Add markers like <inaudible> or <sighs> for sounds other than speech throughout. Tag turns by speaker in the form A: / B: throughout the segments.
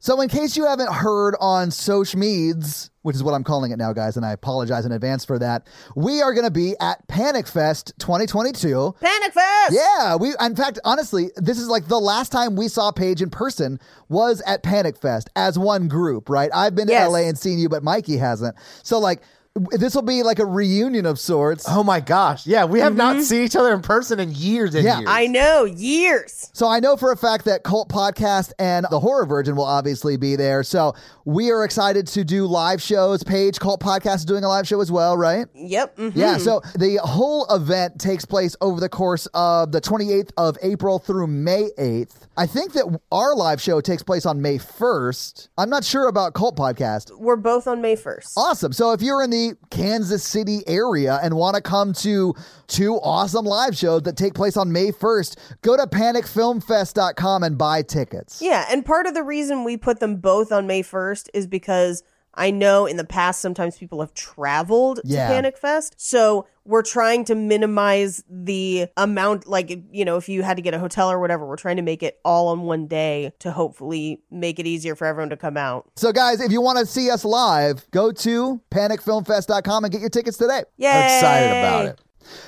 A: So, in case you haven't heard on social meds, which is what I'm calling it now, guys, and I apologize in advance for that, we are going to be at Panic Fest 2022.
B: Panic Fest!
A: Yeah, we. In fact, honestly, this is like the last time we saw Paige in person was at Panic Fest as one group, right? I've been to
B: Yes.
A: LA and seen you, but Mikey hasn't. So, like, w- this will be like a reunion of sorts.
C: Oh my gosh. Yeah, we have not seen each other in person in years and
A: Yeah.
B: Mm-hmm.
C: years.
B: I know, years.
A: So I know for a fact that Cult Podcast and The Horror Virgin will obviously be there. So we are excited to do live shows. Paige Cult Podcast is doing a live show as well, right?
B: Yep. mhm.
A: Yeah, so the whole event takes place over the course of the 28th of April through May 8th. I think that our live show takes place on May 1st. I'm not sure about Cult Podcast.
B: We're both on May 1st.
A: Awesome. So if you're in the Kansas City area and want to come to two awesome live shows that take place on May 1st, go to panicfilmfest.com and buy tickets.
B: Yeah, and part of the reason we put them both on May 1st is because I know in the past sometimes people have traveled
A: Yeah.
B: to Panic Fest. So we're trying to minimize the amount, like, you know, if you had to get a hotel or whatever, we're trying to make it all on one day to hopefully make it easier for everyone to come out.
A: So guys, if you want to see us live, go to panicfilmfest.com and get your tickets today.
B: Yay!
C: I'm excited about it.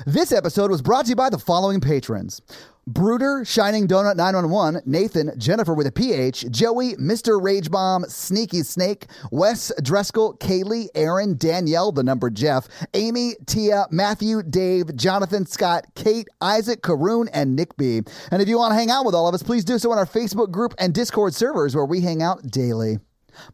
A: This episode was brought to you by the following patrons. Bruder, Shining Donut 911, Nathan, Jennifer with a PH, Joey, Mr. Rage Bomb, Sneaky Snake, Wes, Dreskel, Kaylee, Aaron, Danielle, the number Jeff, Amy, Tia, Matthew, Dave, Jonathan, Scott, Kate, Isaac, Karoon, and Nick B. And if you want to hang out with all of us, please do so on our Facebook group and Discord servers where we hang out daily.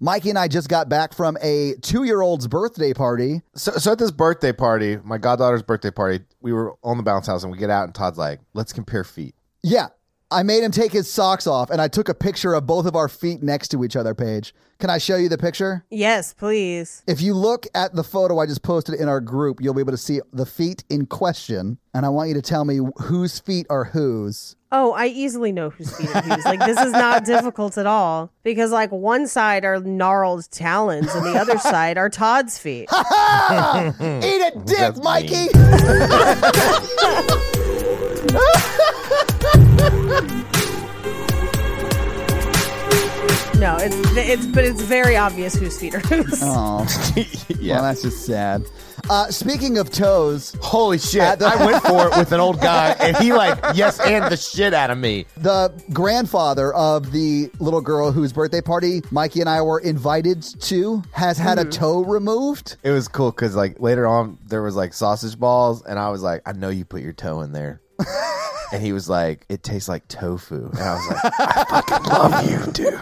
A: Mikey and I just got back from a two year old's birthday party.
C: So, so at this birthday party, my goddaughter's birthday party, we were on the bounce house and we get out and Todd's like, let's compare feet.
A: Yeah. I made him take his socks off and I took a picture of both of our feet next to each other, Paige. Can I show you the picture?
B: Yes, please.
A: If you look at the photo I just posted in our group, you'll be able to see the feet in question. And I want you to tell me whose feet are whose.
B: Oh, I easily know who's feet are whose. Like this is not difficult at all because like one side are gnarled talons and
A: <laughs>
B: the other side are Todd's
A: Eat
B: feet.
A: a dick,
C: That's
A: Mikey!
B: No, it's it's but it's very obvious whose feet are whose.
A: Well,
C: yeah.
A: that's just sad. Uh, speaking of toes,
C: Holy shit.
A: the-
C: I went for it with an old guy and he like, yes, and the shit out of me.
A: the grandfather of the little girl whose birthday party Mikey and I were invited to has had
C: Hmm.
A: a toe removed.
C: It was cool because like later on there was like sausage balls and I was like, I know you put your toe
B: <laughs>
C: in there. and he was like, it tastes like tofu. And I was like, I fucking love
B: <laughs>
C: you, dude.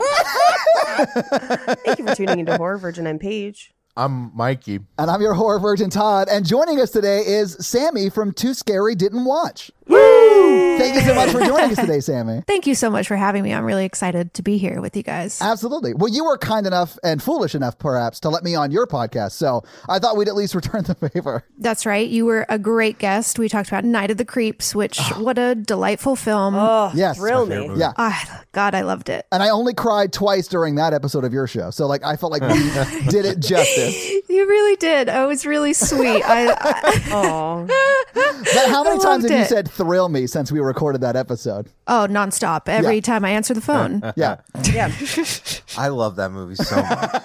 B: Thank you for tuning into Horror Virgin. I'm Paige.
C: I'm Mikey.
A: And I'm your horror virgin Todd. And joining us today is Sammy from Too Scary Didn't Watch. Thank you so much for joining us today, Sammy.
D: Thank you so much for having me. I'm really excited to be here with you guys.
A: Absolutely. Well, you were kind enough and foolish enough, perhaps, to let me on your podcast. So I thought we'd at least return the favor.
D: That's right. You were a great guest. We talked about Night of the Creeps, which what a delightful film.
B: Oh,
A: Yes.
B: thrill
C: favorite
B: me.
C: movie.
A: Yeah.
D: Ah, God, I loved it. <laughs>
A: And I only cried twice during that episode of your show. So, like, I felt like we did it justice.
D: You really did. Oh, it was really sweet. I, I,
B: Oh,
A: But how many
D: I
A: times have
D: loved
A: you
D: it.
A: said thrill me since we recorded that episode?
D: oh, nonstop. Every
A: Yeah.
D: time I answer the phone.
A: Yeah.
B: yeah.
C: I love that movie so much.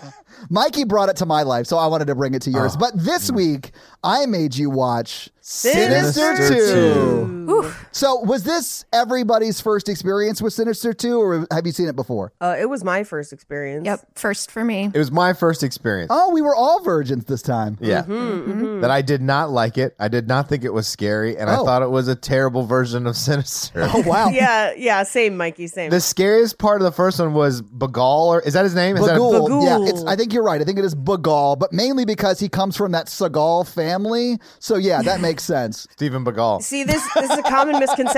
A: Mikey brought it to my life, so I wanted to bring it to yours. But this week, I made you watch Sinister,
B: Sinister
A: 2.
C: Two.
A: So, was this everybody's first experience with Sinister 2, or have you seen it before?
B: Uh, it was my first experience.
D: Yep. First for me.
C: It was my first experience.
A: Oh, we were all virgins this time.
C: Yeah. Mm-hmm, That I did not like it. I did not think it was scary, and I
A: Oh.
C: thought it was a terrible version of Sinister.
A: Oh, wow.
B: Yeah, yeah. Same, Mikey. Same.
C: The scariest part of the first one was Bagal, or is that his name? Is that a-
A: Bagul.
B: Bagul.
A: Yeah, it's, I think you're right. I think it is Bagal, but mainly because he comes from that Seagal family. So, yeah, that makes sense.
C: <laughs> Stephen Bagal.
B: See, this this is a common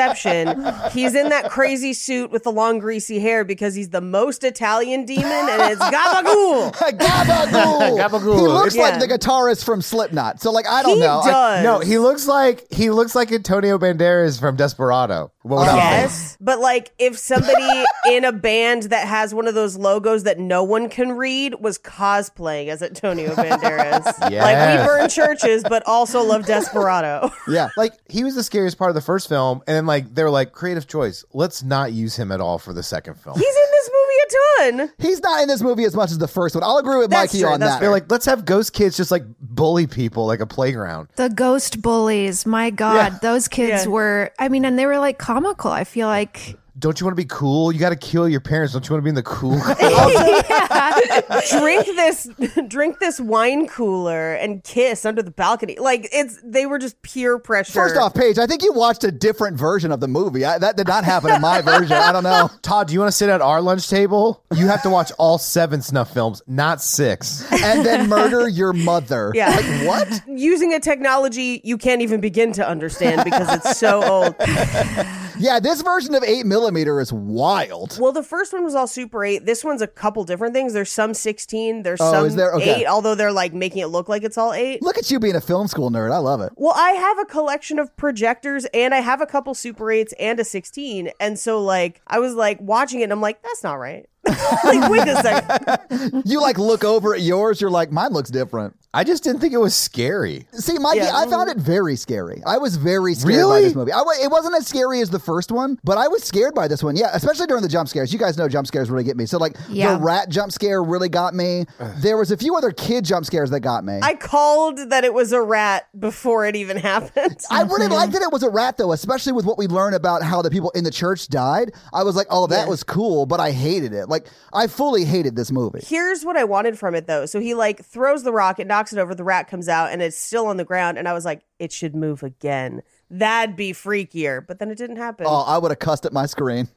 B: misconception. He's in that crazy suit with the long, greasy hair because he's the most Italian demon,
A: <laughs>
B: and it's Gabagool.
A: Gabagool.
C: Gabagool.
A: He looks
B: Yeah.
A: like the guitarist from Slipknot. So, like, I don't
B: He
A: know. I-
B: does.
C: No, he looks like he looks like Antonio Banderas from Desperado. What
A: Oh,
C: would I think?
B: Yes, but like if somebody <laughs> in a band that has one of those logos that no one can read was cosplaying as
A: <laughs>
B: Antonio Banderas, like we
C: Yes.
B: burn churches, but also love Desperado. <laughs>
A: yeah.
C: Like he was the scariest part of the first film, and then like they were like creative choice. Let's not use him at all for the second film.
B: He's in this movie a a ton.
A: He's not in this movie as much as the first one. I'll agree with
B: That's
A: Mikey
B: true,
A: on
B: that's
A: that.
B: fair.
C: They're like, let's have ghost kids just like bully people like a playground.
D: The ghost bullies, my God,
A: Yeah.
D: those kids
B: Yeah.
D: were, I mean, and they were like comical. I feel like
C: Don't you want to be cool? You got to kill your parents. Don't you want to be in the cool?
B: drink this <laughs> drink this wine cooler and kiss under the balcony. Like it's they were just pure pressure.
A: First off, Paige, I think you watched a different version of the movie. I, that did not happen in my version. I don't
B: <laughs>
A: know.
C: Todd, do you want to sit at our lunch table? You have to watch all seven snuff films, not six.
A: And then murder your mother.
B: Yeah.
A: Like, what?
B: using a technology you can't even begin to understand because
A: <laughs>
B: it's so old.
A: Yeah, this version of 8 millimeter is wild.
B: Well, the first one was all Super 8. This one's a couple different things. There's some 16, there's
A: Oh,
B: some
A: is there? Okay.
B: 8, although they're like making it look like it's all 8.
A: Look at you being a film school nerd. I love it.
B: Well, I have a collection of projectors and I have a couple Super 8s and a 16. And so, like, I was like watching it and I'm like, that's not right. <laughs> like, wait a second.
A: You like look over at yours, you're like, mine looks different.
C: I just didn't think it was scary.
A: See, Mikey,
B: Yeah.
A: I found it very scary. I was very scared by
C: Really?
A: this movie. I, wa- it wasn't as scary as the first one, but I was scared by this one. Yeah, especially during the jump scares. You guys know jump scares really get me. So, like,
D: Yeah.
A: the rat jump scare really got me. There was a few other kid jump scares that got me.
B: I called that it was a rat before it even happened.
A: <laughs> I really liked that it was a rat, though, especially with what we learned about how the people in the church died. I was like, oh, that was cool, but I hated it. Like, I fully hated this movie.
B: Here's what I wanted from it though. So he like throws the rock, it knocks it over, the rat comes out, and it's still on the ground. And I was like, it should move again. That'd be freakier. But then it didn't happen.
A: Oh, I would have cussed at my screen.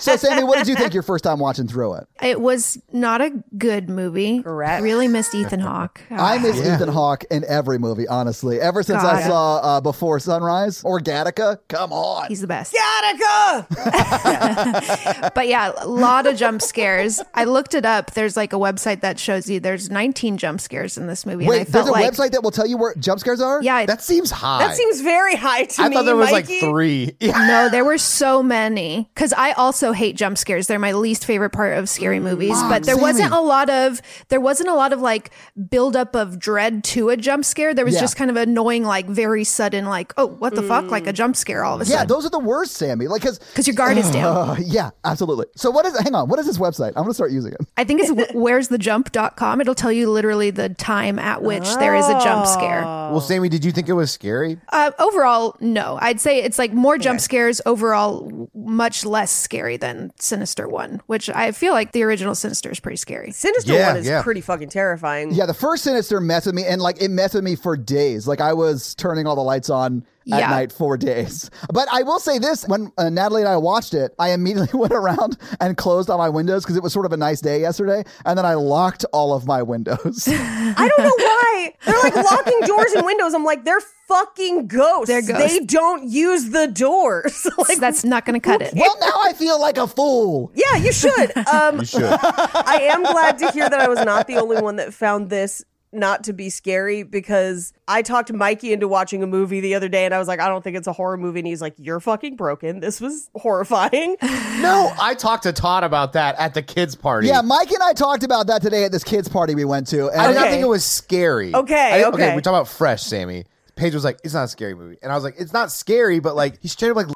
A: so, Sammy, what did you think your first time watching through it?
D: it was not a good movie.
B: Correct.
D: Really missed Ethan Hawke.
A: I miss Ethan Hawke in every movie, honestly. Ever since I
D: God.
A: saw uh, Before Sunrise or Gattaca, come on.
D: He's the best.
B: Attica!
D: But yeah, a lot of jump scares. I looked it up. There's like a website that shows you there's 19 jump scares in this movie. and I
A: Wait,
D: felt
A: there's a
D: like,
A: website that will tell you where jump scares are?
D: yeah,
C: That seems high.
B: That seems very high to
C: I
B: me.
C: thought there was
B: Mikey.
C: like three. Yeah.
D: no, there were so many because I also hate jump scares. They're my least favorite part of scary movies. but there
A: Sammy.
D: wasn't a lot of there wasn't a lot of like buildup of dread to a jump scare. There was
A: Yeah.
D: just kind of annoying, like very sudden, like oh what the fuck, like a jump scare all of a
A: Yeah,
D: sudden
A: those are the worst, Sammy. Like, cause,
D: because your guard is down.
A: uh, <sighs> yeah, absolutely. So what is? Hang on, what is this website? I'm gonna start using it.
D: I think it's wh- where's the jump.com. It'll tell you literally the time at which there is a jump
A: Oh.
D: scare.
B: Oh.
C: Well, Sammy, did you think it was scary?
D: Uh, overall, no. I'd say it's like more jump scares overall, w- much less scary than Sinister One, which I feel like the original Sinister is pretty scary.
B: Sinister
C: Yeah,
B: one is
C: yeah.
B: pretty fucking terrifying.
A: Yeah, the first Sinister messed with me, and like it messed with me for days. Like I was turning all the lights on at
D: Yeah.
A: night for days. But I will say this: when uh, Natalie and I watched it, I immediately <laughs> went around and closed all my windows because it was sort of a nice day yesterday, and then I locked all of my
B: <laughs>
A: windows.
B: I don't know
C: <laughs>
B: why. They're like locking doors and windows. I'm like, they're fucking ghosts.
D: They're ghosts.
B: They don't use the doors. <laughs> like,
D: that's not going to cut it.
A: well, now I feel like a fool.
B: yeah, you
C: <laughs>
B: should. Um,
C: You should.
B: <laughs> I am glad to hear that I was not the only one that found this not to be scary because I talked Mikey into watching a movie the other day and I was like, I don't think it's a horror movie. And he's like, You're fucking broken. This was
C: <laughs>
B: horrifying.
C: no, I talked to Todd about that at the kids' party.
A: Yeah, Mike and I talked about that today at this kids' party we went to. And uh,
C: I did not
B: Okay.
C: think it was scary.
B: Okay,
C: I didn't-
B: okay.
C: We talk about fresh, Sammy. Paige was like, "It's not a scary movie," and I was like, "It's not scary," but like he straight up like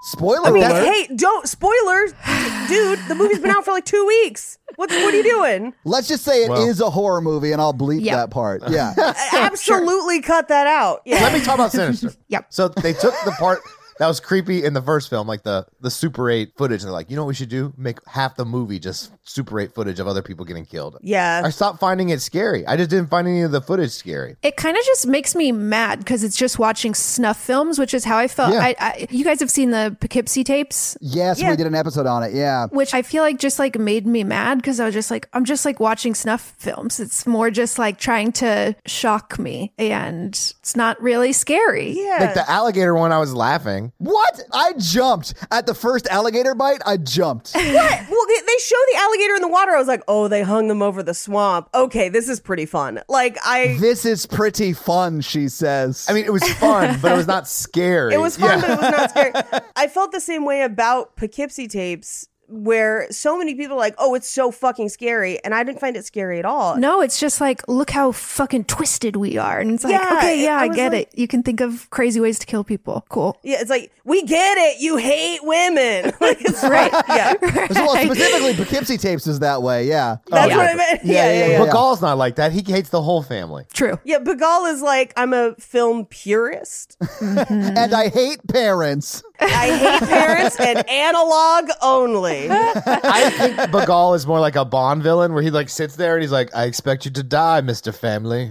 A: spoiler
B: I mean,
A: alert.
B: hey, don't spoilers, dude. The movie's been out for like two weeks. What what are you doing?
A: Let's just say it is
C: Well.
A: a horror movie, and I'll bleep
D: Yeah.
A: that part.
B: <laughs>
A: Yeah.
B: Absolutely cut that out. Yeah.
C: Let me talk
B: <laughs>
C: about Sinister.
D: Yep.
C: So they took the part that was creepy in the first film, like the the Super Eight footage, and they're like, you know what we should do? Make half the movie just Super Eight footage of other people getting killed. I
B: Yeah.
C: stopped finding it scary. I just didn't find any of the footage scary.
D: It kind of just makes me mad because it's just watching snuff films, which is how I felt.
C: Yeah.
D: I, I, you guys have seen the Poughkeepsie tapes,
A: yes,
B: Yeah.
A: we did an episode on it. Yeah.
D: which I feel like just like made me mad because I was just like, I'm just like watching snuff films. It's more just like trying to shock me and it's not really scary.
B: Yeah.
C: Like the alligator one, I was laughing.
A: What? I jumped at the first alligator bite. I jumped.
B: Well, they, they show the alligator in the water. I was like, oh, they hung them over the swamp. Okay, this is pretty fun. Like, I.
A: this is pretty fun, she says.
C: I mean, it was fun, but
B: <laughs>
C: it was not scary.
B: It was fun,
C: Yeah.
B: but it was not scary. I felt the same way about Poughkeepsie tapes where so many people are like, oh, it's so fucking scary. And I didn't find it scary at all.
D: No, it's just like, look how fucking twisted we are. And it's like,
B: Yeah,
D: okay, yeah,
B: I
D: I,
B: was
D: get
B: like-
D: it. You can think of crazy ways to kill people. Cool.
B: Yeah, it's like, we get it. You hate women. <laughs> Like, it's right. Yeah.
A: <laughs> Well, specifically, Poughkeepsie Tapes is that way. Yeah.
B: That's
C: yeah.
B: what I meant.
A: Yeah,
B: Yeah, yeah,
A: yeah,
B: yeah.
A: yeah.
B: yeah.
C: Bacall's not like that. He hates the whole family.
D: <laughs> True.
B: Bagal is like, I'm a film purist.
A: Um, And I hate parents.
B: I hate parents and analog only.
C: I
B: <laughs>
C: think Bagall is more like a Bond villain where he like sits there and he's like, I expect you to die, Mr. Family.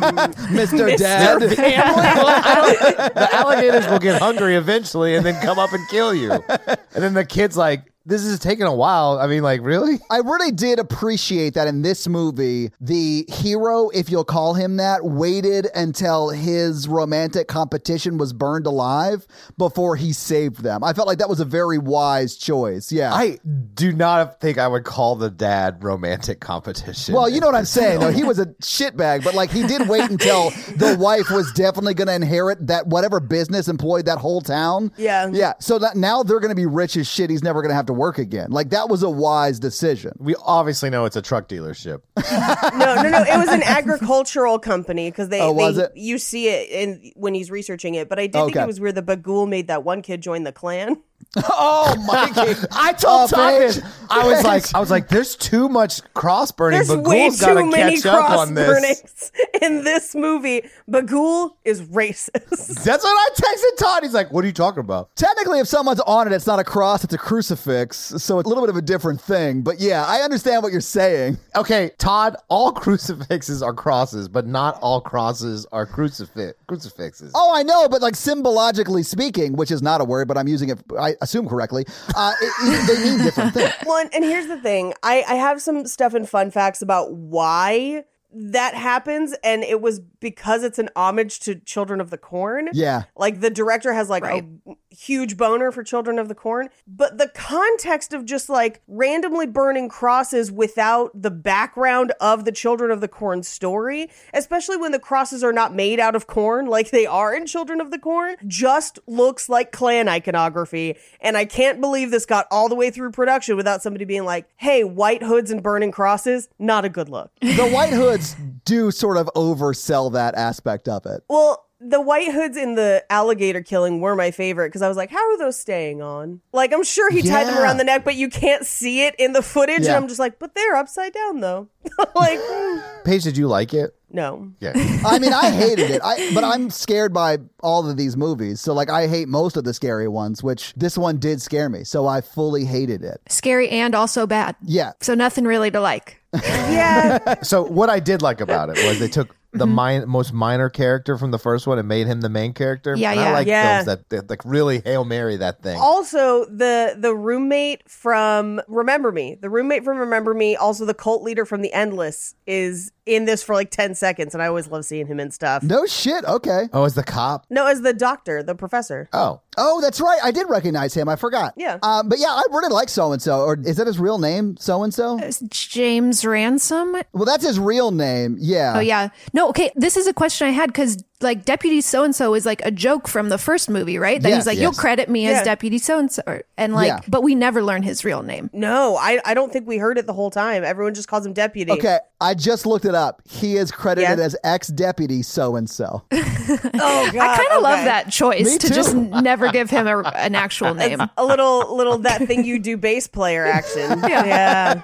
A: Mr.
C: Well,
A: Dad.
C: I don't- the alligators will get hungry eventually and then come up and kill you. And then the kid's like, This is taking a while. I mean, like, really?
A: <laughs> I really did appreciate that in this movie, the hero, if you'll call him that, waited until his romantic competition was burned alive before he saved them. I felt like that was a very wise choice. Yeah.
C: I do not think I would call the dad romantic competition.
A: well, you know what I'm saying, though. He was a shitbag, but like he did wait until the wife was definitely going to inherit that whatever business employed that whole town.
B: Yeah.
A: Yeah. So that now they're going to be rich as shit. He's never going to have to work again. Like that was a wise decision.
C: <laughs> we obviously know it's a
A: <laughs>
C: truck dealership.
B: No, no, no. It was an agricultural company because they,
A: Oh, was
B: they
A: it?
B: you see it in when he's researching it. But I did think
A: Okay.
B: it was weird that Bagul made that one kid join the clan.
A: Oh, <laughs> Mikey.
C: I told
A: Oh,
C: Tom
A: Paige.
C: this. I was like, I was like, there's too much cross burning.
B: There's
C: But
B: way
C: Ghoul's gotta
B: too many
C: catch up
B: cross
C: on this.
B: burnings in this movie. Bagul is racist.
C: That's what I texted Todd. He's like, what are you talking about?
A: <laughs> Technically, if someone's on it, it's not a cross, it's a crucifix. So it's a little bit of a different thing. But yeah, I understand what you're saying.
C: Okay, Todd, all <laughs> crucifixes are crosses, but not all crosses are crucifix crucifixes.
A: Oh, I know, but like symbologically speaking, which is not a word, but I'm using it, I assume correctly, uh, it- it- they mean different
C: <laughs>
A: things.
B: One, and here's the thing: I, I have some stuff and fun facts about why that happens, and it was because it's an homage to Children of the Corn.
A: Yeah.
B: Like the director has like
D: Right.
B: a huge boner for Children of the Corn, but the context of just like randomly burning crosses without the background of the Children of the Corn story, especially when the crosses are not made out of corn like they are in Children of the Corn, just looks like clan iconography. And I can't believe this got all the way through production without somebody being like, "Hey, white hoods and burning crosses, not a good look."
A: The White Hoods do sort of oversell that aspect of it.
B: Well, the white hoods in the alligator killing were my favorite because I was like, how are those staying on? Like, I'm sure he tied them
A: Yeah.
B: around the neck, but you can't see it in the footage.
A: Yeah.
B: And I'm just like, but they're upside down though. <laughs> like, mm,
C: Paige, did you like it?
A: <laughs>
B: no.
C: Yeah.
A: I mean, I hated it, I, but I'm scared by all of these movies. So, like, I hate most of the scary ones, which this one did scare me. So, I fully hated it.
D: Scary and also bad.
A: Yeah.
D: So nothing really to like.
B: Yeah.
C: so what I did like about it was they took the
D: Mm-hmm.
C: min- most minor character from the first one and made him the main character.
D: Yeah,
C: and I
D: yeah.
C: like
B: Yeah.
C: films that, that like really hail mary that thing.
B: also, the the roommate from Remember Me, the roommate from Remember Me, also the cult leader from The Endless, is in this for like 10 seconds. And I always love seeing him in stuff.
A: No shit. Okay.
C: oh, is the cop?
B: No, as the doctor, the professor.
C: Oh,
A: Oh, that's right. I did recognize him. I forgot.
B: Yeah.
A: Um, but yeah, I really like so and so. Or is that his real name? So and so.
D: It's James Ransom.
A: Well, that's his real name. Yeah.
D: Oh yeah. No, okay. This is a question I had because like deputy so and so is like a joke from the first movie, right? That
A: Yeah.
D: he's like,
A: Yes.
D: You'll credit me
B: Yeah.
D: as deputy so and so and like
A: Yeah.
D: but we never learn his real name.
B: No, I, I don't think we heard it the whole time. Everyone just calls him deputy.
A: Okay, I just looked it up. He is credited
B: Yeah.
A: as ex deputy so and so.
B: <laughs> Oh, God.
D: I kind of
B: okay.
D: love that choice
A: Me
D: to
A: too.
D: just never give him a, an actual name.
B: a little little that thing you do bass player
D: <laughs>
B: action. Yeah.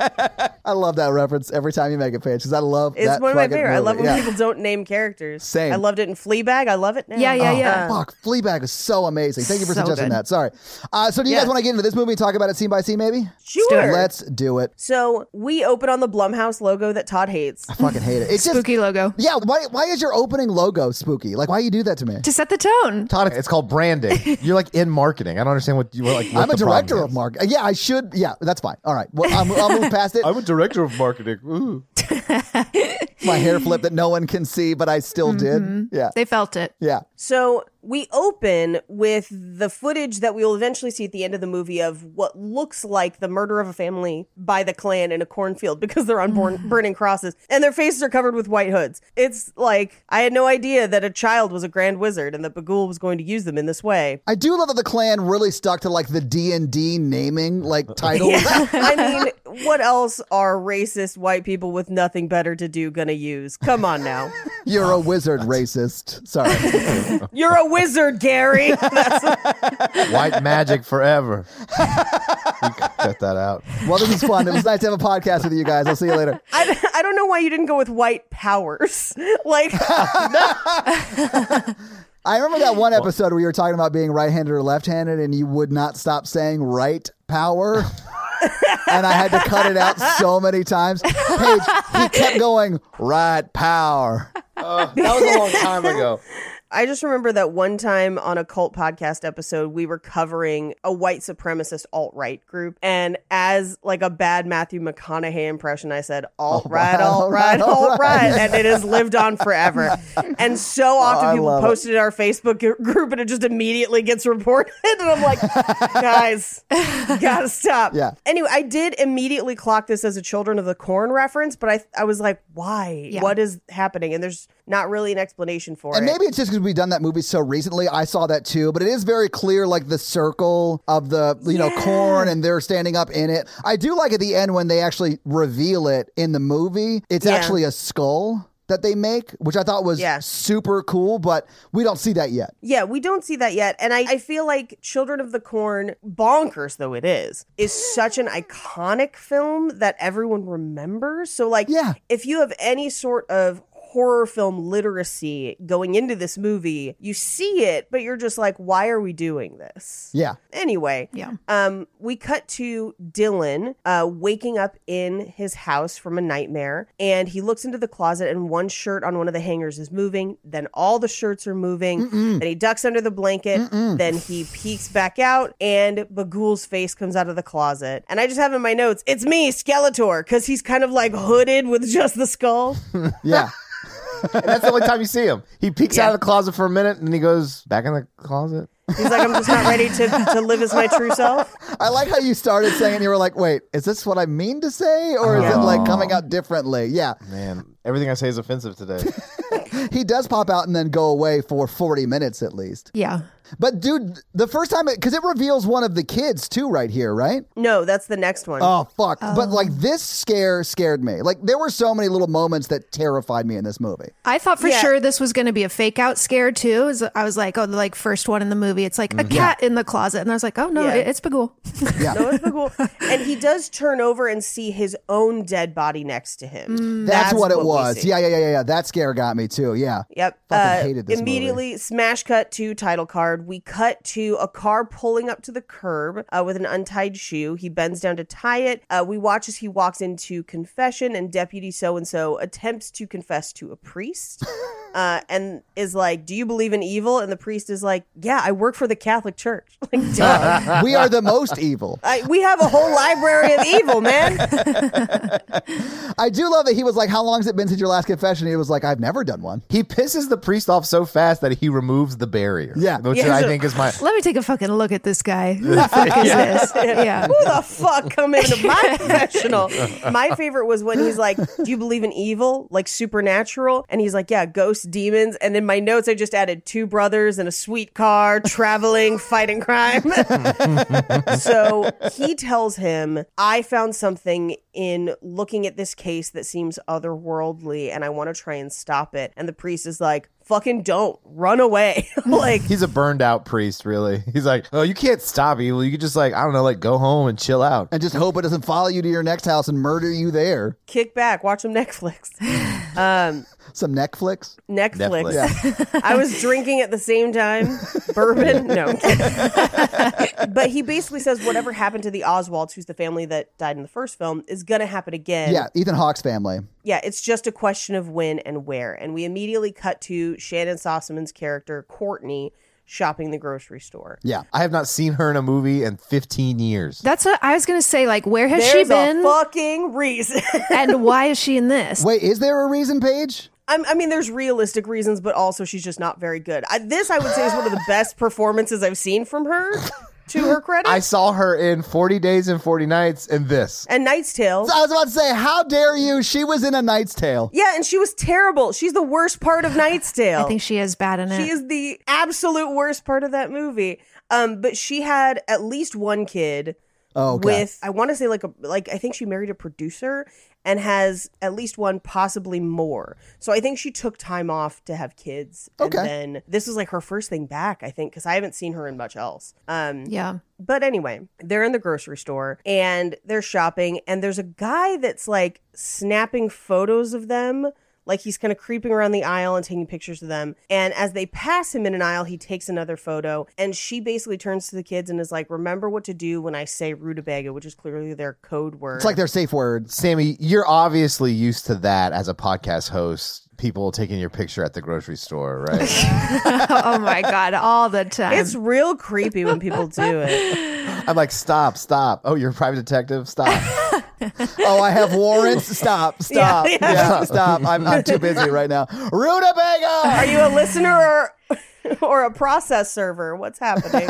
A: I love that reference every time you make it, Paige, because I love
B: It's
A: that
B: one of my
A: fucking
B: favorite. I
A: movie.
B: love when
A: Yeah.
B: people don't name characters.
A: Same.
B: I loved it in Fleabag. I love it now. Uh,
D: Yeah, yeah,
A: Oh,
D: yeah.
A: Fuck, Fleabag is so amazing. Thank you for
D: So
A: suggesting
D: good.
A: that. Sorry. Uh, so, do you guys
B: Yeah.
A: want to get into this movie and talk about it scene by scene, maybe?
B: Sure.
A: Let's do it.
B: so we open on the Blumhouse logo that Todd hates.
A: I fucking hate it. It's just
D: Spooky logo.
A: yeah. Why? Why is your opening logo spooky? Like, why you do that to me?
D: To set the tone.
C: Todd, it's called
D: <laughs>
C: branding. You're like in marketing. I don't understand what you were like. what
A: I'm a
C: the problem
A: director
C: is.
A: of marketing. Yeah, I should.
C: <laughs>
A: Yeah, that's fine. All right. Well, I'm, I'll move past it.
C: I'm a director of marketing. Ooh.
A: my hair flip that no one can see, but I still
B: Mm-hmm.
A: did. Yeah.
D: They felt it.
A: Yeah.
B: So we open with the footage that we will eventually see at the end of the movie of what looks like the murder of a family by the Klan in a cornfield because
D: <sighs>
B: they're on born, burning crosses and their faces are covered with white hoods. It's like I had no idea that a child was a grand wizard and that Bagul was going to use them in this way.
A: I do love that the clan really stuck to like the D and D naming like
B: <laughs>
A: titles.
B: I mean, what else are racist white people with nothing better to do gonna use? Come on now.
A: You're a wizard, racist. Sorry.
B: You're a wizard, Gary.
C: <laughs>
B: <laughs>
C: White magic <laughs> forever. you could cut that out.
A: Well, this is fun. It was nice to have a podcast with you guys. I'll see you later.
B: I, I don't know why you didn't go with white powers. <laughs> Like,
A: I remember that one episode where you were talking about being right-handed or left-handed, and you would not stop saying "right power." and I had to cut it out so many times. Paige, he kept going "right power."
C: that was a long time ago.
B: I just remember that one time on a cult podcast episode, we were covering a white supremacist alt right group. And as like a bad Matthew McConaughey impression,
A: <laughs>
B: I said, alt right, alt right, alt right. And it has lived
A: <laughs>
B: on forever. and so often
A: I
B: people
A: love it.
B: post it in our Facebook gr- group and it just immediately gets reported. <laughs> and
A: <laughs>
B: I'm like, guys, you gotta stop.
A: Yeah.
B: Anyway, I did immediately clock this as a Children of the Corn reference, but I, I was like, why?
D: Yeah.
B: What is happening? And there's not really an explanation for
A: And
B: it.
A: maybe it's just because we've done that movie so recently. I saw that too, but it is very clear, like the circle of the you know corn, and they're standing up in it. I do like at the end when they actually reveal it in the movie. It's
B: Yeah.
A: actually a skull that they make, which I thought was
B: Yeah.
A: super cool, but we don't see that yet.
B: Yeah, we don't see that yet. And I, I feel like Children of the Corn, bonkers though it is, is such an iconic film that everyone remembers. So, like,
A: Yeah.
B: if you have any sort of horror film literacy going into this movie, you see it, but you're just like, why are we doing this?
A: Yeah.
B: Anyway,
D: Yeah.
B: um, we cut to Dylan uh, waking up in his house from a nightmare, and he looks into the closet, and one shirt on one of the hangers is moving. Then all the shirts are moving. Then he ducks under the blanket. Then he peeks back out, and Bagul's face comes out of the closet. And I just have in my notes, "It's me, Skeletor," because he's kind of like hooded with just the skull. <laughs>
A: Yeah.
C: And that's the only time you see him. He peeks out of the closet for a minute and then he goes back in the closet.
B: He's like, "I'm just not ready to to live as my true self."
A: I like how you started saying it, you were like, wait, is this what I mean to say? Or is it like coming out differently? Yeah.
C: Man, everything I say is offensive today.
A: He does pop out and then go away for 40 minutes at least.
D: Yeah.
A: But dude, the first time, because it reveals one of the kids too, right here, right?
B: No, that's the next one.
A: Oh, fuck. But like this scare scared me. Like there were so many little moments that terrified me in this movie.
D: I thought for
B: Yeah.
D: sure this was going to be a fake out scare too. Is- I was like, oh, the like first one in the movie. It's like a cat in the closet, and I was like, oh no,
B: Mm-hmm. Yeah.
D: it- it's Bagul.
B: No, it's cool. and he does turn over and see his own dead body next to him.
A: That's, what it
B: we
A: was.
B: see.
A: Yeah, yeah, yeah, yeah, yeah. That scare got me too. Yeah.
B: Yep. Uh,
A: Fucking hated this movie.
B: immediately smash cut to title card. We cut to a car pulling up to the curb uh, with an untied shoe. He bends down to tie it. Uh, we watch as he walks into confession, and deputy so and so attempts to confess to
A: <laughs>
B: a priest, uh, and is like, "Do you believe in evil?" And the priest is like, "Yeah, I work for the Catholic Church." <laughs> Like, duh.
A: <laughs> we are the most evil.
B: I, we have a whole library of evil, man.
A: I do love that he was like, How long's it been since your last confession? He was like, I've never done one.
C: he pisses the priest off so fast that he removes the barrier.
A: Yeah.
C: Which
B: Yeah,
C: I
B: so-
C: think is my
D: <laughs> Let me take a fucking look at
B: <laughs>
D: this guy. Who the fuck is this? Yeah.
B: Who the fuck come into my confessional? My favorite was when he's like, "Do you believe in evil, like supernatural?" And he's like, "Yeah, ghosts, demons." And in my notes, I just added two brothers in a sweet car, traveling, <laughs> fighting crime. so he tells him, "I found something in looking at this case that seems otherworldly, and I want to try and stop it." And the priest is like. Fucking don't run away. <laughs> like,
C: He's a burned out priest, really. <laughs> He's like, oh, you can't stop evil. You can just like, I don't know, like go home and chill out.
A: And just hope it doesn't follow you to your next house and murder you there.
B: kick back, watch some Netflix.
A: Some Netflix.
B: Netflix.
A: Netflix.
B: I was drinking at the same time. Bourbon. No. I'm kidding. but he basically says whatever happened to the Oswalds, who's the family that died in the first film, is going to happen again.
A: Yeah, Ethan Hawke's family.
B: Yeah, it's just a question of when and where. And we immediately cut to Shannon Sossaman's character, Courtney. shopping the grocery store.
A: Yeah.
C: I have not seen her in a movie in 15 years.
D: That's what I was gonna say. Like, where has she
B: There's
D: been,
B: a fucking reason. <laughs>
D: and why is she in this?
A: Wait, is there a reason, Paige?
B: I'm, I mean, there's realistic reasons, but also she's just not very good. I, this, I would say, is one of the best performances I've seen from her. To her credit,
C: I saw her in 40 Days and 40 Nights and this.
B: and Knight's Tale.
A: I was about to say, how dare you? She was in A Knight's Tale.
B: Yeah, and she was terrible. She's the worst part of Knight's Tale.
D: <sighs> I think she is bad in it.
B: She is the absolute worst part of that movie. Um, but she had at least one kid
A: Oh, God.
B: with I want to say like a like I think she married a producer and has at least one, possibly more. So I think she took time off to have kids.
A: Okay.
B: And then this was like her first thing back, I think, because I haven't seen her in much else. Um
D: yeah. <laughs>
B: but anyway, they're in the grocery store and they're shopping, and there's a guy that's like snapping photos of them. Like he's kind of creeping around the aisle and taking pictures of them. And as they pass him in an aisle, he takes another photo. And she basically turns to the kids and is like, Remember what to do when I say rutabaga, which is clearly their code word.
A: It's like their safe word.
C: Sammy, you're obviously used to that as a podcast host, people taking your picture at the grocery store, right?
D: oh my god, all the time.
B: it's real creepy when people do it.
C: I'm like, stop, stop. Oh, you're a private detective? Stop.
A: Oh, I have
B: <laughs>
A: warrants. Stop, stop,
B: Yeah,
A: yeah,
B: yeah.
A: stop. I'm, I'm too busy right now. Rutabaga!
B: <laughs> Are you a listener or, or a process server?
A: <laughs>
B: What's happening?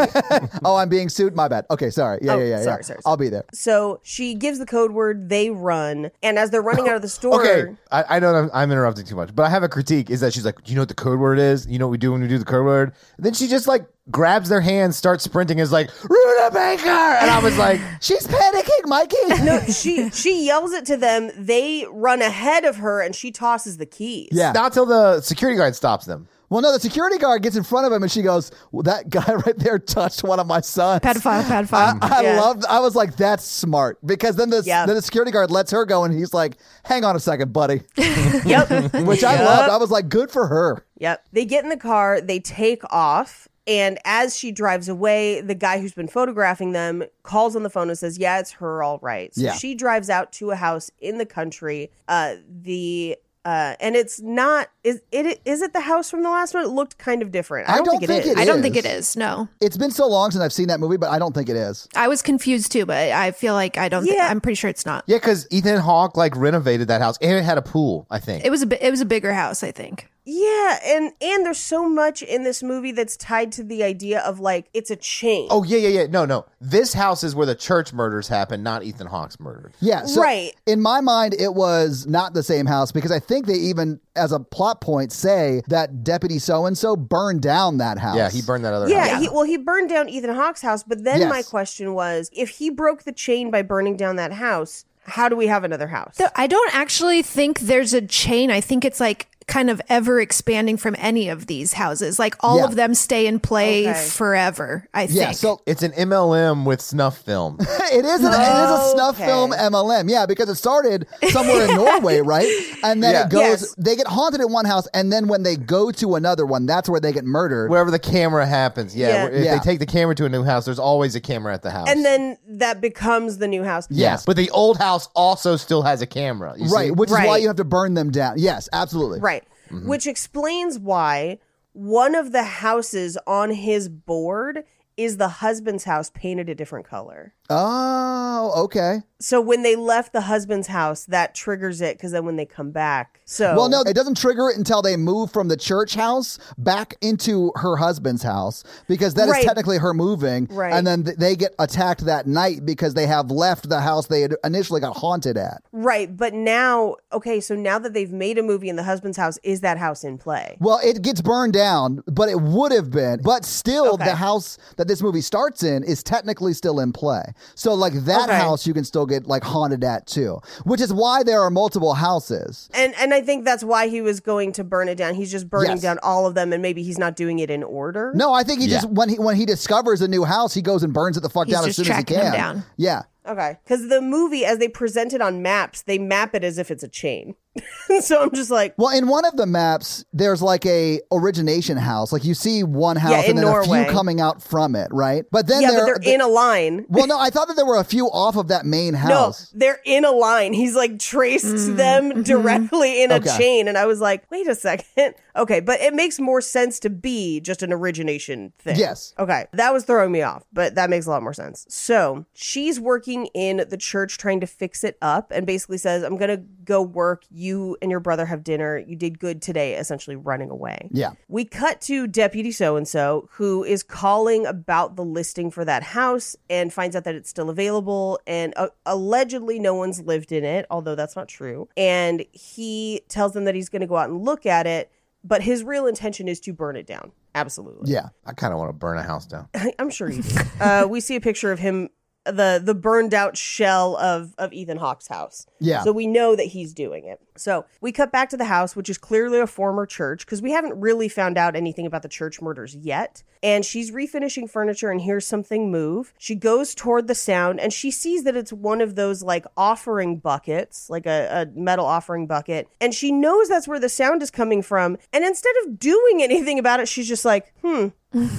A: Oh, I'm being sued. My bad. Okay, sorry. Yeah,
B: Oh,
A: yeah, yeah, yeah.
B: sorry, sorry, sorry.
A: I'll be there.
B: So she gives the code word, they run. And as they're running out of the store,
C: Okay, I, I know I'm, I'm interrupting too much, but I have a critique. Is that she's like, do you know what the code word is? You know what we do when we do the code word? And then she just like grabs their hand, starts sprinting, is like, Rutabaker! And I was <laughs> like,
A: She's panicking, Mikey.
B: <laughs> No, she she yells it to them. They run ahead of her, and she tosses the keys.
A: Yeah.
C: not till the security guard stops them.
A: Well, no, the security guard gets in front of him and she goes, well, That guy <laughs> right there touched one of my sons.
B: <laughs>
D: pedophile, pedophile.
A: I
B: Yeah.
A: loved. I was like, "That's smart," because then the
B: Yeah.
A: then the security guard lets her go, and he's like, "Hang on a second,
B: <laughs>
A: buddy,"
B: Yep. <laughs>
A: which I loved. I was like, "Good for her."
B: Yep. They get in the car, they take off, and as she drives away, the guy who's been photographing them calls on the phone and says, Yeah, it's her, all right. So
A: Yeah.
B: she drives out to a house in the country. Uh, the uh, and it's not is it is it the house from the last one? It looked kind of different. I don't, think, it is.
D: I don't think
A: is.
D: it is. No,
A: It's been so long since I've seen that movie, but I don't think it is.
D: I was confused too, but I feel like I don't. thi-
B: Yeah.
D: I'm pretty sure it's not.
C: Yeah, because Ethan Hawke like renovated that house and it had a pool, I think.
D: It was a bi- it was a bigger house, I think.
B: Yeah, and and there's so much in this movie that's tied to the idea of like it's a chain.
C: oh, yeah, yeah, yeah. No, no. This house is where the church murders happened, not Ethan Hawke's murder.
A: Yeah, so
B: Right.
A: In my mind, it was not the same house because I think they even, as a plot point, say that Deputy So and So burned down that house.
C: Yeah, he burned that other
B: Yeah,
C: house.
B: He, well, he burned down Ethan Hawke's house, but then
A: Yes.
B: my question was if he broke the chain by burning down that house, how do we have another house?
D: I don't actually think there's a chain. I think it's like kind of ever expanding from any of these houses. Like all
A: Yeah.
D: of them stay in play
B: Okay.
D: forever. I think.
A: Yeah, so <laughs>
C: It's an MLM with snuff <laughs> film.
A: it is an, it is a snuff
B: Okay.
A: film MLM. Yeah, because it started somewhere
B: <laughs>
A: in Norway, right? And then
C: Yeah.
A: it goes.
B: Yes.
A: They get haunted at one house, and then when they go to another one, that's where they get murdered.
C: Wherever the camera happens. Yeah.
B: Yeah.
C: where- If
A: Yeah.
C: they take the camera to a new house, there's always a camera at the house.
B: and then that becomes the new house.
A: Yes.
C: But the old house also still has a camera. you see?
A: right, which is why
B: Right.
A: you have to burn them down. Yes, absolutely.
B: Right.
A: Mm-hmm.
B: Which explains why one of the houses on his board is the husband's house painted a different color.
A: Oh, okay.
B: So when they left the husband's house, that triggers it because then when they come back, so
A: Well, no, it doesn't trigger it until they move from the church house back into her husband's house because that is
B: Right.
A: technically her moving.
B: Right.
A: And then th- they get attacked that night because they have left the house they had initially got haunted at.
B: Right, but now, okay, so now that they've made a movie in the husband's house, is that house in play?
A: Well, it gets burned down, but it would have been. But still,
B: Okay.
A: the house that this movie starts in is technically still in play. So, like that
B: Okay.
A: house, you can still get like haunted at too, which is why there are multiple houses.
B: And and I think that's why he was going to burn it down. He's just burning
A: Yes.
B: down all of them, and maybe he's not doing it in order.
A: No, I think he
C: Yeah.
A: just when he when he discovers a new house, he goes and burns it the fuck
D: He's
A: down as
D: just
A: soon as he
D: tracking them
A: can.
D: down.
A: Yeah.
B: okay, because the movie, as they present it on maps, they map it as if it's a chain. <laughs> so I'm just like,
A: Well, in one of the maps, there's like a origination house. Like you see one house
B: in
A: and then a
B: Norway.
A: few coming out from it, right? But then
B: yeah,
A: there,
B: but they're in a line.
A: well, no, I thought that there were a few off of that main house. Mm, mm-hmm.
B: No, they're in a line. He's like traced them directly in a
A: Okay.
B: chain. And I was like, wait a second. <laughs> Okay, but it makes more sense to be just an origination thing.
A: Yes.
B: Okay, that was throwing me off, but that makes a lot more sense. So she's working in the church trying to fix it up and basically says, I'm going to go work. You and your brother have dinner. You did good today, essentially running away.
A: Yeah.
B: We cut to Deputy So and so, who is calling about the listing for that house and finds out that it's still available. And uh, allegedly, no one's lived in it, although that's not true. And he tells them that he's going to go out and look at it, but his real intention is to burn it down. Absolutely.
A: Yeah.
C: I kind of want to burn a house down.
B: I'm sure you do. uh, we see a picture of him, the the burned out shell of of Ethan Hawke's house.
A: Yeah.
B: So we know that he's doing it. So we cut back to the house, which is clearly a former church, because we haven't really found out anything about the church murders yet. And she's refinishing furniture and hears something move. She goes toward the sound and she sees that it's one of those like offering buckets, like a, a metal offering bucket. And she knows that's where the sound is coming from. And instead of doing <laughs> anything about it, she's just like, hmm,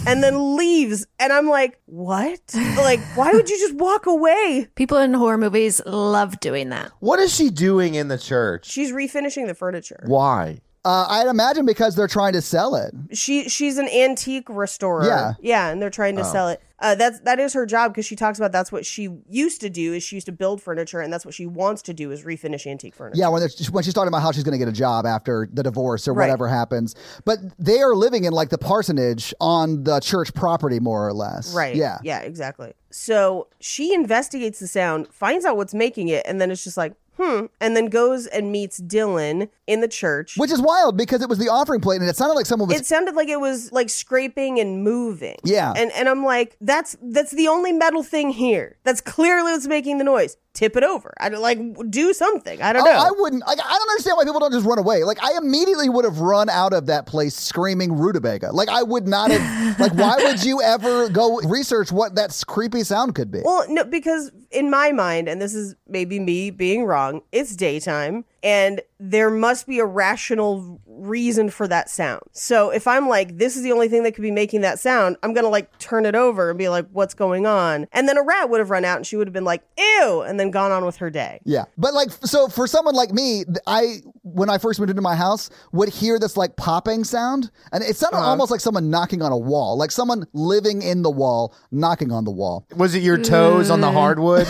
B: and then leaves. And I'm like, what? Like, why would you just walk away?
D: People in horror movies love doing that.
C: What is she doing in the church?
B: She's refinishing the furniture.
C: Why?
A: Uh, I'd imagine because they're trying to sell it.
B: She she's an antique restorer.
A: Yeah. Oh.
B: yeah, and they're trying to sell it. Uh, that's that is her job because she talks about that's what she used to do is she used to build furniture and that's what she wants to do is refinish antique furniture.
A: Yeah, when, they're- when she's talking about how she's going to get a job after the divorce or
B: Right.
A: whatever happens. But they are living in like the parsonage on the church property, more or less.
B: Right.
A: Yeah.
B: Yeah, exactly. So she investigates the sound, finds out what's making it, and then it's just like, hmm. And then goes and meets Dylan in the church.
A: Which is wild because it was the offering plate and it sounded like someone was.
B: it sounded like it was like scraping and moving.
A: Yeah.
B: And and I'm like, that's that's the only metal thing here. That's clearly what's making the noise. Tip it over. I don't like do something. I don't
A: Oh,
B: know.
A: I wouldn't. Like, I don't understand why people don't just run away. Like, I immediately would have run out of that place screaming rutabaga. Like, I would not have. like, why would
B: <laughs>
A: you ever go research what that creepy sound could be?
B: well, no, because in my mind, and this is maybe me being wrong, it's daytime and there must be a rational reason for that sound. So if I'm like, this is the only thing that could be making that sound, I'm gonna like turn it over and be like, what's going on? And then a rat would have run out and she would have been like, ew, and then gone on with her day.
A: Yeah. But like f- so for someone like me, th- I when I first moved into my house would hear this like popping sound and it sounded
B: Uh-huh.
A: almost like someone knocking on a wall, like someone living in the wall knocking on the wall.
C: Was it your toes on the hardwood?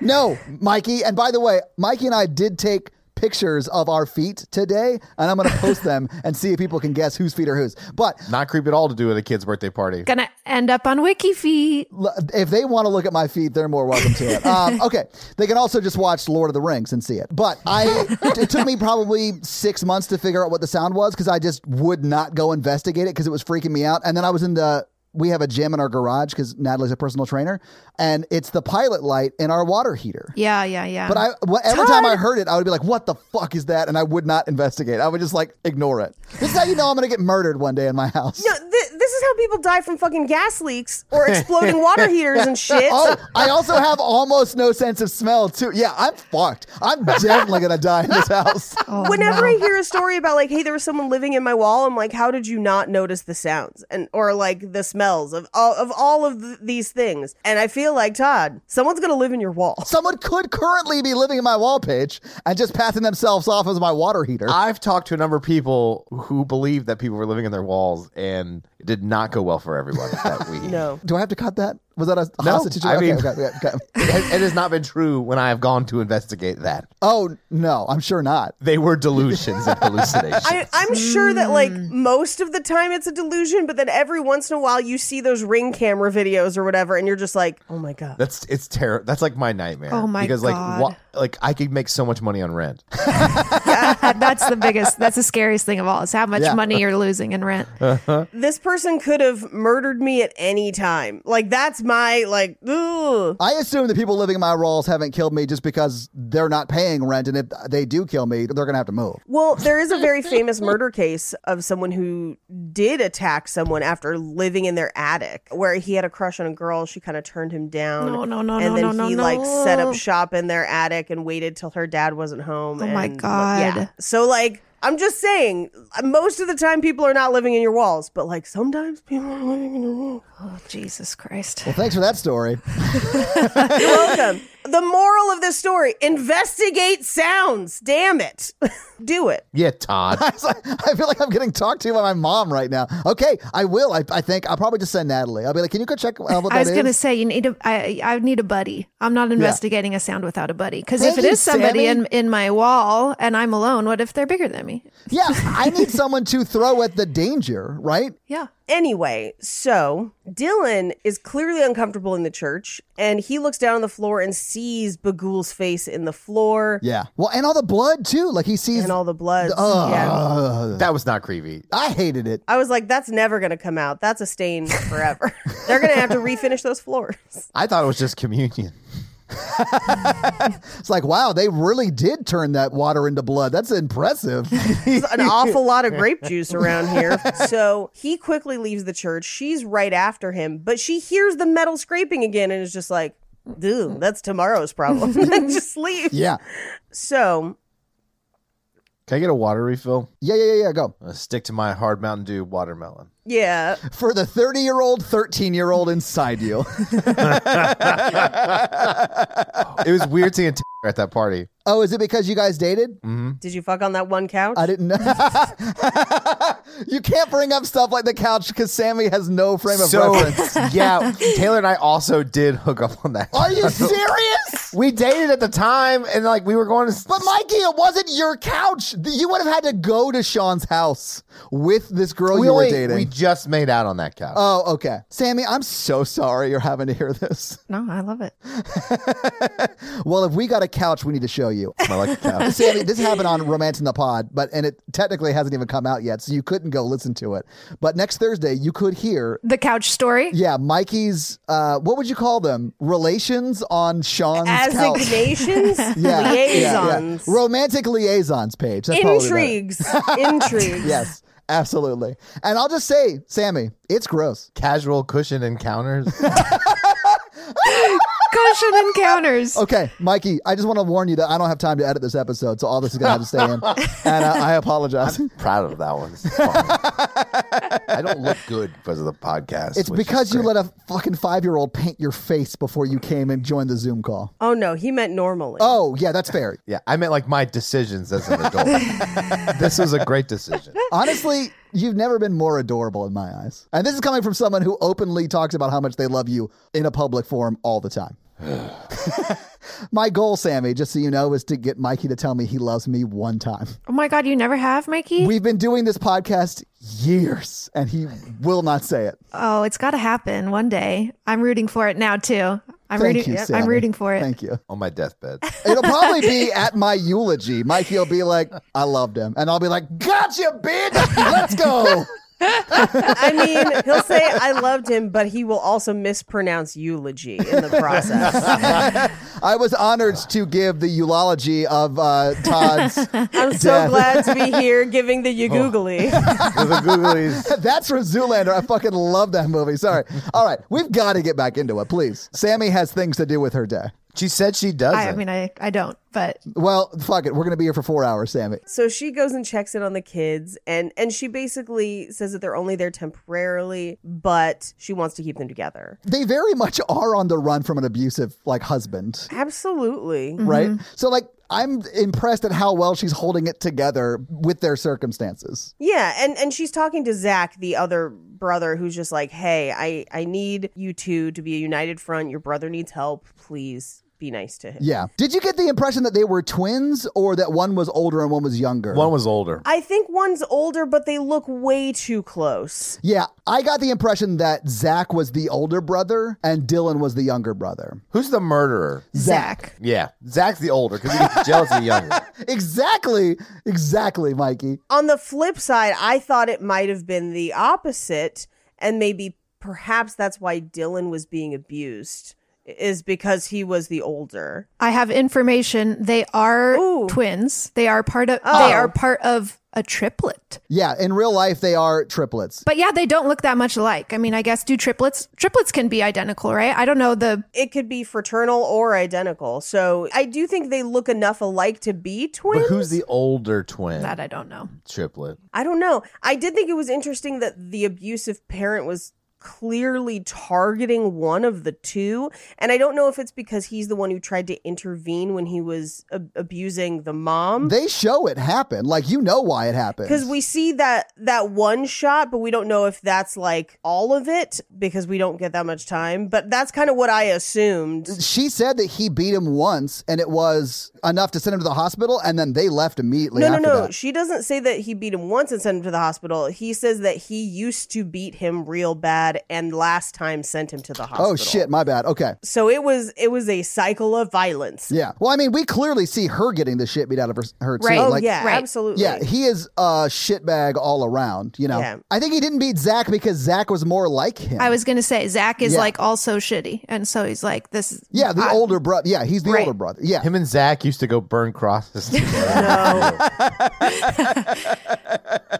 A: No, Mikey, and by the way, Mikey and I did take pictures of our feet today and I'm going to post them and see if people can guess whose feet are whose. But
C: Not creepy at all to do at a kid's birthday party.
D: Gonna end up on WikiFeet.
A: l- if they want to look at my feet, they're more welcome to it. Um, okay, they can also just watch Lord of the Rings and see it. But I, it took me probably six months to figure out what the sound was because I just would not go investigate it because it was freaking me out. And then I was in the. We have a gym in our garage because Natalie's a personal trainer, and it's the pilot light in our water heater.
D: Yeah, yeah, yeah.
A: But I, wh- every time I heard it, I would be like, "What the fuck is that?" And I would not investigate. I would just like ignore it. This is how you know I'm gonna get murdered one day in my house.
B: No, th- this is how people die from fucking gas leaks or exploding water heaters and shit.
A: Oh, <laughs> I also have almost no sense of smell too. Yeah, I'm fucked. I'm definitely gonna die in this house.
D: Oh,
B: Whenever
D: no.
B: I hear a story about like, hey, there was someone living in my wall, I'm like, how did you not notice the sounds and or like the smells of all of all of th- these things? And I feel like Todd, someone's gonna live in your wall.
A: Someone could currently be living in my wall page and just passing themselves off as my water heater.
C: I've talked to a number of people who believed that people were living in their walls, and it did not go well for <laughs> everyone that we.
B: No,
A: Do I have to cut that? Was that a hostage situation?
C: I mean-
A: okay, okay, okay, okay.
C: It, it has not been true when I have gone to investigate that.
A: Oh no, I'm sure not.
C: They were delusions and hallucinations.
B: I, I'm sure that like most of the time it's a delusion, but then every once in a while you see those ring camera videos or whatever, and you're just like, oh my god.
C: That's it's terrible. That's like my nightmare.
D: Oh my
C: because, Because like
D: God.
C: wa- like I could make so much money on rent. <laughs>
D: that's the biggest, that's the scariest thing of all is how much
A: Yeah. Uh.
D: money you're losing in rent.
B: This person could have murdered me at any time. Like that's my like. Ugh.
A: I assume the people living in my walls haven't killed me just because they're not paying rent, and if they do kill me, they're gonna have to move.
B: Well, there is a
D: <laughs>
B: very famous murder case of someone who did attack someone after living in their attic, where he had a crush on a girl. She kind of turned him down.
D: No, no, no,
B: and
D: no,
B: then
D: no, no,
B: he like set
D: no.
B: up shop in their attic and waited till her dad wasn't home.
D: Oh, my
B: and, Yeah.
D: God.
B: So like, I'm just saying, most of the time people are not living in your walls, but like sometimes people are living in your walls.
D: Oh, Jesus Christ.
A: Well, thanks for that story. <laughs>
B: You're
D: <laughs>
B: welcome. The moral of this story: investigate sounds. Damn it, <laughs> do it.
C: Yeah, Todd.
A: It's like- I feel like I'm getting talked to by my mom right now. Okay, I will. I, I think I'll probably just send Natalie. I'll be like, can you go check out what
D: I
A: that
D: was
A: is?
D: going to say you need a I I need a buddy. I'm not investigating a sound without a buddy cuz
A: Thank
D: if it
A: you,
D: is somebody
A: Sammy.
D: in in my wall and I'm alone, what if they're bigger than me?
A: Yeah,
D: <laughs>
A: I need someone to throw at the danger, right?
D: Yeah.
B: Anyway, so Dylan is clearly uncomfortable in the church, and he looks down on the floor and sees Bagul's face in the floor
A: Yeah. Well, and all the blood too. Like he sees.
B: and all the blood.
A: Ugh.
B: Yeah.
C: That was not creepy.
A: I hated it.
B: I was like, that's never going to come out. That's a stain <laughs> forever. They're going to have to refinish those floors.
C: I thought it was just communion.
A: It's like, wow, they really did turn that water into blood. That's
D: <laughs>
A: impressive.
B: There's <laughs> an awful lot of grape juice around here. <laughs> So he quickly leaves the church. She's right after him, but she hears the metal scraping again and is just like, dude, that's tomorrow's problem. <laughs> just
A: <laughs>
B: leave.
A: yeah.
B: So
C: Can I get a water refill?
A: Yeah, yeah, yeah, yeah. Go.
C: i stick to my hard Mountain Dew watermelon.
B: Yeah.
A: For the 30 year old, 13 year old inside
D: <laughs>
A: you.
C: It was weird seeing Taylor at that party.
A: oh, is it because you guys dated?
B: Did you fuck on that one couch?
A: I didn't know. <laughs> you can't bring up stuff like the couch because Sammy has no frame of
C: So <laughs>
A: reference.
C: yeah, Taylor and I also did hook up on that.
A: Are you serious?
C: We dated at the time, and like we were going to.
A: But Mikey, it wasn't your couch. Th- You would have had to go to Sean's house with this girl
C: we,
A: you were
C: only-
A: dating.
C: we just made out on that couch.
A: oh, okay. Sammy, I'm so sorry you're having to hear this.
D: No, I love it.
A: Well, if we got a couch, we need to show you.
C: <laughs> I like the couch.
A: Sammy, this happened on Romance in the Pod, but and it technically hasn't even come out yet, so you couldn't go listen to it. But next Thursday, you could hear,
D: The couch story? <laughs>
A: yeah, Mikey's. Uh, what would you call them? Relations on Sean's couch.
B: <laughs>
A: <laughs>
B: Assignations,
A: Yeah, yeah, yeah.
B: liaisons,
A: romantic liaisons page. That's probably better. <laughs>
B: intrigues, intrigues.
A: Yes, absolutely. And I'll just say, Sammy, it's gross.
C: Casual cushion <laughs> encounters.
D: Caution encounters.
A: Okay, Mikey, I just want to warn you that I don't have time to edit this episode, so all this is going to have to
B: <laughs>
A: stay in. And uh, I, I apologize.
C: Proud of that one. This <laughs> is fun. I don't look good because of the podcast.
A: It's
C: which is
A: because you
C: great.
A: let a fucking five year old paint your face before you came and joined the Zoom call.
B: Oh no, he meant normally.
A: Oh, yeah, that's fair.
C: Yeah, I meant like my decisions as an <laughs> adult. this was a great decision.
A: Honestly, you've never been more adorable in my eyes. And this is coming from someone who openly talks about how much they love you in a public forum all the time. <sighs> my goal, Sammy, just so you know, is to get Mikey to tell me he loves me one time.
D: Oh my god, you never have, Mikey?
A: We've been doing this podcast years, and he will not say it.
D: oh, it's got to happen one day. I'm rooting for it now too. I'm
A: Thank
D: rooting
A: you, Sammy.
D: I'm rooting for it.
A: Thank you.
C: On my deathbed.
A: It'll probably
D: <laughs>
A: be at my eulogy. Mikey will be like, I loved him. And I'll be like, gotcha, bitch. Let's
D: <laughs>
A: go.
B: I mean, he'll say I loved him, but he will also mispronounce eulogy in the
A: <laughs>
B: process.
A: I was honored to give the eulogy of uh, Todd's.
B: I'm so
A: Death.
B: glad to be here giving the
A: Oh.
B: you googly.
A: <laughs>
C: With the Googlies.
A: That's from Zoolander. I fucking love that movie. Sorry. All right. We've got to get back into it, please. Sammy has things to do with her day.
C: She said she doesn't.
D: I, I mean, I I don't, but
A: Well, fuck it. We're going to be here for four hours, Sammy.
B: So she goes and checks in on the kids and and she basically says that they're only there temporarily, but she wants to keep them together.
A: They very much are on the run from an abusive, like, husband.
B: Absolutely.
A: right? So like I'm impressed at how well she's holding it together with their circumstances.
B: Yeah, and and she's talking to Zach, the other brother, who's just like, "Hey, I I need you two to be a united front. Your brother needs help. Please be nice to him."
A: Yeah. Did you get the impression that they were twins or that one was older and one was younger?
C: One was older.
B: I think one's older, but they look way too close.
A: yeah, I got the impression that Zach was the older brother and Dylan was the younger brother.
C: Who's the murderer?
D: Zach.
C: Yeah, Zach's the older because he gets jealous of the younger.
A: exactly, exactly, Mikey.
B: On the flip side, I thought it might have been the opposite, and maybe perhaps that's why Dylan was being abused, is because he was the older.
D: I have information. They are
B: Ooh.
D: twins. They are part of
B: Oh.
D: they are part of a triplet.
A: Yeah, in real life they are triplets.
D: But yeah, they don't look that much alike. I mean, I guess do triplets triplets can be identical, right? I don't know the
B: It could be fraternal or identical. So I do think they look enough alike to be twins.
C: But who's the older twin?
D: that I don't know.
C: Triplet.
B: I don't know. I did think it was interesting that the abusive parent was clearly targeting one of the two. And I don't know if it's because he's the one who tried to intervene when he was ab- abusing the mom.
A: They show it happen. Like you know why it happens.
B: Because we see that that one shot, but we don't know if that's like all of it because we don't get that much time. But that's kind of what I assumed.
A: she said that he beat him once and it was enough to send him to the hospital and then they left immediately
B: No, no,
A: after
B: no.
A: that.
B: She doesn't say that he beat him once and sent him to the hospital. He says that he used to beat him real bad and last time sent him to the hospital.
A: Oh shit, my bad. Okay.
B: So it was it was a cycle of violence.
A: Yeah. Well, I mean, we clearly see her getting the shit beat out of her, her
D: Right.
A: too.
B: Oh
A: Like,
B: yeah,
D: Right.
B: absolutely.
A: Yeah, he is a shitbag all around, you know.
B: Yeah.
A: I think he didn't beat Zach because Zach was more like him.
D: I was gonna say Zach is
A: Yeah.
D: like also shitty, and so he's like this. is-
A: yeah, the
D: I-
A: older brother. Yeah, he's the
D: Right.
A: older brother. Yeah.
C: Him and Zach used to go burn crosses together.
A: <laughs>
B: no,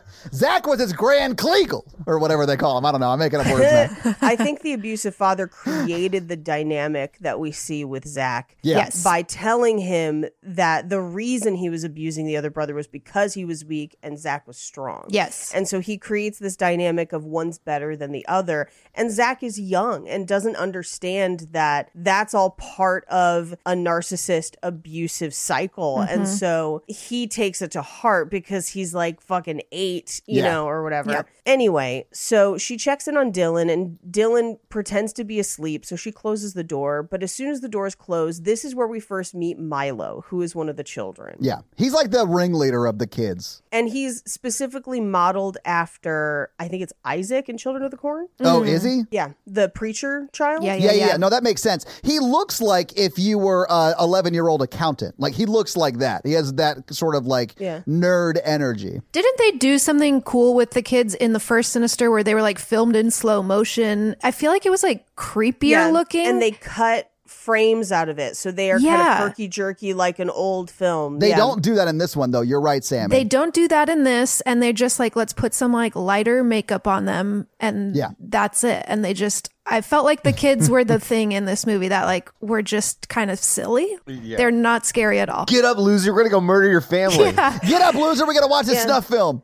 B: <laughs>
A: Zach was his grand Cleagle or whatever they call him. I don't know. I'm making up words
B: <laughs>
A: now.
B: I think the abusive father created the dynamic that we see with Zach.
A: Yeah.
D: Yes.
B: By telling him that the reason he was abusing the other brother was because he was weak and Zach was strong.
D: Yes.
B: And so he creates this dynamic of one's better than the other. And Zach is young and doesn't understand that that's all part of a narcissist abusive cycle. And
A: Mm-hmm.
B: so he takes it to heart because he's like fucking eight, you
A: Yeah.
B: know, or whatever.
D: Yep.
B: Anyway, so she checks in on Dylan and Dylan pretends to be asleep. So she closes the door. But as soon as the door is closed, this is where we first meet Milo, who is one of the children
A: Yeah. He's like the ringleader of the kids.
B: and he's specifically modeled after I think it's Isaac in Children of the Corn.
A: Oh, is he?
B: Yeah, the preacher child.
D: Yeah,
A: Yeah, yeah, yeah. No, that makes sense. He looks like if you were a 11 year old accountant. Like he looks like that. He has that sort of like
B: Yeah.
A: nerd energy.
D: Didn't they do something cool with the kids in the first Sinister where they were like filmed in slow motion? I feel like it was like creepier
B: Yeah,
D: looking.
B: and they cut frames out of it, so they are
D: Yeah.
B: kind of perky jerky like an old film.
A: They
B: Yeah.
A: don't do that in this one though. You're right, Sammy.
D: they don't do that in this, and they're just like, let's put some like lighter makeup on them, and
A: Yeah.
D: that's it. And they just, I felt like the kids were the thing in this movie that like were just kind of silly. They're not scary at all.
C: Get up, loser. We're going to go murder your family.
A: Get up, loser. We got to watch this snuff film.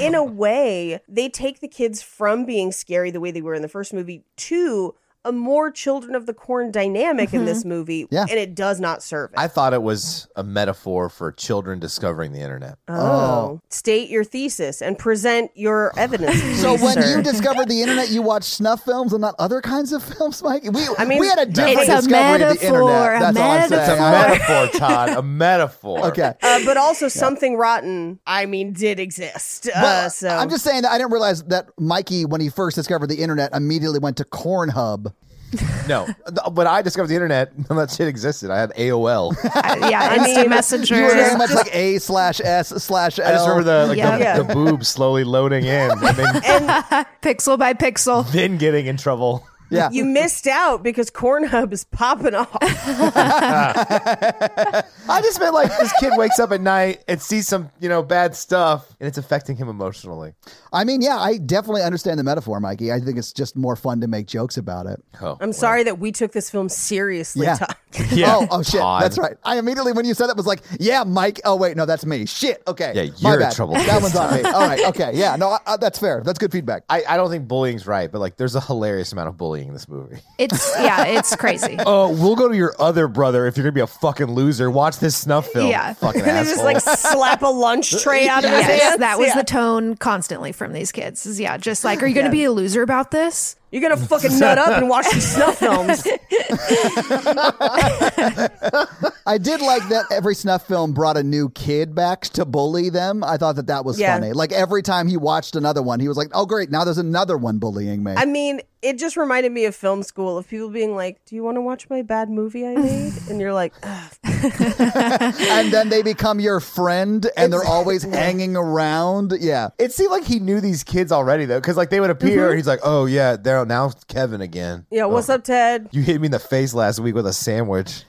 B: In a way, they take the kids from being scary the way they were in the first movie to a more Children of the Corn dynamic
D: Mm-hmm.
B: in this movie,
A: Yeah.
B: and it does not serve it.
C: I thought it was a metaphor for children discovering the internet.
B: oh, state your thesis and present your evidence.
A: <laughs> So
B: please,
A: when
B: sir. <laughs>
A: you discovered the internet, you watched snuff films and not other kinds of <laughs> films, Mike. We
B: I mean,
A: we had a different
D: It's a
A: discovery of the
D: metaphor,
A: internet.
D: a
A: That's all I'm
C: It's a
A: saying.
D: metaphor.
C: metaphor, Todd. A metaphor.
A: Okay.
B: Uh, but also something rotten. I mean, did exist.
A: Well,
B: Uh, so
A: I'm just saying that I didn't realize that Mikey, when he first discovered the internet, immediately went to Cornhub.
C: No, but I discovered the internet. <laughs> None of that shit existed. I had AOL.
D: I- yeah, instant
B: mean,
D: messenger.
A: You were very much like A slash S slash L.
C: I just remember the like
D: Yeah.
C: the,
B: Yeah.
C: the boob slowly loading in, and then,
D: pixel by pixel.
C: then getting in trouble.
A: yeah.
B: you missed out because Cornhub is popping off.
C: I just meant like this kid wakes up at night and sees some you know bad stuff, and it's affecting him emotionally.
A: I mean, yeah, I definitely understand the metaphor, Mikey. I think it's just more fun to make jokes about it.
C: Oh,
B: I'm sorry that we took this film seriously.
A: Yeah.
B: Todd.
C: Yeah.
A: Oh, oh shit.
C: Todd.
A: That's right. I immediately when you said that was like, yeah, Mike. Oh wait, no, that's me. Shit. Okay.
C: Yeah,
A: My
C: you're in
A: bad.
C: trouble
A: That
C: this
A: one's on me. All right. Okay. Yeah. No, I, I, that's fair. That's good feedback.
C: I, I don't think bullying's right, but like there's a hilarious amount of bullying in this <laughs> movie.
D: It's yeah, it's crazy.
C: Oh, we'll go to your other brother if you're gonna be a fucking loser. Watch this snuff film.
D: Yeah.
B: <laughs> <laughs>
C: fucking
B: And they just
C: asshole.
B: like slap a lunch tray out of his
D: <laughs> Yes,
B: hands.
D: that was
B: Yeah.
D: the tone constantly from these kids. Is, Yeah, just like, are you going to be a loser about this?
B: You're gonna fucking nut up and watch these snuff films.
A: I did like that every snuff film brought a new kid back to bully them. I thought that that was
B: Yeah.
A: funny. Like every time he watched another one, he was like, "Oh great, now there's another one bullying me."
B: I mean, it just reminded me of film school of people being like, "Do you want to watch my bad movie I made?" And you're like, "Ugh,
A: and then they become your friend, and they're always hanging around. Yeah,
C: It seemed like he knew these kids already though, because like they would appear. and He's like, "Oh yeah, there now it's Kevin again.
B: Mm-hmm.
C: Oh.
B: "Yeah, what's up, Ted?"
C: You hit me in the face last week with a sandwich.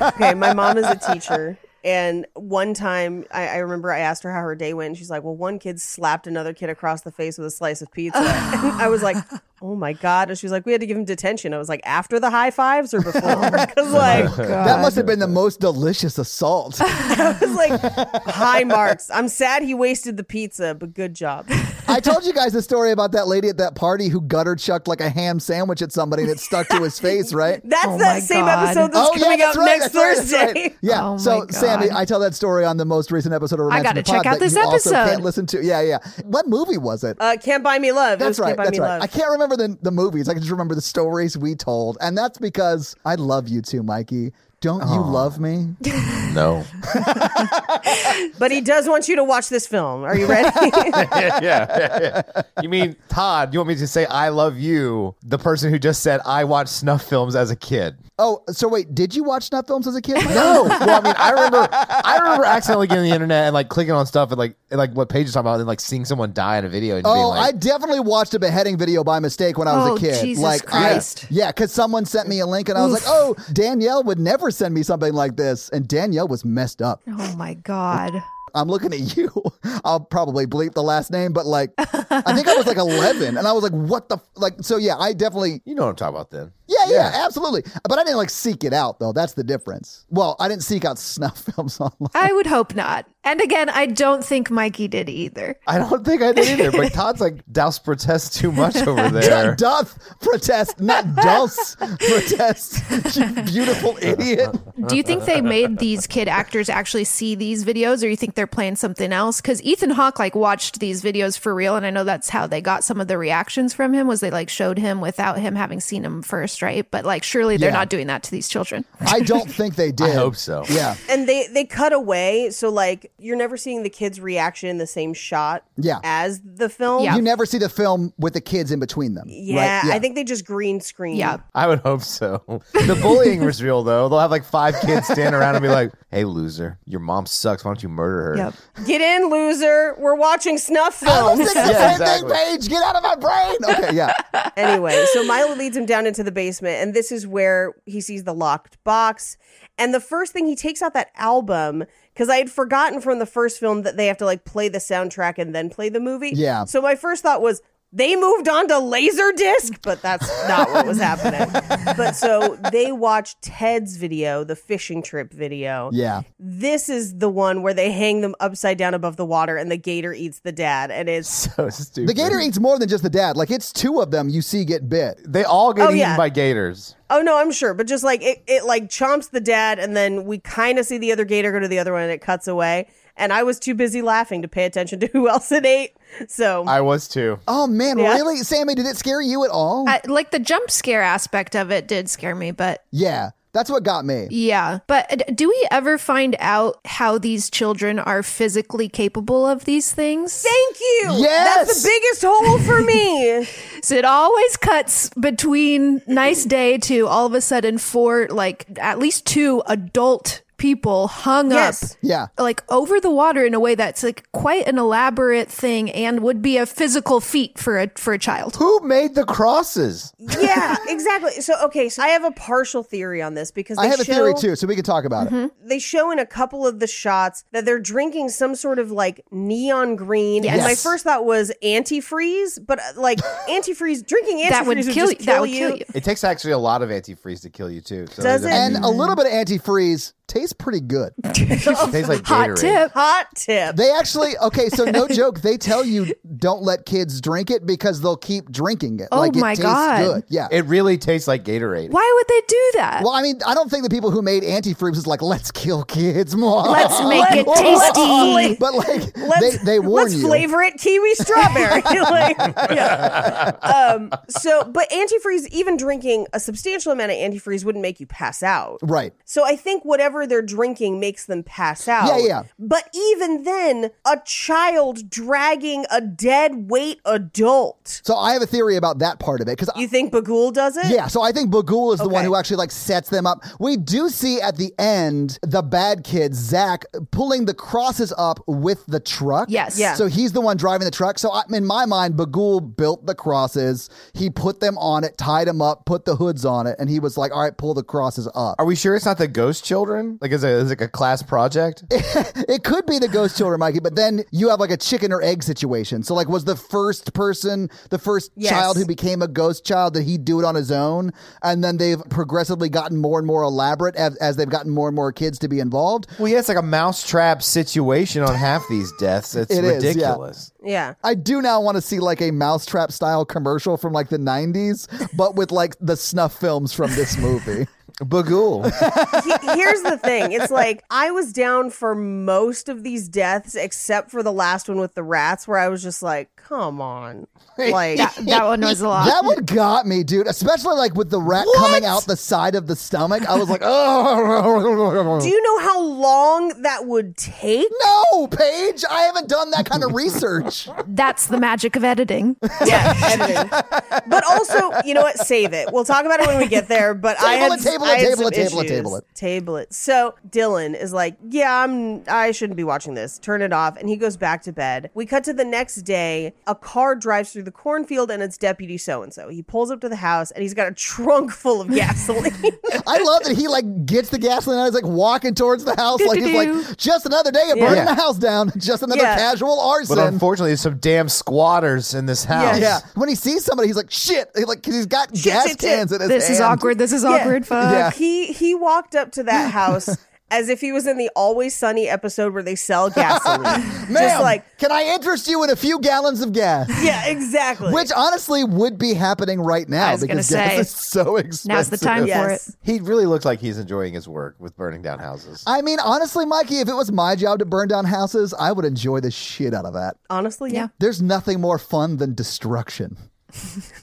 B: Okay, my mom is a teacher. And one time, I, I remember I asked her how her day went. And she's like, Well, one kid slapped another kid across the face with a slice of
D: <laughs>
B: pizza. and I was like, Oh my God. And she was like, We had to give him detention. I was like, After the high fives or before? <laughs>
D: Oh
B: Because, like,
A: that must have been the most delicious assault.
B: I was like, High marks. I'm sad he wasted the pizza, but good job.
A: I told you guys the story about that lady at that party who gutter chucked like a ham sandwich at somebody and it stuck to his face, right?
B: That's
D: Oh my
B: that same
D: God.
B: episode that's coming
A: Oh, that's
B: out next
A: that's right, that's
B: Thursday. <laughs>
D: <laughs>
A: right. Yeah.
D: Oh
A: so,
D: my God.
A: Sammy, I tell that story on the most recent episode of Romance in
D: gotta
A: the Pod
D: check out
A: that
D: this
A: you also can't
D: episode.
A: listen to. Yeah, yeah. What movie was it?
B: Uh, Can't Buy Me Love. It
A: that's
B: was
A: right.
B: Can't Buy
A: That's
B: Me
A: right.
B: Love.
A: I can't remember the, the movies. I can just remember the stories we told. And that's because I love you too, Mikey. Don't you love
D: <laughs>
A: me?
C: <laughs> No.
B: But he does want you to watch this film. Are
A: <laughs>
B: you ready?
C: yeah, yeah, yeah. You mean Todd? You want me to say I love you? The person who just said I watched snuff films as a kid.
A: Oh, so wait, did you watch snuff films as a
D: <laughs>
A: kid? No.
C: No. Well, I mean, I remember, I remember accidentally getting the internet and like clicking on stuff and like and, like what page is talking about and like seeing someone die in a video. And being
A: Oh, I
C: like,
A: definitely watched a beheading video by mistake when I was
D: Oh,
A: a kid.
D: Jesus
A: like, I-
D: Christ.
A: yeah, because someone sent me a link and I was like, oh, Danielle would never send me something like this. And Danielle was messed up.
D: Oh my god.
A: I'm looking at you. <laughs> I'll probably bleep the last name, but like, I think I was like 11 and I was like, what the? F-? Like, so yeah, I definitely,
C: you know what I'm talking about then.
A: yeah, yeah, absolutely. But I didn't like seek it out though. That's the difference. Well, I didn't seek out snuff <laughs> films online.
D: I would hope not. And again, I don't think Mikey did either.
C: I don't think I did either. But Todd's like douse protest too much over there.
A: Doth protest, not does protest, you beautiful idiot.
D: Do you think they made these kid actors actually see these videos or you think they're playing something else? Cuz Ethan Hawke like watched these videos for real and I know that's how they got some of the reactions from him was they like showed him without him having seen him first, right? But like surely they're
A: Yeah.
D: not doing that to these children.
A: I don't think they did.
C: I hope so.
A: Yeah.
B: and they they cut away so like you're never seeing the kids reaction in the same shot
A: Yeah.
B: as the film
D: Yeah.
A: You never see the film with the kids in between them.
B: Yeah,
A: right? yeah.
B: i think they just green screen
D: Yeah.
C: I would hope so. The bullying was real though. They'll have like five kids standing around and be like, "Hey, loser, your mom sucks. Why don't you murder her?"
D: Yep.
B: get in loser we're watching snuff
A: I was
B: films
A: thinking the
C: Yeah,
A: same
C: exactly.
A: thing, Paige. Get out of my brain. Okay, yeah.
B: anyway so milo leads him down into the basement and this is where he sees the locked box and the first thing he takes out that album because i had forgotten from the first film that they have to like play the soundtrack and then play the movie
A: Yeah.
B: so my first thought was they moved on to laser disc but that's not what was
A: <laughs>
B: happening but so they watch ted's video the fishing trip video
A: Yeah.
B: this is the one where they hang them upside down above the water and the gator eats the dad and it's
C: <laughs> So stupid.
A: The gator eats more than just the dad. Like, it's two of them you see get bit.
C: They all get
B: Oh,
C: eaten
B: yeah.
C: by gators.
B: Oh no, I'm sure, but just like it, it like chomps the dad, and then we kind of see the other gator go to the other one, and it cuts away. And I was too busy laughing to pay attention to <laughs> who else it ate. So
C: I was too.
A: Oh, man.
B: Yeah.
A: Really? Sammy, did it scare you at all?
D: I, like the jump scare aspect of it did scare me, but
A: yeah. That's what got me.
D: Yeah. But uh, d- do we ever find out how these children are physically capable of these things?
B: thank you.
A: Yes!
B: that's the biggest hole for me.
D: So it always cuts between nice day to all of a sudden four, like at least two adult people hung
B: yes,
A: Yeah.
D: up. Like over the water in a way that's like quite an elaborate thing and would be a physical feat for a for a child.
C: Who made the crosses?
B: yeah, exactly. So okay, so I have a partial theory on this because they
A: I have a
B: show,
A: theory, too, so we can talk about
D: Mm-hmm.
A: it.
B: They show in a couple of the shots that they're drinking some sort of like neon green, and my
A: Yes.
B: first thought was antifreeze, but uh, like antifreeze drinking antifreeze
D: That would kill,
B: just
D: you. That would kill you.
C: It takes actually a lot of antifreeze to kill you too. So
B: Does
C: they
B: it?
C: don't
A: And
C: need-
A: a little bit of antifreeze tastes pretty good.
C: Tastes like
D: Hot
C: Gatorade.
D: tip.
B: Hot tip.
A: They actually okay, so
D: <laughs>
A: no joke. They tell you don't let kids drink it because they'll keep drinking it.
D: Oh
A: like
D: my
A: it tastes
D: God.
A: good. Yeah.
C: It really tastes like Gatorade.
D: Why would they do that?
A: well, I mean, I don't think the people who made antifreeze is like, let's kill kids more.
D: Let's make
A: <laughs>
D: it
B: Let's-
D: tasty.
A: but like they,
B: Let's,
A: they warn
B: let's
A: you.
B: flavor it
A: <laughs>
B: kiwi strawberry. <laughs> Like, yeah. um, so, but antifreeze, even drinking a substantial amount of antifreeze wouldn't make you pass out.
A: Right.
B: So I think whatever they're drinking makes them pass out.
A: Yeah, yeah.
B: But even then, a child dragging a dead weight adult.
A: So I have a theory about that part of it because
B: You think Bagul does it?
A: Yeah, so I think Bagul is the one
B: Okay.
A: who actually like sets them up. We do see at the end the bad kid Zach pulling the crosses up with the truck.
D: Yes. Yeah.
A: So he's the one driving the truck. So I, in my mind, Bagul built the crosses. He put them on it, tied them up, put the hoods on it, and he was like, "All right, pull the crosses up."
C: Are we sure it's not the ghost children? Like, is it is it like a
A: <laughs>
C: class project?
A: It could be the ghost children, Mikey, but then you have like a chicken or egg situation. So like, was the first person, the first
B: Yes.
A: child who became a ghost child, did he do it on his own? And then they've progressively gotten more and more elaborate as, as they've gotten more and more kids to be involved.
C: well, yeah, it's like a mousetrap situation on half these deaths. It's
A: It is, yeah.
C: ridiculous.
B: Yeah.
A: I do now want to see like a mousetrap style commercial from like the 90s, but with like the snuff films from this movie.
C: <laughs> Bagul.
B: He- here's the thing
A: <laughs>
B: it's like i was down for most of these deaths except for the last one with the rats where i was just like come on
A: <laughs>
B: like
D: That, <laughs> that one was a lot.
A: That one got me, dude. Especially like with the rat coming out the side of the stomach. I was like, <laughs> oh.
B: do you know how long that would take
A: No, Paige, I haven't done that kind of research.
D: That's the magic
A: <laughs>
D: of editing.
B: <laughs> yeah editing. but also you know what save it we'll talk about it when we get there but i
A: Table
B: had
A: it, table it,
B: I had
A: table
B: some
A: it, table it,
B: issues.
A: table it.
B: table it so dylan is like yeah i'm i shouldn't be watching this turn it off and he goes back to bed we cut to the next day a car drives through the cornfield and it's deputy so-and-so he pulls up to the house and he's got a trunk full of gasoline
A: <laughs> I love that he like gets the gasoline and he's like walking towards the house like he's
D: Do-do-do.
A: like just another day of burning
C: Yeah.
A: the house down, <laughs> just another
B: Yeah.
A: casual
C: but
A: arson.
C: unfortunately, there's some damn squatters in this house.
A: yeah, when he sees somebody, he's like shit, He, like because he's got gas
B: shit, shit.
A: cans in his
D: This is
A: hand.
D: awkward. This is awkward. Fuck.
A: Yeah.
B: he he walked up to that
A: <laughs>
B: house as if he was in the always sunny episode where they
A: <laughs>
B: sell gasoline
A: Ma'am,
B: just like
A: can I interest you in a few gallons of
D: <laughs>
A: gas?
B: yeah exactly
A: Which honestly would be happening right now
D: I was gonna
A: because
D: say,
A: gas is so expensive.
D: Now's the time for
B: yes
D: it.
C: He really looks like he's enjoying his work with burning down houses.
A: I mean, honestly, Mikey, if it was my job to burn down houses, I would enjoy the shit out of that.
B: honestly yeah.
D: Yeah.
A: There's nothing more fun than destruction.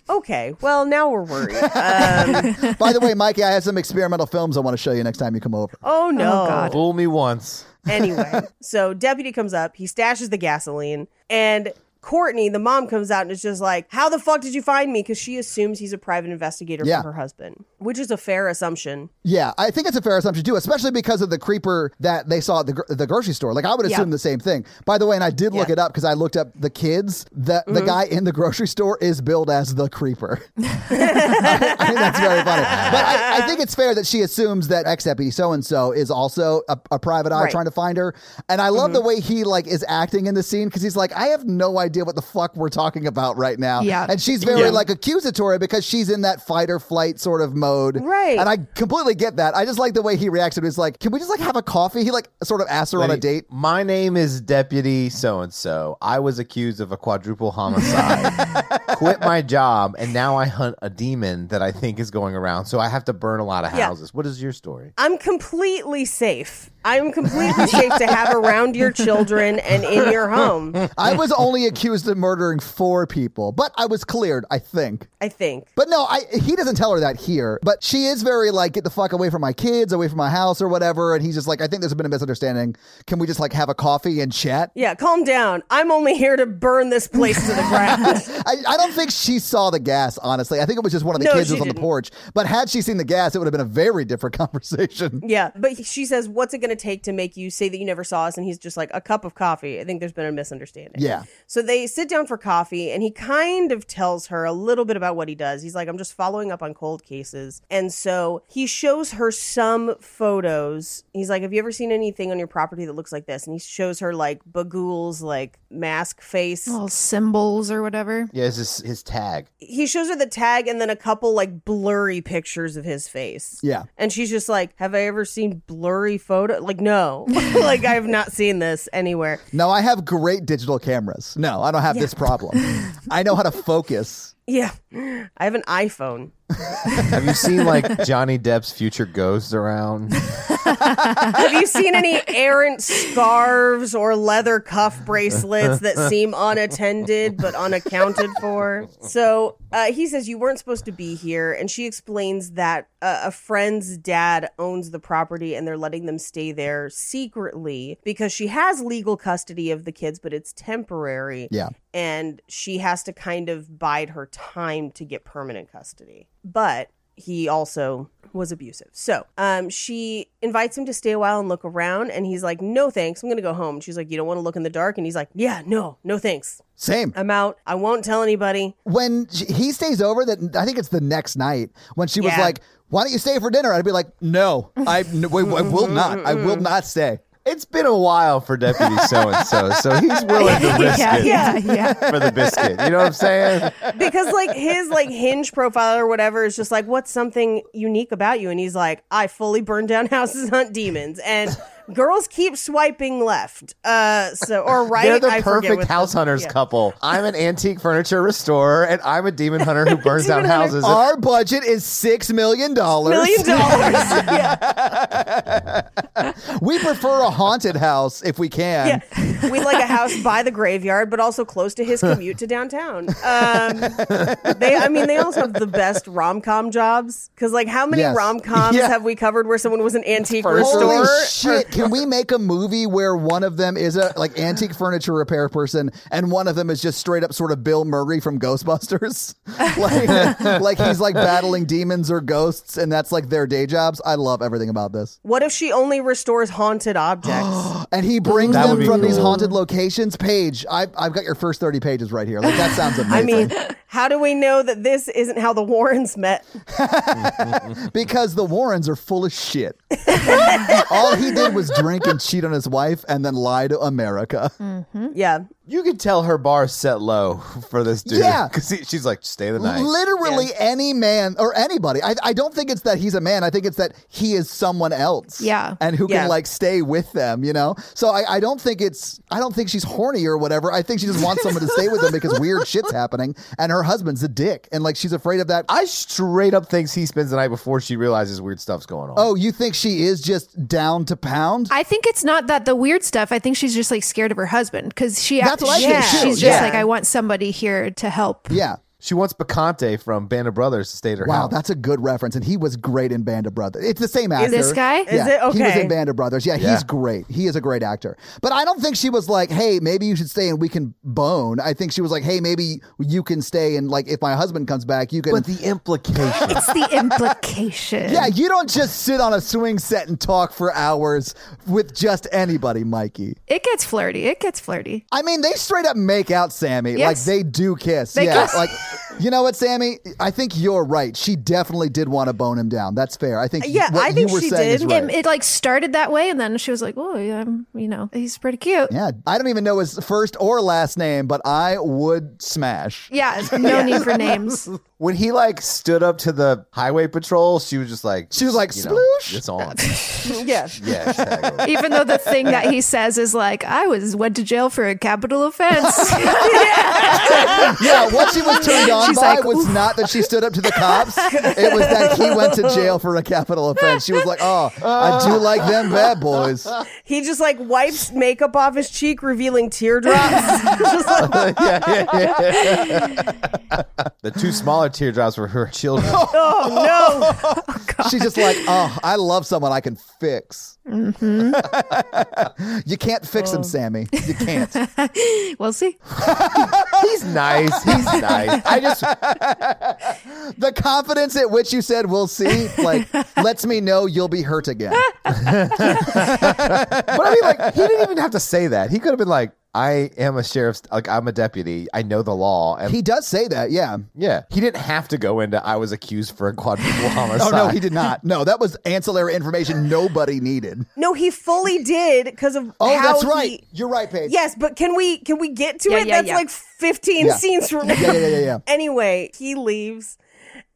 B: Okay, well now we're worried.
D: <laughs>
B: Um,
A: By the way, Mikey, I have some experimental films I want to show you next time you come over.
B: oh no.
D: Oh, God.
C: Fool me once.
D: <laughs>
B: Anyway, so deputy comes up, he stashes the gasoline, and Courtney, the mom, comes out and is just like, "How the fuck did you find me?" Because she assumes he's a private investigator
A: Yeah.
B: from her husband, which is a fair assumption.
A: Yeah, I think it's a fair assumption too, especially because of the creeper that they saw at the, gr- the grocery store. Like I would assume
D: Yeah.
A: the same thing. By the way, and I did look
B: Yeah. Mm-hmm.
A: it up because I looked up the kids. The the guy in the grocery store is billed as the creeper. <laughs> I, think that's very funny. But I, I think it's fair that she assumes that ex deputy so and so is also a, a private eye
B: Right. Mm-hmm.
A: trying to find her. And I love the way he like is acting in the scene because he's like, I have no idea what the fuck we're talking about right now.
D: Yeah.
A: and she's very
C: Yeah.
A: like accusatory because she's in that fight or flight sort of mode.
B: Right.
A: And I completely get that. I just like the way he reacted. He's like, "Can we just like have a coffee?" He like sort of asked her on a
C: Lady,
A: date.
C: My name is Deputy So and So. I was accused of a
B: <laughs>
C: quadruple homicide. Quit my job, and now I hunt a demon that I think is going around. So I have to burn a lot of
B: Yeah.
C: houses. What is your story?
B: I'm completely safe. I'm completely safe to have around your children and in your home.
A: I
B: <laughs>
A: was only accused of murdering four people, but I was cleared, I think.
B: I think.
A: But no, I he doesn't tell her that here. But she is very like, "Get the fuck away from my kids, away from my house, or whatever." And he's just like, "I think there's been a misunderstanding. Can we just like have a coffee and chat?"
B: Yeah, calm down. I'm only here to burn this place to the ground.
A: I, I don't think she saw the gas, honestly. I think it was just one of the
B: No,
A: kids
B: she
A: was on the
B: didn't.
A: porch. But had she seen the gas, it would have been a very different <laughs> conversation.
B: Yeah, but he- she says, "What's it going to to take to make you say that you never saw us? And he's just like, a cup of coffee. I think there's been a misunderstanding.
A: Yeah.
B: So they sit down for coffee, and he kind of tells her a little bit about what he does. He's like, I'm just following up on cold cases. And so he shows her some photos. He's like, Have you ever seen anything on your property that looks like this? And he shows her like Bagul's like mask face.
D: Little symbols or whatever.
C: Yeah, it's his,
B: <laughs>
C: his tag.
B: He shows her the tag and then a couple like blurry pictures of his face.
A: Yeah.
B: And she's just like, Have I ever seen blurry photo? Like, no. <laughs> like, I have not seen this anywhere.
A: No, I have great digital cameras. No, I don't have this problem. I know how
B: <laughs>
A: to focus.
B: Yeah. I have an iPhone.
C: Have you seen like Johnny Depp's future ghosts around?
B: Have you seen any errant scarves or leather cuff bracelets that seem unattended but unaccounted for? So uh, he says, You weren't supposed to be here. And she explains that uh, a friend's dad owns the property and they're letting them stay there secretly because she has legal custody of the kids, but it's temporary.
A: Yeah.
B: And she has to kind of bide her time to get permanent custody. But he also was abusive. So um, she invites him to stay a while and look around. And he's like, no, thanks. I'm going to go home. She's like, you don't want to look in the dark? And he's like, yeah, no, no, thanks.
A: Same.
B: I'm out. I won't tell
C: <laughs>
B: anybody.
A: When she, he stays over, that I think it's the next night when she was
B: Yeah.
A: like, "Why don't you stay for dinner?" I'd be like, "No, I, no, I will not. I will not
B: <laughs>
A: stay."
C: It's been a while for Deputy So and So, so he's willing
B: <laughs>
C: to risk
D: Yeah,
C: it
D: yeah, yeah.
C: for the biscuit. You know what I'm saying?
B: Because like his like hinge profile or whatever is just like, what's something unique about you? And he's like, I fully burn down <laughs> houses, hunt demons. And girls keep swiping left. Uh, so, or right.
C: They're
B: <laughs>
C: the
B: I forget
C: perfect
B: what
C: house hunters
B: yeah.
C: couple. I'm an antique furniture restorer, and I'm a demon
B: <laughs>
C: hunter who burns down
B: Demon hunter.
C: houses.
A: Our budget is six million dollars. <laughs>
B: Million dollars. yeah.
A: We prefer a haunted house if we can.
B: Yeah, we like a house by the graveyard, but also close to his commute to downtown. Um, they, I mean, they also have the best rom com jobs because, like, how many
A: Yes.
B: rom coms
A: Yeah.
B: have we covered where someone was an antique
C: First
B: restorer?
A: Holy shit! Can we make a movie where one of them is a like antique furniture repair person, and one of them is just straight up sort of Bill Murray from Ghostbusters, <laughs> like, like he's like battling demons or ghosts, and that's like their day jobs. I love everything about this.
B: What if she only restores haunted objects?
A: <gasps> And he brings
C: That would
A: them
C: be
A: from these
C: cool.
A: haunted locations. Paige, I've, I've got your first thirty pages right here. Like that
C: <laughs>
A: sounds amazing.
B: I mean, how do we know that this isn't how the Warrens met?
A: because the Warrens are full of
C: <laughs>
A: shit. All he did was drink and cheat on his wife, and then lie to America. Hmm?
B: Yeah.
C: You could tell her bar set low <laughs> for this dude.
A: Yeah.
C: because she's like, stay the night.
A: Literally any man or anybody. I, I don't think it's that he's a man. I think it's that he is someone else.
D: Yeah.
A: And who
B: Yeah.
A: can like stay with them, you know? So I, I don't think it's, I don't think she's horny or whatever. I think she just wants someone to stay with them because weird shit's happening and her husband's a dick. And like she's afraid of that.
C: I straight up thinks he spends the night before she realizes weird stuff's going on.
A: Oh, you think she is just down to pound?
D: I think it's not that the weird stuff. I think she's just like scared of her husband because she.
A: That's what I
D: she-
B: think, too.
D: She's just
A: Yeah.
D: like, I want somebody here to help.
A: yeah.
C: She wants Bacante from Band of Brothers to stay at her
A: Wow,
C: house.
A: that's a good reference. And he was great in Band of Brothers. It's the same actor.
D: this guy? Is
A: Yeah,
B: it?
A: He was
B: Okay.
A: in Band of Brothers. Yeah,
C: Yeah.
A: he's great. He is a great actor. But I don't think she was like, hey, maybe you should stay and we can bone. I think she was like, hey, maybe you can stay and like if my husband comes back, you can.
C: <laughs> but
A: <laughs>
C: the implication.
D: <laughs> It's the implication.
A: yeah, you don't just sit on a swing set and talk for hours with just anybody, Mikey.
D: It gets flirty. It gets flirty.
A: I mean, they straight up make out, Sammy. Like
D: Yes.
A: they do kiss.
D: They
A: yeah.
D: kiss.
A: Like, you know what, Sammy? I think you're right. She definitely did want to bone him down. That's fair. I think.
B: Yeah,
A: what
B: I think
A: you were
B: she
A: saying
B: did.
A: Is right.
D: It, it like started that way, and then she was like, "Oh, yeah, I'm, you know, he's pretty cute."
A: Yeah, I don't even know his first or last name, but I would
D: <laughs>
A: smash.
D: Yeah,
A: <laughs>
D: no need for names.
C: when he like stood up to the highway patrol, she was just like
A: She was like,
C: you
A: "Sploosh." <laughs>
C: it's on.
B: Yeah.
C: yeah, exactly. <laughs>
D: Even though the thing that he says is like, "I was went to jail for a capital offense." <laughs>
A: Yeah, what she was turned on
D: She's
A: by
D: like,
A: was not that she stood up to the cops. it was that he went to jail for a capital offense. She was like, "Oh, I
D: Uh.
A: do like them bad boys."
B: He just like wipes makeup off his cheek, revealing teardrops. <laughs> just like,
C: yeah, yeah, yeah. the two smaller teardrops were her
A: <laughs>
C: children.
B: oh no.
A: She's just like, "Oh, I love someone I can fix."
D: Mm-hmm.
A: <laughs>
D: Oh.
A: you can't fix him, Sammy. You can't.
D: we'll see.
C: He's nice. He's nice. I just
A: The confidence at which you said we'll see, like, lets me know you'll be hurt
D: <laughs>
A: again. <laughs>
C: But I mean, like, he didn't even have to say that. He could have been like, I am a sheriff's, like, I'm a deputy. I know the law. And
A: He does say that, yeah.
C: yeah, he didn't have to go into, I was accused for a <laughs> quadruple
A: Oh
C: homicide.
A: no, he did not. <laughs> No, that was ancillary information nobody needed.
B: No, he fully did because of
A: Oh,
B: how
A: that's
B: he-
A: right. You're right, Paige.
B: Yes, but can we can we get to
D: Yeah,
B: it?
D: yeah,
B: That's
D: yeah.
B: like 15
A: Yeah.
B: scenes
A: <laughs>
B: from
A: Yeah, yeah, yeah, yeah.
B: <laughs> Anyway, he leaves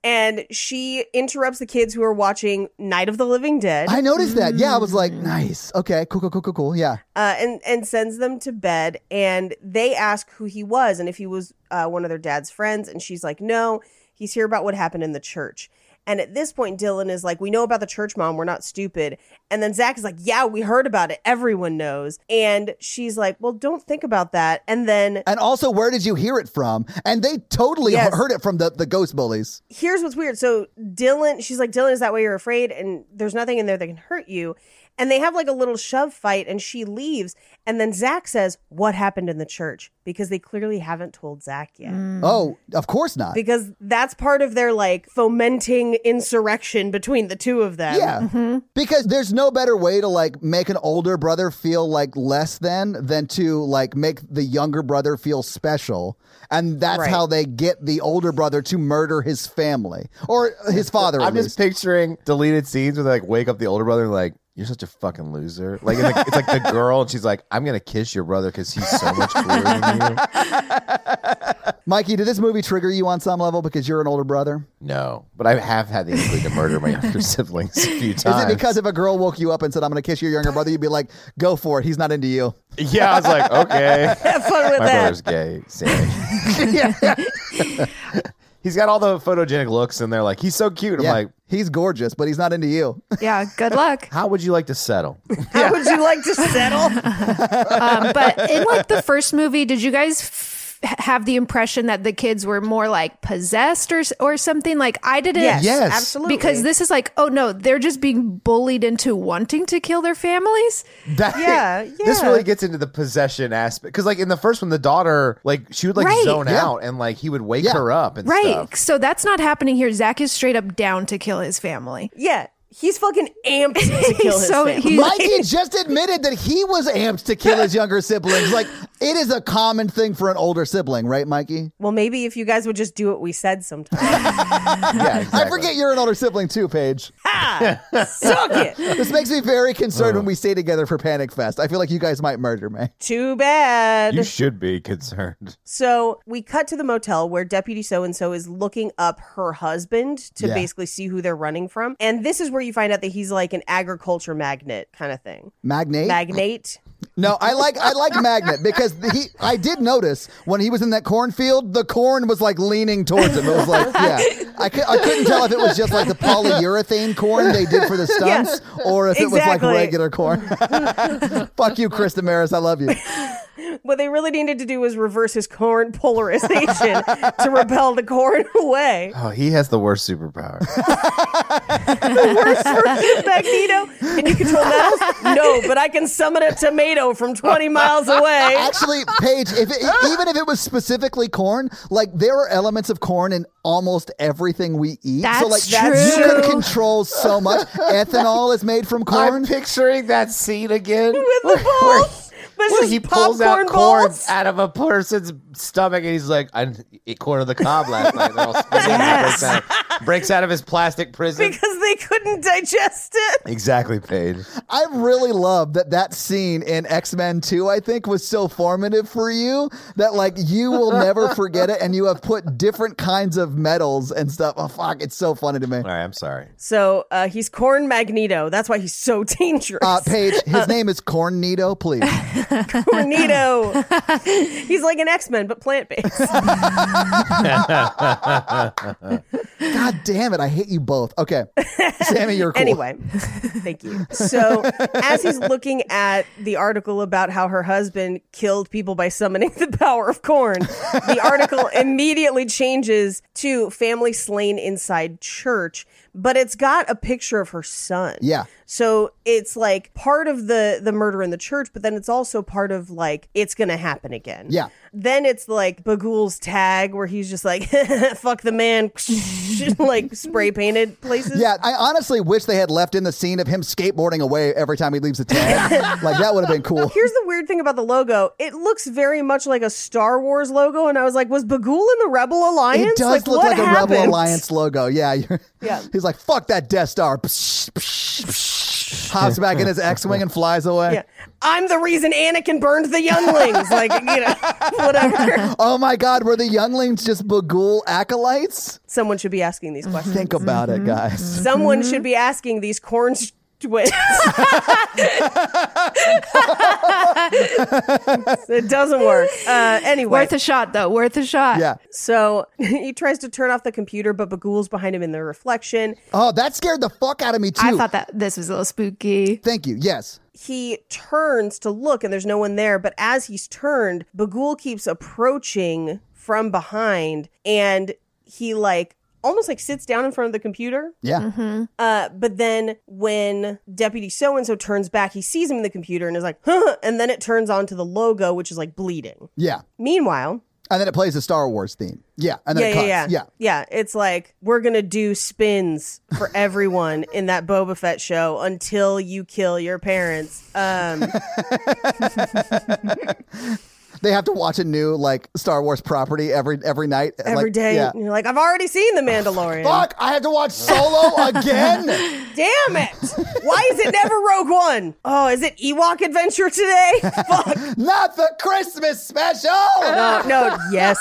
B: and she interrupts the kids who are watching Night of the Living Dead
A: I noticed that. Yeah, I was like,
B: Mm.
A: nice. Okay, cool, cool, cool, cool, cool. Yeah.
B: uh, and and sends them to bed and they ask who he was and if he was uh, one of their dad's friends and she's like, "No, he's here about what happened in the church." And at this point, Dylan is like, "We know about the church, mom. We're not stupid." And then Zach is like, "Yeah, we heard about it. Everyone knows." And she's like, "Well, don't think about that." And then
A: And also, where did you hear it from? And they totally
B: Yes.
A: heard it from the, the ghost bullies.
B: here's what's weird. So Dylan, she's like, Dylan, is that why you're afraid? And there's nothing in there that can hurt you. And they have like a little shove fight, and she leaves. And then Zach says, What happened in the church? Because they clearly haven't told Zach yet.
D: Mm.
A: Oh, of course not.
B: Because that's part of their like fomenting insurrection between the two of them.
A: Yeah. Because there's no better way to like make an older brother feel like less than than to like make the younger brother feel special. And that's
B: Right.
A: how they get the older brother to murder his family or his father.
C: I'm
A: at
C: just
A: least.
C: picturing deleted scenes where they like wake up the older brother and like, you're such a fucking loser. Like, and the, it's like the girl, and she's like, I'm going to kiss your brother because he's so much cooler than you. <laughs>
A: Mikey, did this movie trigger you on some level because you're an older brother?
C: No, but I have had the inkling to murder my younger <laughs> siblings a few
A: Is
C: times.
A: it because if a girl woke you up and said, I'm going to kiss your younger brother, you'd be like, go for it. He's not into you.
C: Yeah, I was like, <laughs> okay.
B: <laughs> Have fun <laughs> with
C: My
B: that.
C: brother's gay. Sammy. <laughs> he's got all the photogenic looks, and they're like, he's so cute. I'm
A: Yeah.
C: like,
A: he's gorgeous, but he's not into you.
D: Yeah, good luck.
C: how would you like to settle? <laughs>
B: How would you
D: <laughs>
B: like to settle?
D: um, but in like the first movie, did you guys f- have the impression that the kids were more like possessed or s- or something? Like I didn't.
B: yes,
C: Yes.
B: Absolutely.
D: Because this is like, oh no, they're just being bullied into wanting to kill their families.
C: That-
B: Yeah,
C: This
B: yeah.
C: really gets into the possession aspect because, like, in the first one, the daughter, like, she would like
D: Right.
C: zone
A: Yeah.
C: out, and like he would wake
A: Yeah.
C: her up and
D: Right.
C: stuff.
D: So that's not happening here. Zach is straight up down to kill his family.
B: Yeah. He's fucking amped
D: <laughs>
B: to kill his
D: so
B: family.
D: he-
A: Mikey just admitted that he was amped to kill his younger siblings. Like, it is a common thing for an older sibling, right, Mikey?
B: well, maybe if you guys would just do what we said sometimes.
D: <laughs>
C: Yeah, exactly.
A: I forget you're an older sibling too, Paige.
B: Suck it.
A: This makes me very concerned when we stay together for Panic Fest. I feel like you guys might murder me.
B: Too bad.
C: You should be concerned.
B: So we cut to the motel where Deputy So and so is looking up her husband to
A: Yeah.
B: basically see who they're running from. And this is where you find out that he's like an agriculture magnet kind of thing.
A: Magnate?
B: Magnate. <laughs>
A: no, I like I like Magnet because he. I did notice when he was in that cornfield, the corn was like leaning towards him. It was like, yeah, I, cou- I couldn't tell if it was just like the polyurethane corn they did for the stunts, or if it was
B: exactly.
A: like regular corn. <laughs> Fuck you, Chris Damaris. I love you.
B: What they really needed to do was reverse his corn polarization <laughs> to repel the corn <laughs> away.
C: Oh, he has the worst superpower.
B: Worst version of Magneto. Can you control metals?
C: <laughs>
B: No, but I can summon a tomato from 20 miles away.
A: Actually, Paige, if it, even if it was specifically corn, like there are elements of corn in almost everything we eat. so like
D: That's
A: you
D: true.
A: can control so much. Ethanol is made from corn.
C: I'm picturing that scene again
B: With
C: <laughs>
B: the balls. But it's
C: Where
B: just
C: he pulls
B: popcorn
C: out corn
B: balls. <laughs>
C: out of a person's stomach and he's like, I ate corn on the cob last night. And all spit it out, breaks, out of, breaks out of his plastic prison.
B: Because they couldn't digest it.
C: exactly, Paige.
A: I really love that that scene in X Men 2, I think, was so formative for you that, like, you will never forget it. And you have put different kinds of medals and stuff. Oh, fuck. It's so funny to me.
C: All right, I'm sorry.
B: So uh, he's Corn Magneto. That's why he's so <laughs> dangerous.
A: Uh, Paige, his name is Corn Nito, please.
B: Magneto. he's like an X Men, but plant based.
A: God damn it. I hate you both. Okay. Sammy, you're cool.
B: Anyway, thank you. So as he's looking at the article about how her husband killed people by summoning the power of
A: <laughs>
B: corn, the article immediately changes to family slain inside church. but it's got a picture of her son.
A: Yeah.
B: So it's like part of the the murder in the church, but then it's also part of like it's gonna happen again.
A: Yeah.
B: Then it's like Bagul's tag where he's just like <laughs> fuck the man, <laughs> like spray painted places.
A: Yeah, I honestly wish they had left in the scene of him skateboarding away every time he leaves the town. like that would have been cool.
B: Here's the weird thing about the logo. It looks very much like a Star Wars logo, and I was like, was Bagul in the Rebel Alliance?
A: It does
B: like,
A: look
B: what
A: like a
B: happened?
A: Rebel Alliance logo. Yeah. you're- <laughs>
B: Yeah.
A: He's like, fuck that Death Star. Psh, psh, psh. Hops back in his X Wing and flies away.
B: Yeah. I'm the reason Anakin burned the younglings. like, you know,
A: <laughs>
B: <laughs> whatever.
A: Oh my God, were the younglings just Bagul acolytes?
B: Someone should be asking these questions.
A: Think about
B: Mm-hmm.
A: it, guys.
B: Someone should be asking these corn sh- twins. <laughs> it doesn't work. Uh, anyway.
D: Worth a shot though. Worth a shot.
A: Yeah.
B: so <laughs> he tries to turn off the computer, but Bagul's behind him in the reflection.
A: Oh, that scared the fuck out of me, too.
D: I thought that this was a little spooky.
A: Thank you. Yes.
B: he turns to look and there's no one there but as he's turned bagul keeps approaching from behind and he like almost like sits down in front of the computer
A: Yeah.
B: uh, but then when deputy so-and-so turns back he sees him in the computer and is like huh and then it turns on to the logo which is like bleeding
A: Yeah.
B: meanwhile
A: And then it plays the Star Wars theme. Yeah. And then
B: yeah,
A: it cuts.
B: yeah, yeah, yeah. It's like we're gonna do spins for <laughs> everyone in that Boba Fett show until you kill your parents. Um,
A: They have to watch a new like Star Wars property every every night.
B: Every
A: like,
B: day,
A: Yeah.
B: You're like, I've already seen The Mandalorian.
A: Fuck! I have to watch Solo
B: <laughs>
A: again.
B: Damn it. Why is it never Rogue One? Oh, is it Ewok Adventure today? Fuck.
A: Not the Christmas special.
B: No, no, yes.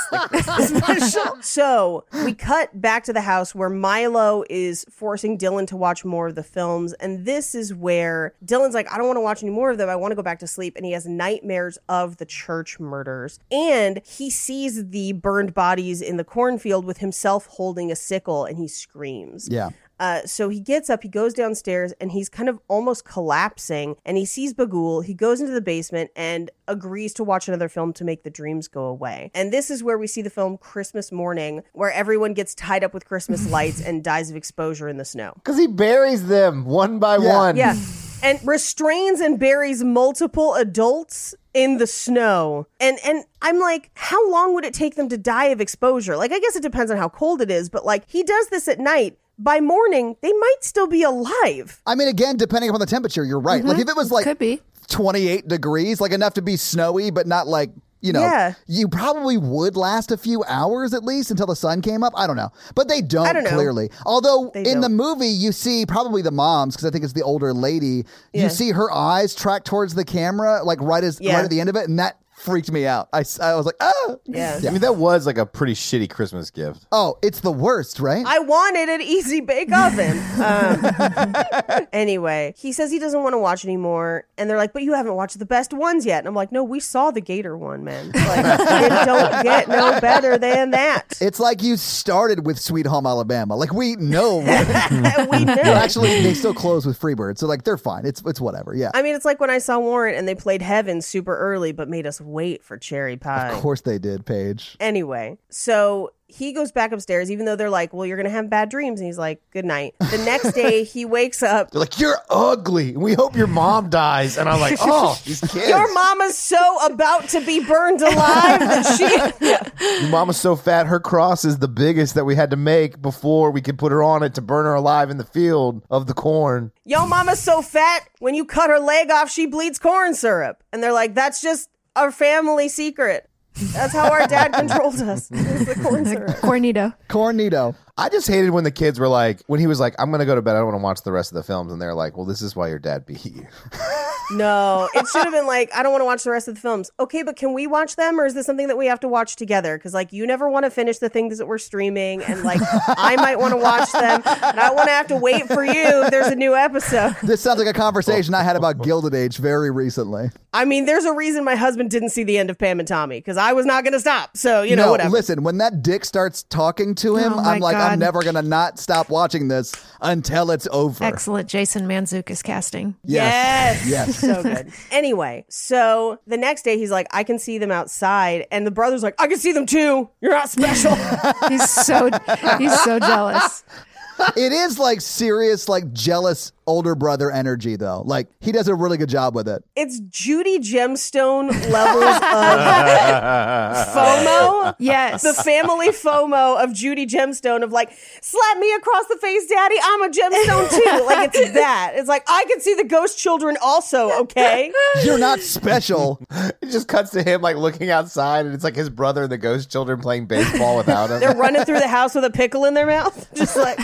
B: <laughs> so we cut back to the house where Milo is forcing Dylan to watch more of the films. And this is where Dylan's like, I don't want to watch any more of them. I want to go back to sleep. And he has nightmares of the church murders. And he sees the burned bodies in the cornfield with himself holding a sickle and he screams.
A: Yeah.
B: Uh, so he gets up, he goes downstairs, and he's kind of almost collapsing. And he sees Bagul. He goes into the basement and agrees to watch another film to make the dreams go away. And this is where we see the film Christmas Morning, where everyone gets tied up with Christmas lights and dies of exposure in the snow.
C: Because he buries them one by
A: Yeah.
C: one.
B: Yeah. And restrains and buries multiple adults in the snow. And and I'm like, how long would it take them to die of exposure? Like I guess it depends on how cold it is, but like he does this at night. By morning, they might still be alive.
A: I mean, again, depending upon the temperature, you're right. Like
B: Mm-hmm.
A: if it was like
D: Could be.
A: 28 degrees, like enough to be snowy, but not like you know.
B: Yeah.
A: You probably would last a few hours at least until the sun came up. I don't know, but they don't,
B: don't know.
A: clearly. Although
B: They
A: in the
B: don't.
A: movie, you see probably the moms because I think it's the older lady. You
B: Yeah.
A: see her eyes track towards the camera, like right as
B: Yeah.
A: right at the end of it, and that freaked me out. I, s- I was like, oh,
B: Yeah.
C: I mean, that was like a pretty shitty Christmas gift.
A: oh, it's the worst, right?
B: I wanted an easy bake oven. Um, anyway, he says he doesn't want to watch anymore. And they're like, but you haven't watched the best ones yet. And I'm like, no, we saw the Gator one, man. Like, it don't get no better than that.
A: It's like you started with Sweet Home Alabama. Like we know. well,
B: we know.
A: actually, they still close with Freebird, so like they're fine. It's it's whatever. Yeah,
B: I mean, it's like when I saw Warrant and they played Heaven super early, but made us wait for Cherry Pie.
A: of course they did, Paige.
B: Anyway, so he goes back upstairs, even though they're like, well, you're going to have bad dreams. And he's like, good night. The
A: <laughs>
B: next day, he wakes up.
C: They're like, you're ugly. We hope your mom dies. And
B: <laughs>
C: I'm like, oh, these kids.
B: Your mama's so about to be burned alive that she.
A: <laughs>
B: <laughs>
C: Your mom was so fat, her cross is the biggest that we had to make before we could put her on it to burn her alive in the field of the corn.
B: Yo, mama's so fat, when you cut her leg off, she bleeds corn syrup. And they're like, that's just our family secret. That's how our
A: <laughs>
B: dad controlled us. is the corn syrup.
D: <laughs> Cornito.
A: Cornito.
C: I just hated when the kids were like, when he was like, I'm going to go to bed. I don't want to watch the rest of the films. And they're like, well, this is why your dad beat you. <laughs>
B: No, it should have been like, I don't want to watch the rest of the films. Okay, but can we watch them or is this something that we have to watch together? Because, like, you never want to finish the things that we're streaming. And, like, I might want to watch them. And I want to have to wait for you if there's a new episode.
A: This sounds like a conversation I had about Gilded Age very recently.
B: I mean, there's a reason my husband didn't see the end of Pam and Tommy because I was not going to stop. So, you know,
A: no,
B: whatever.
A: listen, when that dick starts talking to him,
D: Oh my
A: I'm like, I'm
D: God.
A: never gonna not stop watching this until it's over.
D: Excellent Jason Manzukis casting.
A: Yes.
B: Yes.
A: Yes.
B: so good. Anyway, so the next day he's like, I can see them outside. And the brother's <laughs> like, I can see them too. You're not special.
D: He's so he's so jealous.
A: it is like serious, like jealous older brother energy, though. Like he does a really good job with it.
B: It's Judy Gemstone levels of FOMO.
D: Yes.
B: The family FOMO of Judy Gemstone of like, slap me across the face, daddy. I'm a gemstone too. Like, it's that. It's like, I can see the ghost children also, okay?
A: You're not special.
C: It just cuts to him like looking outside, and it's like his brother and the ghost children playing baseball
A: <laughs>
C: without him.
B: They're running through the house with a pickle in their mouth. Just like,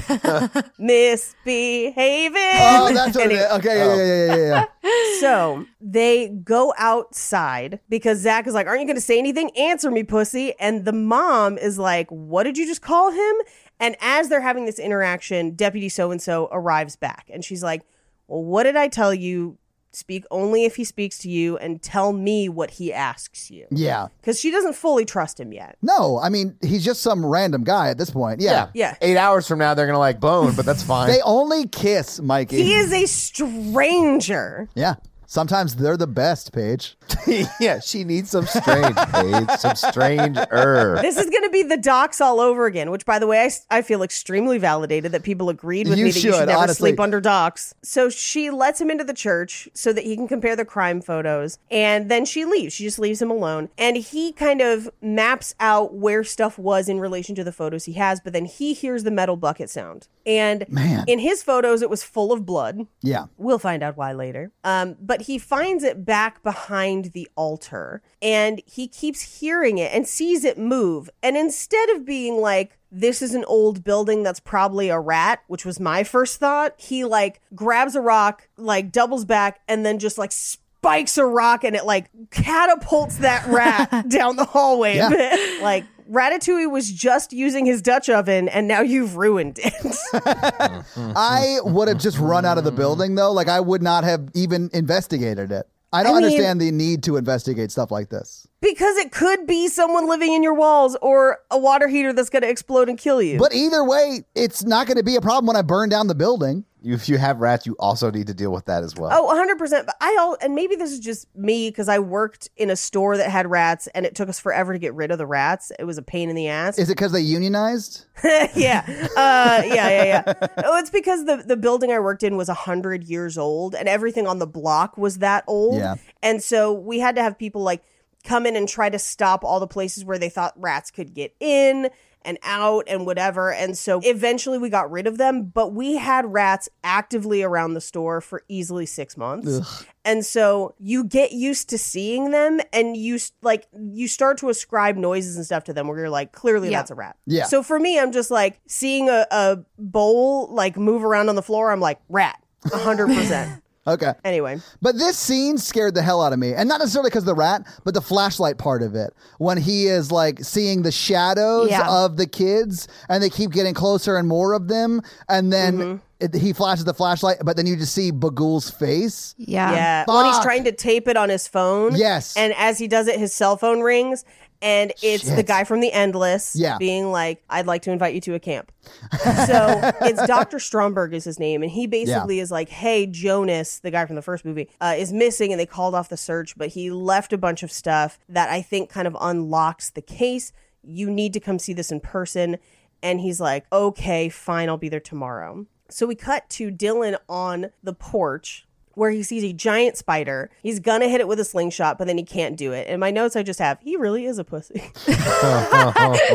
B: misbehaving.
A: oh, that's what it
B: Anyway.
A: is. Okay, yeah, yeah, yeah, yeah, yeah.
B: So they go outside because Zach is like, Aren't you going to say anything? Answer me, pussy. And the mom is like, What did you just call him? And as they're having this interaction, Deputy so and so arrives back and she's like, Well, what did I tell you? Speak only if he speaks to you and tell me what he asks you.
A: Yeah.
B: Because she doesn't fully trust him yet.
A: No, I mean he's just some random guy at this point. Yeah.
B: Yeah.
C: Eight hours from now, they're gonna like bone, but that's fine.
A: They only kiss, Mikey.
B: He is a stranger.
A: yeah. Sometimes they're the best, Paige.
C: <laughs> yeah, she needs some strange, babe, some strange er.
B: <laughs> This is going to be the docs all over again, which, by the way, I, s- I feel extremely validated that people agreed with
A: You
B: me that you
A: should,
B: should never
A: honestly.
B: sleep under docs. So she lets him into the church so that he can compare the crime photos. And then she leaves. She just leaves him alone. And he kind of maps out where stuff was in relation to the photos he has. But then he hears the metal bucket sound. And
A: Man.
B: in his photos, it was full of blood.
A: Yeah.
B: We'll find out why later. Um, but he finds it back behind the altar and he keeps hearing it and sees it move. And instead of being like, this is an old building that's probably a rat, which was my first thought, he like grabs a rock, like doubles back, and then just like spikes a rock and it like catapults that rat down the hallway
A: Yeah.
B: a bit. <laughs> Like, Ratatouille was just using his Dutch oven and now you've ruined it. <laughs>
A: I would have just run out of the building though. Like I would not have even investigated it. I don't
B: I mean-
A: understand the need to investigate stuff like this.
B: Because it could be someone living in your walls or a water heater that's going to explode and kill you.
A: But either way, it's not going to be a problem when I burn down the building.
C: You- If you have rats, you also need to deal with that as well.
B: oh, 100%. But I all and maybe this is just me because I worked in a store that had rats and it took us forever to get rid of the rats. It was a pain in the ass.
A: Is it because they unionized?
B: <laughs> yeah. Uh, yeah, yeah, yeah. Oh, it's because the, the building I worked in was 100 years old and everything on the block was that old.
A: Yeah.
B: And so we had to have people like come in and try to stop all the places where they thought rats could get in and out and whatever. And so eventually we got rid of them, but we had rats actively around the store for easily six months. And so you get used to seeing them and you s- like you start to ascribe noises and stuff to them where you're like, clearly
D: Yeah.
B: that's a rat.
A: Yeah.
B: So for me, I'm just like seeing a, a bowl like move around on the floor, I'm like, rat. hundred
A: <laughs>
B: percent.
A: Okay.
B: Anyway.
A: But this scene scared the hell out of me, and not necessarily because of the rat, but the flashlight part of it. When he is like seeing the shadows
D: Yeah.
A: of the kids, and they keep getting closer and more of them, and then
B: Mm-hmm.
A: it, he flashes the flashlight, but then you just see Bagul's face.
D: yeah.
B: Yeah. When he's
A: Ah, Fuck.
B: trying to tape it on his phone.
A: Yes.
B: And as he does it, his cell phone rings. And it's the
A: Shit.
B: guy from The Endless
A: Yeah.
B: being like, I'd like to invite you to a camp. so it's Dr. Stromberg is his name. And he basically is like, hey, Jonas, the guy from the first movie, uh, is missing. And they called off the search, but he left a bunch of stuff that I think kind of unlocks the case. You need to come see this in person. And he's like, okay, fine, I'll be there tomorrow. So we cut to Dylan on the porch where he sees a giant spider. He's gonna hit it with a slingshot, but then he can't do it. In my notes, I just have, he really is a pussy. <laughs>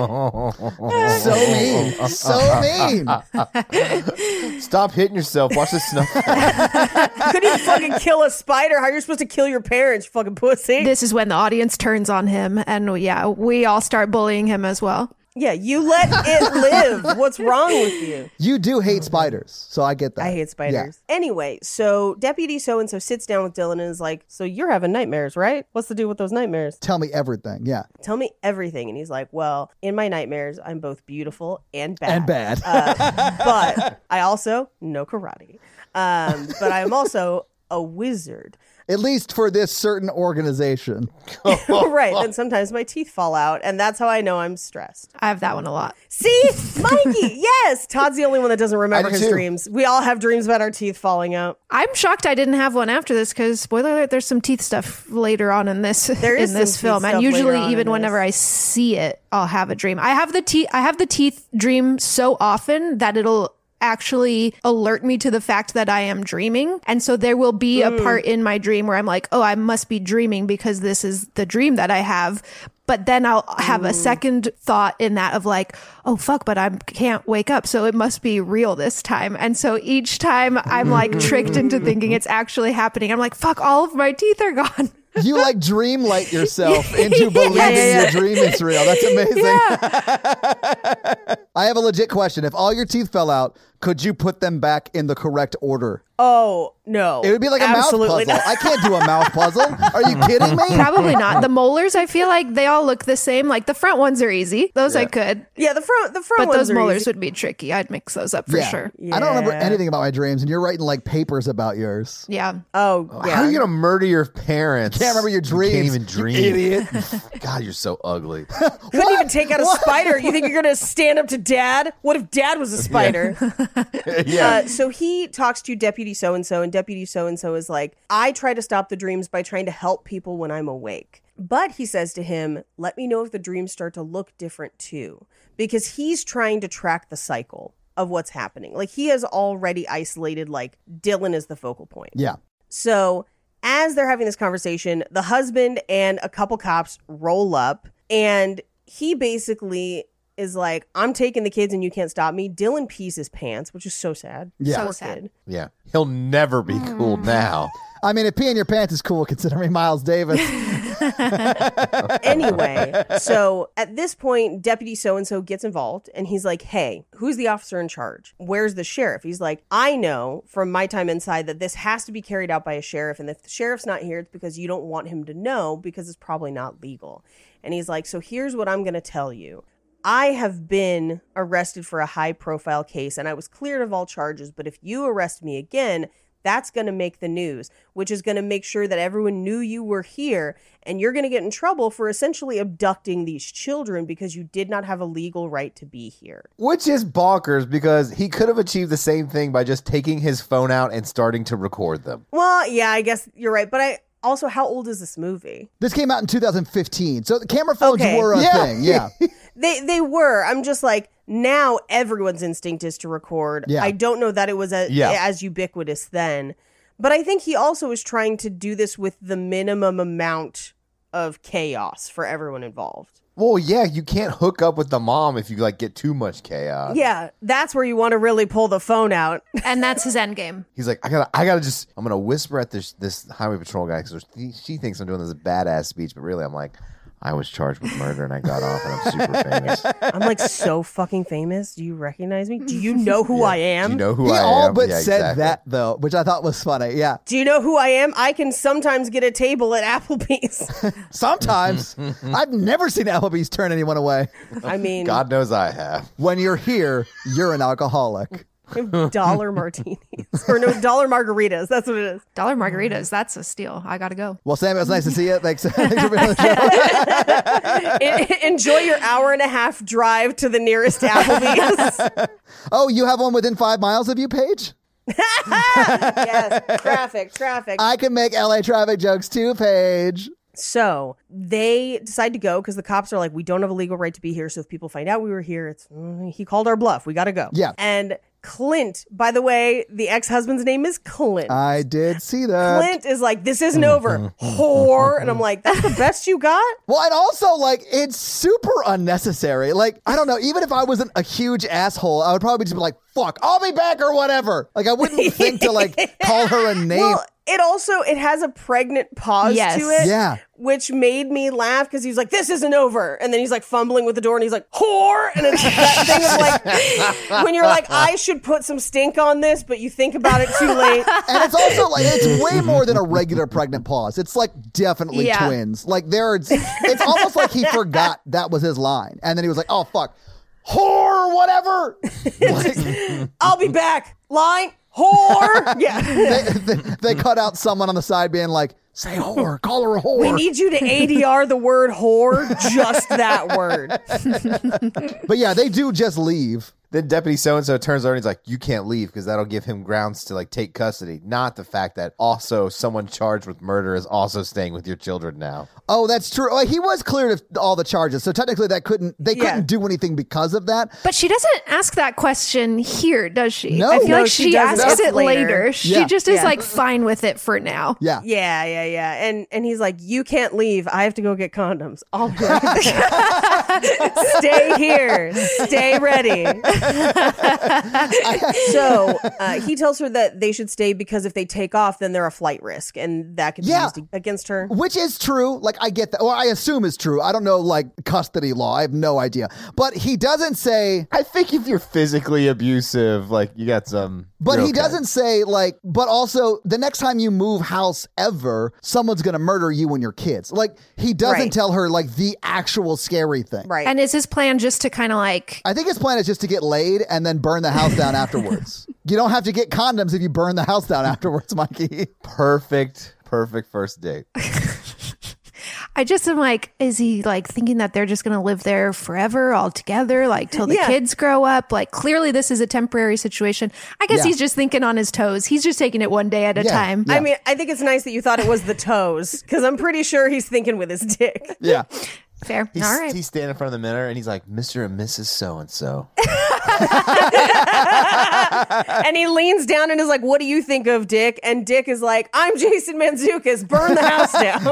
A: So mean, <laughs> so mean. Oh.
C: Stop hitting yourself. Watch
A: <laughs>
C: the snuff.
B: Couldn't even fucking kill a spider. How are you supposed to kill your parents, you fucking pussy?
D: This is when the audience turns on him, and yeah, we all start bullying him as well.
B: yeah, you let it live. What's wrong with you?
A: You do hate spiders, so I get that.
B: I hate spiders. Anyway, so Deputy So and so sits down with Dylan and is like, So you're having nightmares, right? What's the deal with those nightmares?
A: Tell me everything. Yeah.
B: Tell me everything. And he's like, Well, in my nightmares, I'm both beautiful and bad.
A: And bad.
B: Uh, <laughs> but I also know karate. Um, but I'm also a wizard. <laughs>
A: At least for this certain organization.
B: right. And sometimes my teeth fall out, and that's how I know I'm stressed.
D: I have that one a lot.
B: See, Mikey,
A: <laughs>
B: yes. Todd's the only one that doesn't remember
C: do
B: his
C: too.
B: dreams. We all have dreams about our teeth falling out.
D: I'm shocked I didn't have one after this because spoiler alert, there's some teeth stuff later on in this
B: There is
D: in this
B: some teeth
D: film, and
B: stuff later
D: usually
B: on
D: even
B: in
D: whenever
B: this.
D: I see it, I'll have a dream. I have the teeth I have the teeth dream so often that it'll actually alert me to the fact that I am dreaming. And so there will be a part in my dream where I'm like, oh, I must be dreaming because this is the dream that I have. But then I'll have a second thought in that of like, oh fuck, but I can't wake up. So it must be real this time. And so each time I'm like tricked into thinking it's actually happening. I'm like, fuck, all of my teeth are gone. <laughs>
A: You like dream light
B: <laughs>
A: yourself into believing
B: Yes.
A: your dream is real. That's amazing.
D: Yeah.
A: <laughs> I have a legit question. If all your teeth fell out, could you put them back in the correct order?
B: Oh no!
A: It would be like a
B: Absolutely
A: mouth
B: not.
A: puzzle. I can't do a mouth puzzle. Are
C: <laughs>
A: you kidding me?
D: Oh, Probably not. The molars, I feel like they all look the same. Like the front ones are easy. Those I could.
B: Yeah, the front the front
D: But
B: ones
D: those
B: are
D: molars
B: easy.
D: would be tricky. I'd mix those up for
A: Yeah.
D: sure.
A: I don't remember
B: Yeah.
A: anything about my dreams, and you're writing like papers about yours.
D: Yeah.
B: Oh yeah.
C: How are you gonna murder your parents?
A: Can't remember your
C: You can't
A: dreams,
C: even
A: you
C: dream,
A: idiot.
C: <laughs> God, you're so
A: <laughs>
C: ugly.
B: Couldn't even take out a spider. You think you're gonna stand up to dad? What if
A: <laughs>
B: dad was a spider?
C: yeah,
B: Uh, so he talks to Deputy So and so, and Deputy So and so is like, I try to stop the dreams by trying to help people when I'm awake. But he says to him, let me know if the dreams start to look different too, because he's trying to track the cycle of what's happening. Like he has already isolated, like Dylan is the focal point.
A: Yeah.
B: So, as they're having this conversation, the husband and a couple cops roll up, and he basically is like, I'm taking the kids and you can't stop me. Dylan pees his pants, which is so sad.
A: Yeah.
D: So
B: Poor
D: sad.
B: kid.
C: yeah. He'll never be
A: Mm.
C: cool now.
A: I mean, if peeing your pants is cool, considering <laughs> Miles Davis.
B: anyway, so at this point, Deputy So and so gets involved and he's like, Hey, who's the officer in charge? Where's the sheriff? He's like, I know from my time inside that this has to be carried out by a sheriff. And if the sheriff's not here, it's because you don't want him to know because it's probably not legal. And he's like, So here's what I'm going to tell you. I have been arrested for a high profile case and I was cleared of all charges, but if you arrest me again, that's going to make the news, which is going to make sure that everyone knew you were here and you're going to get in trouble for essentially abducting these children because you did not have a legal right to be here.
C: Which is bonkers because he could have achieved the same thing by just taking his phone out and starting to record them.
B: Well, yeah, I guess you're right, but I also how old is this movie?
A: this came out in 2015, so the camera phones
B: Okay.
A: were a
C: Yeah.
A: thing. Yeah.
B: They they were. I'm just like now everyone's instinct is to record.
A: Yeah.
B: I don't know that it was a,
C: Yeah.
B: as ubiquitous then. But I think he also is trying to do this with the minimum amount of chaos for everyone involved.
C: Well, yeah, you can't hook up with the mom if you like get too much uh. chaos.
B: Yeah, that's where you want to really pull the phone out. <laughs>
D: And that's his end game.
C: He's like, I gotta, I gotta just, I'm gonna whisper at this this highway patrol guy because she thinks I'm doing this badass speech, but really I'm like, I was charged with murder and I got off and I'm
A: <laughs>
C: super famous.
B: I'm like
C: <laughs>
B: so fucking famous. Do you recognize me? Do you know who I am?
C: Do you know who
A: he
C: I
A: all
C: am?
A: but
C: Yeah,
A: said
C: exactly.
A: that though, which I thought was funny. Yeah.
B: Do you know who I am? I can sometimes get a table at Applebee's. <laughs>
A: Sometimes I've never seen Applebee's turn anyone away.
B: I
C: <laughs>
B: mean,
C: God knows I have.
A: When you're here, you're an alcoholic.
B: <laughs> dollar martinis or no dollar margaritas. That's what it is.
D: Dollar margaritas, that's a steal. I gotta go.
A: Well, Sam, it was nice to see you. Thanks, <laughs> thanks for being on the show.
B: <laughs> En- E-, <laughs> enjoy your hour and a half drive to the nearest Applebee's.
A: Oh, you have one within five miles of you, Paige?
B: <laughs> yes, traffic, traffic.
A: I can make LA traffic jokes too, Paige.
B: So they decide to go because the cops are like, we don't have a legal right to be here. So if people find out we were here, it's mm, he called our bluff. We got to go.
A: Yeah.
B: And Clint, by the way, the ex husband's name is Clint.
A: I did see that.
B: Clint is like, this isn't over, whore. And I'm like, that's the best you got?
A: Well, and also like it's super unnecessary. Like I don't know. Even if I wasn't a huge asshole, I would probably just be like, "Fuck, I'll be back" or whatever. Like I wouldn't think to like call her a name.
B: <laughs> Well, it also it has a pregnant pause
D: Yes.
B: to it,
A: Yeah.
B: which made me laugh because he's like, "This isn't over," and then he's like fumbling with the door and he's like, "Whore," and it's that thing of like when you're like, "I should put some stink on this," but you think about it too late.
A: and it's also like it's way more than a regular pregnant pause. It's like definitely
D: Yeah.
A: twins. Like there, it's, it's almost like he forgot that was his line, and then he was like, "Oh fuck, whore, whatever."
B: I'll be back. Line, whore. Yeah, <laughs>
A: they, they, they cut out someone on the side being like, "Say whore, call her a whore."
B: we need you to ADR the word whore, just that word.
A: but yeah, they do just leave.
C: Then Deputy So and so turns around and he's like, You can't leave because that'll give him grounds to like take custody. Not the fact that also someone charged with murder is also staying with your children now.
A: Oh, that's true. Oh, he was cleared of all the charges, so technically that couldn't they
B: Yeah.
A: couldn't do anything because of that.
D: But she doesn't ask that question here, does she?
A: No.
D: I feel
A: No,
D: like
B: she
D: she,
B: doesn't.
D: asks
B: That's
D: it later.
B: later.
D: She
A: Yeah.
D: just is
B: Yeah.
D: like fine with it for now.
A: Yeah.
B: Yeah, yeah, yeah. And and he's like, "You can't leave. I have to go get condoms. I'll be right back. Stay here. Stay ready." so uh, he tells her that they should stay because if they take off, then they're a flight risk, and that could be
A: Yeah.
B: used against her.
A: Which is true. Like I get that. Or I assume is true. I don't know like custody law. I have no idea. But he doesn't say
C: I think if you're physically abusive, like you got some.
A: but
C: you're
A: he
C: okay.
A: doesn't say like but also the next time you move house ever, someone's gonna murder you and your kids. Like he doesn't
B: Right.
A: tell her like the actual scary thing.
B: Right.
D: And is his plan just to kind of like
A: I think his plan is just to get laid and then burn the house
B: <laughs>
A: down afterwards. You don't have to get condoms if you burn the house down afterwards, Mikey. <laughs>
C: Perfect, perfect first
D: <laughs>
C: date.
D: I just am like, is he like thinking that they're just going to live there forever all together, like till the
B: Yeah.
D: kids grow up? Like, clearly, this is a temporary situation. I guess
A: Yeah.
D: he's just thinking on his toes. He's just taking it one day at a
A: Yeah.
D: time.
A: Yeah.
B: I mean, I think it's nice that you thought it was the toes because I'm pretty sure he's thinking with his
A: <laughs>
B: dick.
A: Yeah.
D: Fair.
C: He's,
D: all right.
C: he's standing in front of the mirror and he's like, Mr. and Mrs. So and
D: <laughs>
C: so.
B: And he leans down and is like, "What do you think of Dick?" And Dick is like, "I'm Jason Manzukis. Burn the house down."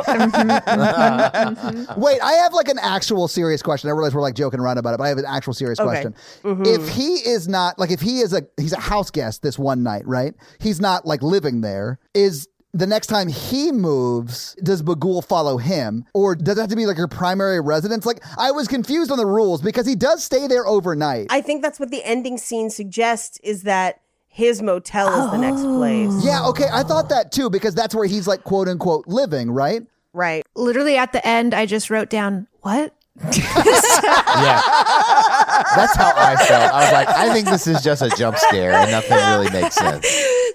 A: Wait, I have like an actual serious question. I realize we're like joking around about it, but I have an actual serious question. If he is not like if he is a he's a house guest this one night, right? He's not like living there. Is the next time he moves, does Bagul follow him? Or does it have to be like your primary residence? Like I was confused on the rules because he does stay there overnight.
B: I think that's what the ending scene suggests is that his motel is the next place.
A: Oh. yeah, okay. I thought that too, because that's where he's like quote unquote living, right?
B: Right.
D: Literally at the end, I just wrote down, what? <laughs>
C: Yeah. That's how I felt. I was like, I think this is just a jump scare and nothing really makes
D: <laughs>
C: sense.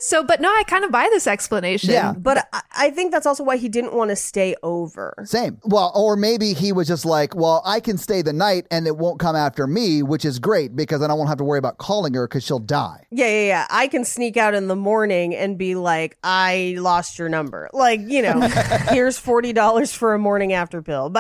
D: So, but no, I kind of buy this explanation.
A: Yeah.
B: But I, I think that's also why he didn't want to stay over.
A: Same. Well, or maybe he was just like, well, I can stay the night and it won't come after me, which is great because then I won't have to worry about calling her because she'll die.
B: Yeah, yeah, yeah. I can sneak out in the morning and be like, I lost your number. Like,
A: <laughs>
B: you know, here's $40 for a morning after pill.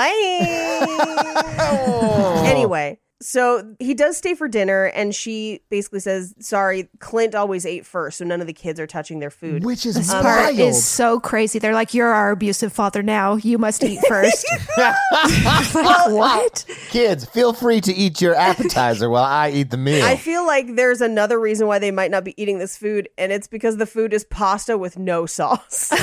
B: Bye. anyway, so he does stay for dinner and she basically says, Sorry, Clint always ate first, so none of the kids are touching their food.
A: Which is
D: <laughs> This part
A: wild.
D: is so crazy. They're like, you're our abusive father now. You must eat
A: <laughs>
D: first. <laughs> like, what?
C: Kids, feel free to eat your appetizer while I eat the meal.
B: I feel like there's another reason why they might not be eating this food, and it's because the food is pasta with no sauce. like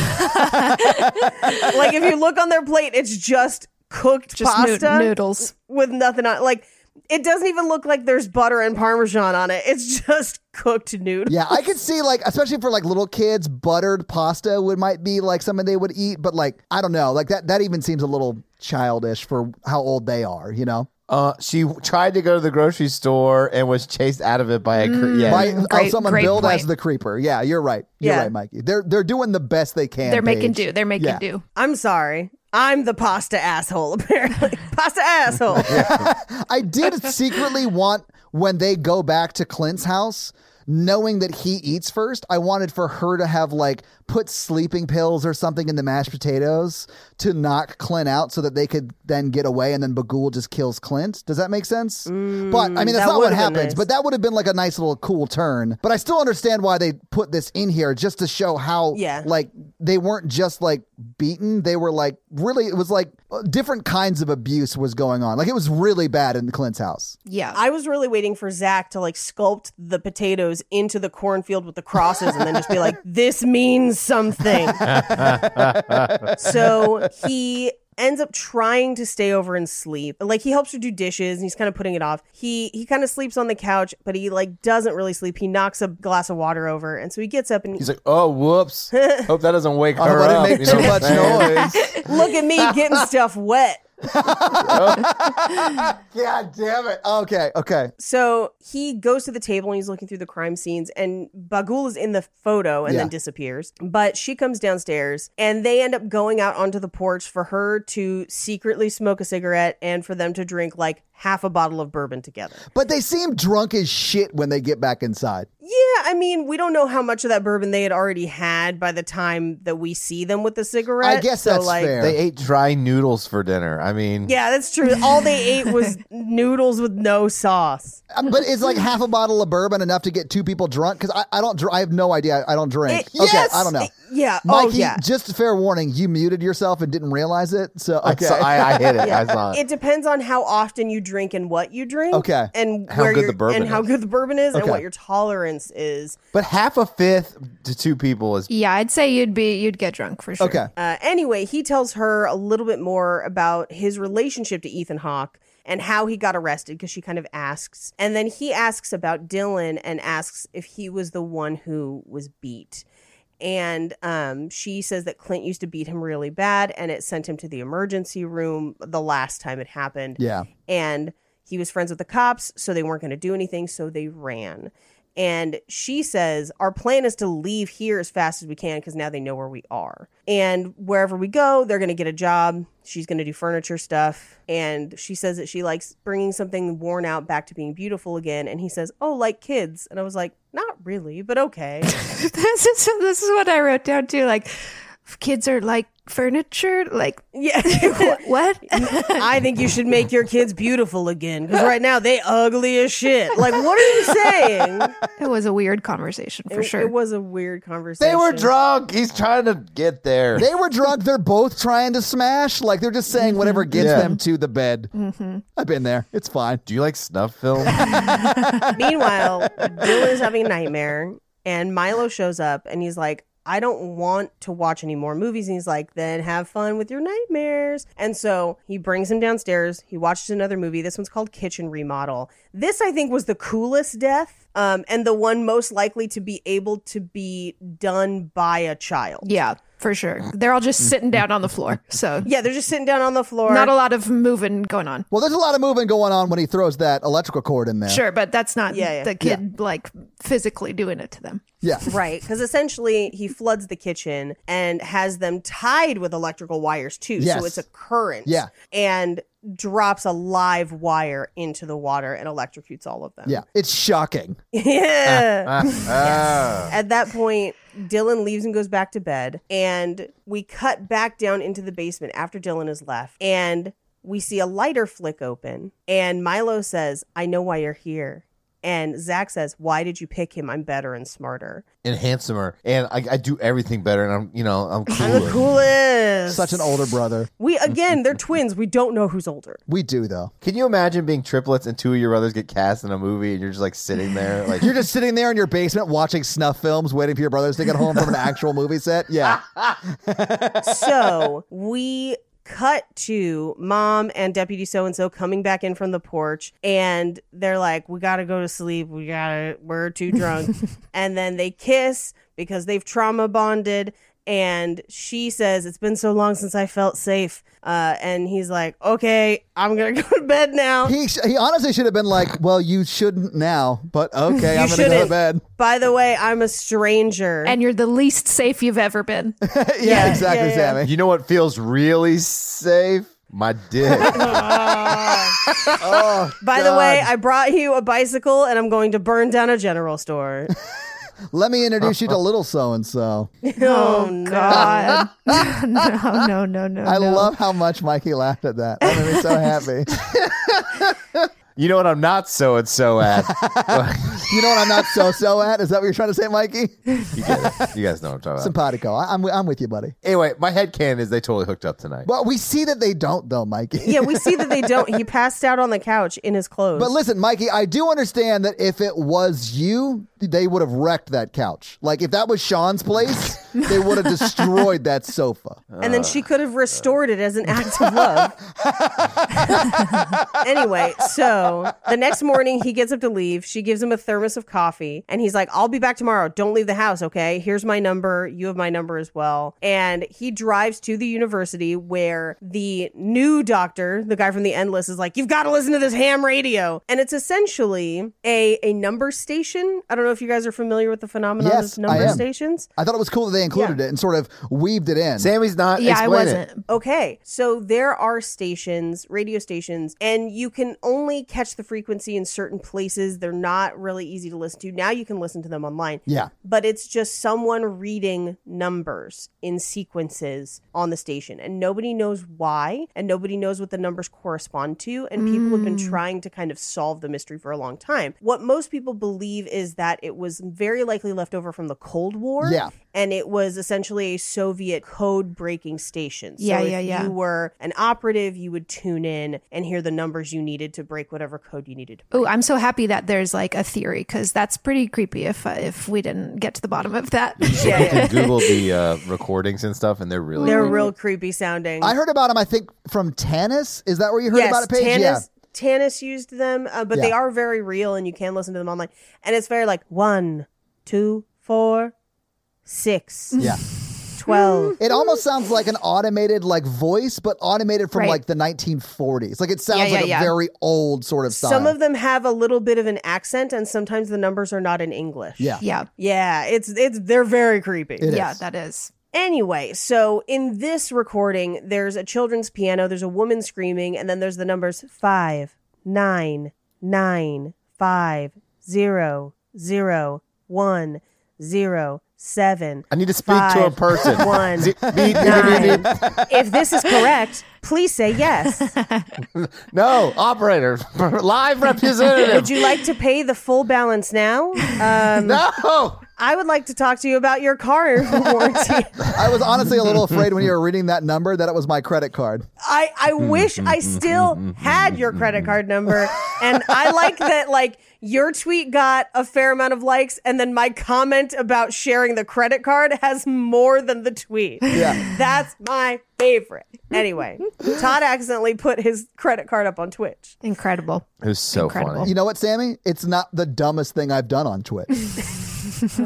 B: if you look on their plate, it's just cooked
D: Just noo-
B: pasta
D: noodles.
B: with nothing on. Like it doesn't even look like there's butter and parmesan on it. It's just cooked noodles.
A: Yeah, I could see like, especially for like little kids, buttered pasta would might be like something they would eat, but like I don't know, like that that even seems a little childish for how old they are, you know?
C: Uh, she tried to go to the grocery store and was chased out of it by a cre- yeah.
A: By oh,
D: great-
A: someone
D: great
A: billed as
D: point.
A: the creeper. Yeah, you're right. You're
B: Yeah.
A: right, Mikey. They're they're doing the best they can.
D: They're making
A: Paige.
D: do. They're making
A: Yeah.
D: do.
B: I'm sorry. I'm the pasta asshole, <laughs> apparently. pasta asshole.
A: <laughs> I did secretly want when they go back to Clint's house, knowing that he eats first, I wanted for her to have like put sleeping pills or something in the mashed potatoes to knock Clint out so that they could then get away and then Bagul just kills Clint. Does that make sense? but I mean that's
B: Mm, that
A: not what
B: would've been
A: happens.
B: nice.
A: But that would have been like a nice little cool turn. But I still understand why they put this in here just to show how
B: Yeah.
A: like they weren't just like beaten they were like really it was like uh, different kinds of abuse was going on like it was really bad in clint's house
D: Yeah.
B: I was really waiting for Zach to like sculpt the potatoes into the cornfield with the crosses and then just be like, <laughs> this means something. so he ends up trying to stay over and sleep. Like he helps her do dishes and he's kind of putting it off. He he kind of sleeps on the couch, but he like doesn't really sleep. He knocks a glass of water over and so he gets up and
C: He's like, oh, <laughs> whoops. Hope that Oh, doesn't wake
A: hope
C: her
A: I didn't
C: up.
A: make
C: you know
A: too
C: what
A: much
C: I'm saying?
B: look at me getting stuff wet.
A: God damn it. Okay, okay.
B: So he goes to the table and he's looking through the crime scenes, and Bagul is in the photo and
A: Yeah.
B: then disappears. But she comes downstairs and they end up going out onto the porch for her to secretly smoke a cigarette and for them to drink like half a bottle of bourbon together.
A: But they seem drunk as shit when they get back inside.
B: Yeah, I mean, we don't know how much of that bourbon they had already had by the time that we see them with the cigarette.
A: I guess
B: So,
A: that's
B: like,
A: fair.
C: <laughs> They ate dry noodles for dinner. I mean,
B: Yeah, that's true. All they ate was <laughs> noodles with no sauce.
A: Uh, but is like half a bottle of bourbon enough to get two people drunk? Because I, I don't. Dr- I have no idea. I, I don't drink.
B: It-
A: okay,
B: yes!
A: I don't know.
B: It- yeah.
A: Mikey,
B: oh, yeah.
A: just a fair warning. You muted yourself and didn't realize it. So
C: I
A: okay,
C: saw- I, I hit it. I saw it.
B: Uh, It depends on how often you drink and what you drink.
A: Okay.
B: And
C: How
B: where
C: good
B: your-
C: the bourbon
B: and how
C: is.
B: good the bourbon is
A: Okay.
B: and what your tolerance is.
C: But half a fifth to two people is
D: Yeah, I'd say you'd be you'd get drunk for
A: <laughs>
D: sure.
A: okay.
B: Uh, anyway, he tells her a little bit more about his relationship to Ethan Hawke and how he got arrested because she kind of asks. And then he asks about Dylan and asks if he was the one who was beat. And um, she says that Clint used to beat him really bad and it sent him to the emergency room the last time it happened.
A: Yeah.
B: and he was friends with the cops, so they weren't going to do anything, so they ran. And she says, Our plan is to leave here as fast as we can because now they know where we are. And wherever we go, they're going to get a job. She's going to do furniture stuff. And she says that she likes bringing something worn out back to being beautiful again. And he says, Oh, like kids. And I was like, Not really, but okay. <laughs>
D: <laughs> this is this is what I wrote down too. Like kids are like furniture.
B: <laughs>
D: Like
B: yeah.
D: <laughs> what?
B: I think you should make your kids beautiful again because right now they ugly as shit. Like, what are you saying?
D: it was a weird conversation for
B: it,
D: sure.
B: It was a weird conversation.
C: <laughs> They were
D: <laughs>
C: drunk. He's trying to get there.
A: They were drunk. They're both trying to smash. Like they're just saying whatever gets
C: Yeah.
A: them to the bed.
B: Mm-hmm.
A: I've been there. It's fine.
C: <laughs> Do you like snuff <laughs> film?
B: Meanwhile, Dylan is having a nightmare, and Milo shows up and he's like, I don't want to watch any more movies. And he's like, then have fun with your nightmares. And so he brings him downstairs. He watches another movie. This one's called Kitchen Remodel. This, I think, was the coolest death um, and the one most likely to be able to be done by a child.
D: yeah, for sure. They're all just sitting down on the
B: <laughs>
D: floor. So
B: Mm. Yeah, they're just sitting down on the floor.
D: not a lot of moving going on.
A: Well, there's a lot of moving going on when he throws that electrical cord in there.
D: Sure, but that's not
B: Yeah, yeah.
D: the kid like physically doing it to them.
A: Yeah.
B: Right, because essentially he floods the kitchen and has them tied with electrical wires too.
A: Yes.
B: So it's a current.
A: Yeah.
B: And drops a live wire into the water and electrocutes all of them.
A: Yeah. ah, It's shocking.
B: <laughs> yeah.
C: Ah.
B: At that point, Dylan leaves and goes back to bed. And we cut back down into the basement after Dylan is left. And we see a lighter flick open. And Milo says, I know why you're here. And Zach says, Why did you pick him? I'm better and smarter.
C: and handsomer. And I, I do everything better. And I'm, you know, <laughs> I'm
B: I'm the
C: cool.
B: coolest.
A: Such an older brother.
B: We again, they're twins. We don't know who's older.
A: We do though.
C: Can you imagine being triplets and two of your brothers get cast in a movie and you're just like sitting there like
A: You're just sitting there in your basement watching snuff films, waiting for your brothers to get home from an actual movie set.
B: <laughs>
A: Yeah. <laughs>
B: So we cut to mom and deputy so and so coming back in from the porch, and they're like, "We gotta go to sleep. We gotta. We're
A: <laughs>
B: too drunk." and then they kiss because they've trauma bonded. And she says, It's been so long since I felt safe. Uh, and he's like, Okay, I'm going to <laughs> go to bed now.
A: He sh- he honestly should have been like, well, you shouldn't now, but okay,
B: You
A: I'm gonna go to
B: shouldn't.
A: bed. <laughs>
B: By the way, I'm a stranger.
D: And you're the least safe you've ever
B: <laughs>
D: been.
A: yeah, exactly,
B: yeah, yeah.
A: Sammy.
C: You know what feels really safe? My dick.
B: By the way, I brought you a bicycle and I'm going to burn down a general store.
A: Let me introduce you to little so and so.
B: oh, no.
D: God. <laughs> no, no, no, no.
A: I
D: no.
A: love how much Mikey laughed at that. That made me so happy.
C: you know what I'm not so and so at?
A: You know what I'm not so so at? Is that what you're trying to say, Mikey?
B: Uh,
C: you, get it. You guys know what I'm talking about.
A: Simpatico. I- I'm I'm with you, buddy.
C: anyway, my head can is they totally hooked up tonight.
A: Well, we see that they don't though, Mikey.
B: Yeah, we see that they don't. He passed out on the couch in his clothes.
A: But listen, Mikey, I do understand that if it was you, they would have wrecked that couch. Like if that was Sean's place, They would have destroyed that sofa.
B: and then she could have restored it as an act of love. <laughs> anyway, so the next morning he gets up to leave. She gives him a thermos of coffee and he's like, I'll be back tomorrow. Don't leave the house, okay? Here's my number. You have my number as well. And he drives to the university where the new doctor, the guy from the Endless, is like, You've got to listen to this ham radio. And it's essentially a, a number station. I don't know if you guys are familiar with the phenomenon
A: Yes,
B: of
A: I
B: number
A: am.
B: stations.
A: I thought it was cool that they included
B: Yeah.
A: it and sort of weaved it in.
C: Sammy's not.
D: Yeah, I
C: Explain it.
D: wasn't.
B: Okay, so there are stations, radio stations, and you can only catch the frequency in certain places. They're not really easy to listen to. Now you can listen to them online.
A: Yeah.
B: But it's just someone reading numbers in sequences on the station, and nobody knows why, and nobody knows what the numbers correspond to. And people have been
A: Mm.
B: trying to kind of solve the mystery for a long time. What most people believe is that it was very likely left over from the Cold War.
A: Yeah.
B: And it was essentially a Soviet code breaking station. So
D: Yeah,
B: if
D: yeah, yeah.
B: you were an operative, you would tune in and hear the numbers you needed to break whatever code you needed to break.
D: Oh, I'm so happy that there's like a theory because that's pretty creepy. If uh, if we didn't get to the bottom of that, <laughs>
C: You can Google the uh, recordings and stuff, and they're really.
B: They're real creepy sounding.
A: Mm-hmm. I heard about him, I think, from Tanis. Is that where you heard
B: yes,
A: about it, Paige?
B: Tanis,
A: yeah.
B: Tanis used them, uh, but they
A: Yeah.
B: are very real and you can listen to them online. And it's very like one, two, four, six,
A: Yeah. <laughs>
B: twelve.
A: It almost sounds like an automated like voice, but automated from
D: Right.
A: like the 1940s. Like it sounds
D: Yeah, yeah,
A: like a
D: yeah.
A: very old sort of style.
B: Some of them have a little bit of an accent, and sometimes the numbers are not in English.
A: yeah.
D: yeah,
B: Yeah, it's it's they're very creepy.
A: It
D: yeah,
A: is.
D: that is.
B: Anyway, so in this recording, there's a children's piano, there's a woman screaming, and then there's the numbers five, nine, nine, five, zero, zero, one, zero, seven.
C: I need to speak to a
B: five, <laughs>
C: person.
B: One,
C: Z- beep, beep, beep,
B: nine.
C: <laughs> beep.
B: if this is correct, please say
C: <laughs>
B: yes.
C: No, operator, <laughs> live representative.
B: Would you like to pay the full balance
C: <laughs>
B: now? Um,
C: no.
B: I would like to talk to you about your car <laughs>
C: <laughs>
B: warranty.
A: I was honestly a
B: <laughs>
A: little afraid when you were reading that number that it was my credit card.
B: I, I wish I still had your credit card number. And I like that, like, your tweet got a fair amount of likes, and then my comment about sharing the credit card has more than the tweet.
A: Yeah.
B: That's my favorite. Anyway, Todd accidentally put his credit card up on Twitch.
D: Incredible.
C: It was so
D: Incredible.
C: funny.
A: You know what, Sammy? It's not the dumbest thing I've done on Twitch.
B: <laughs>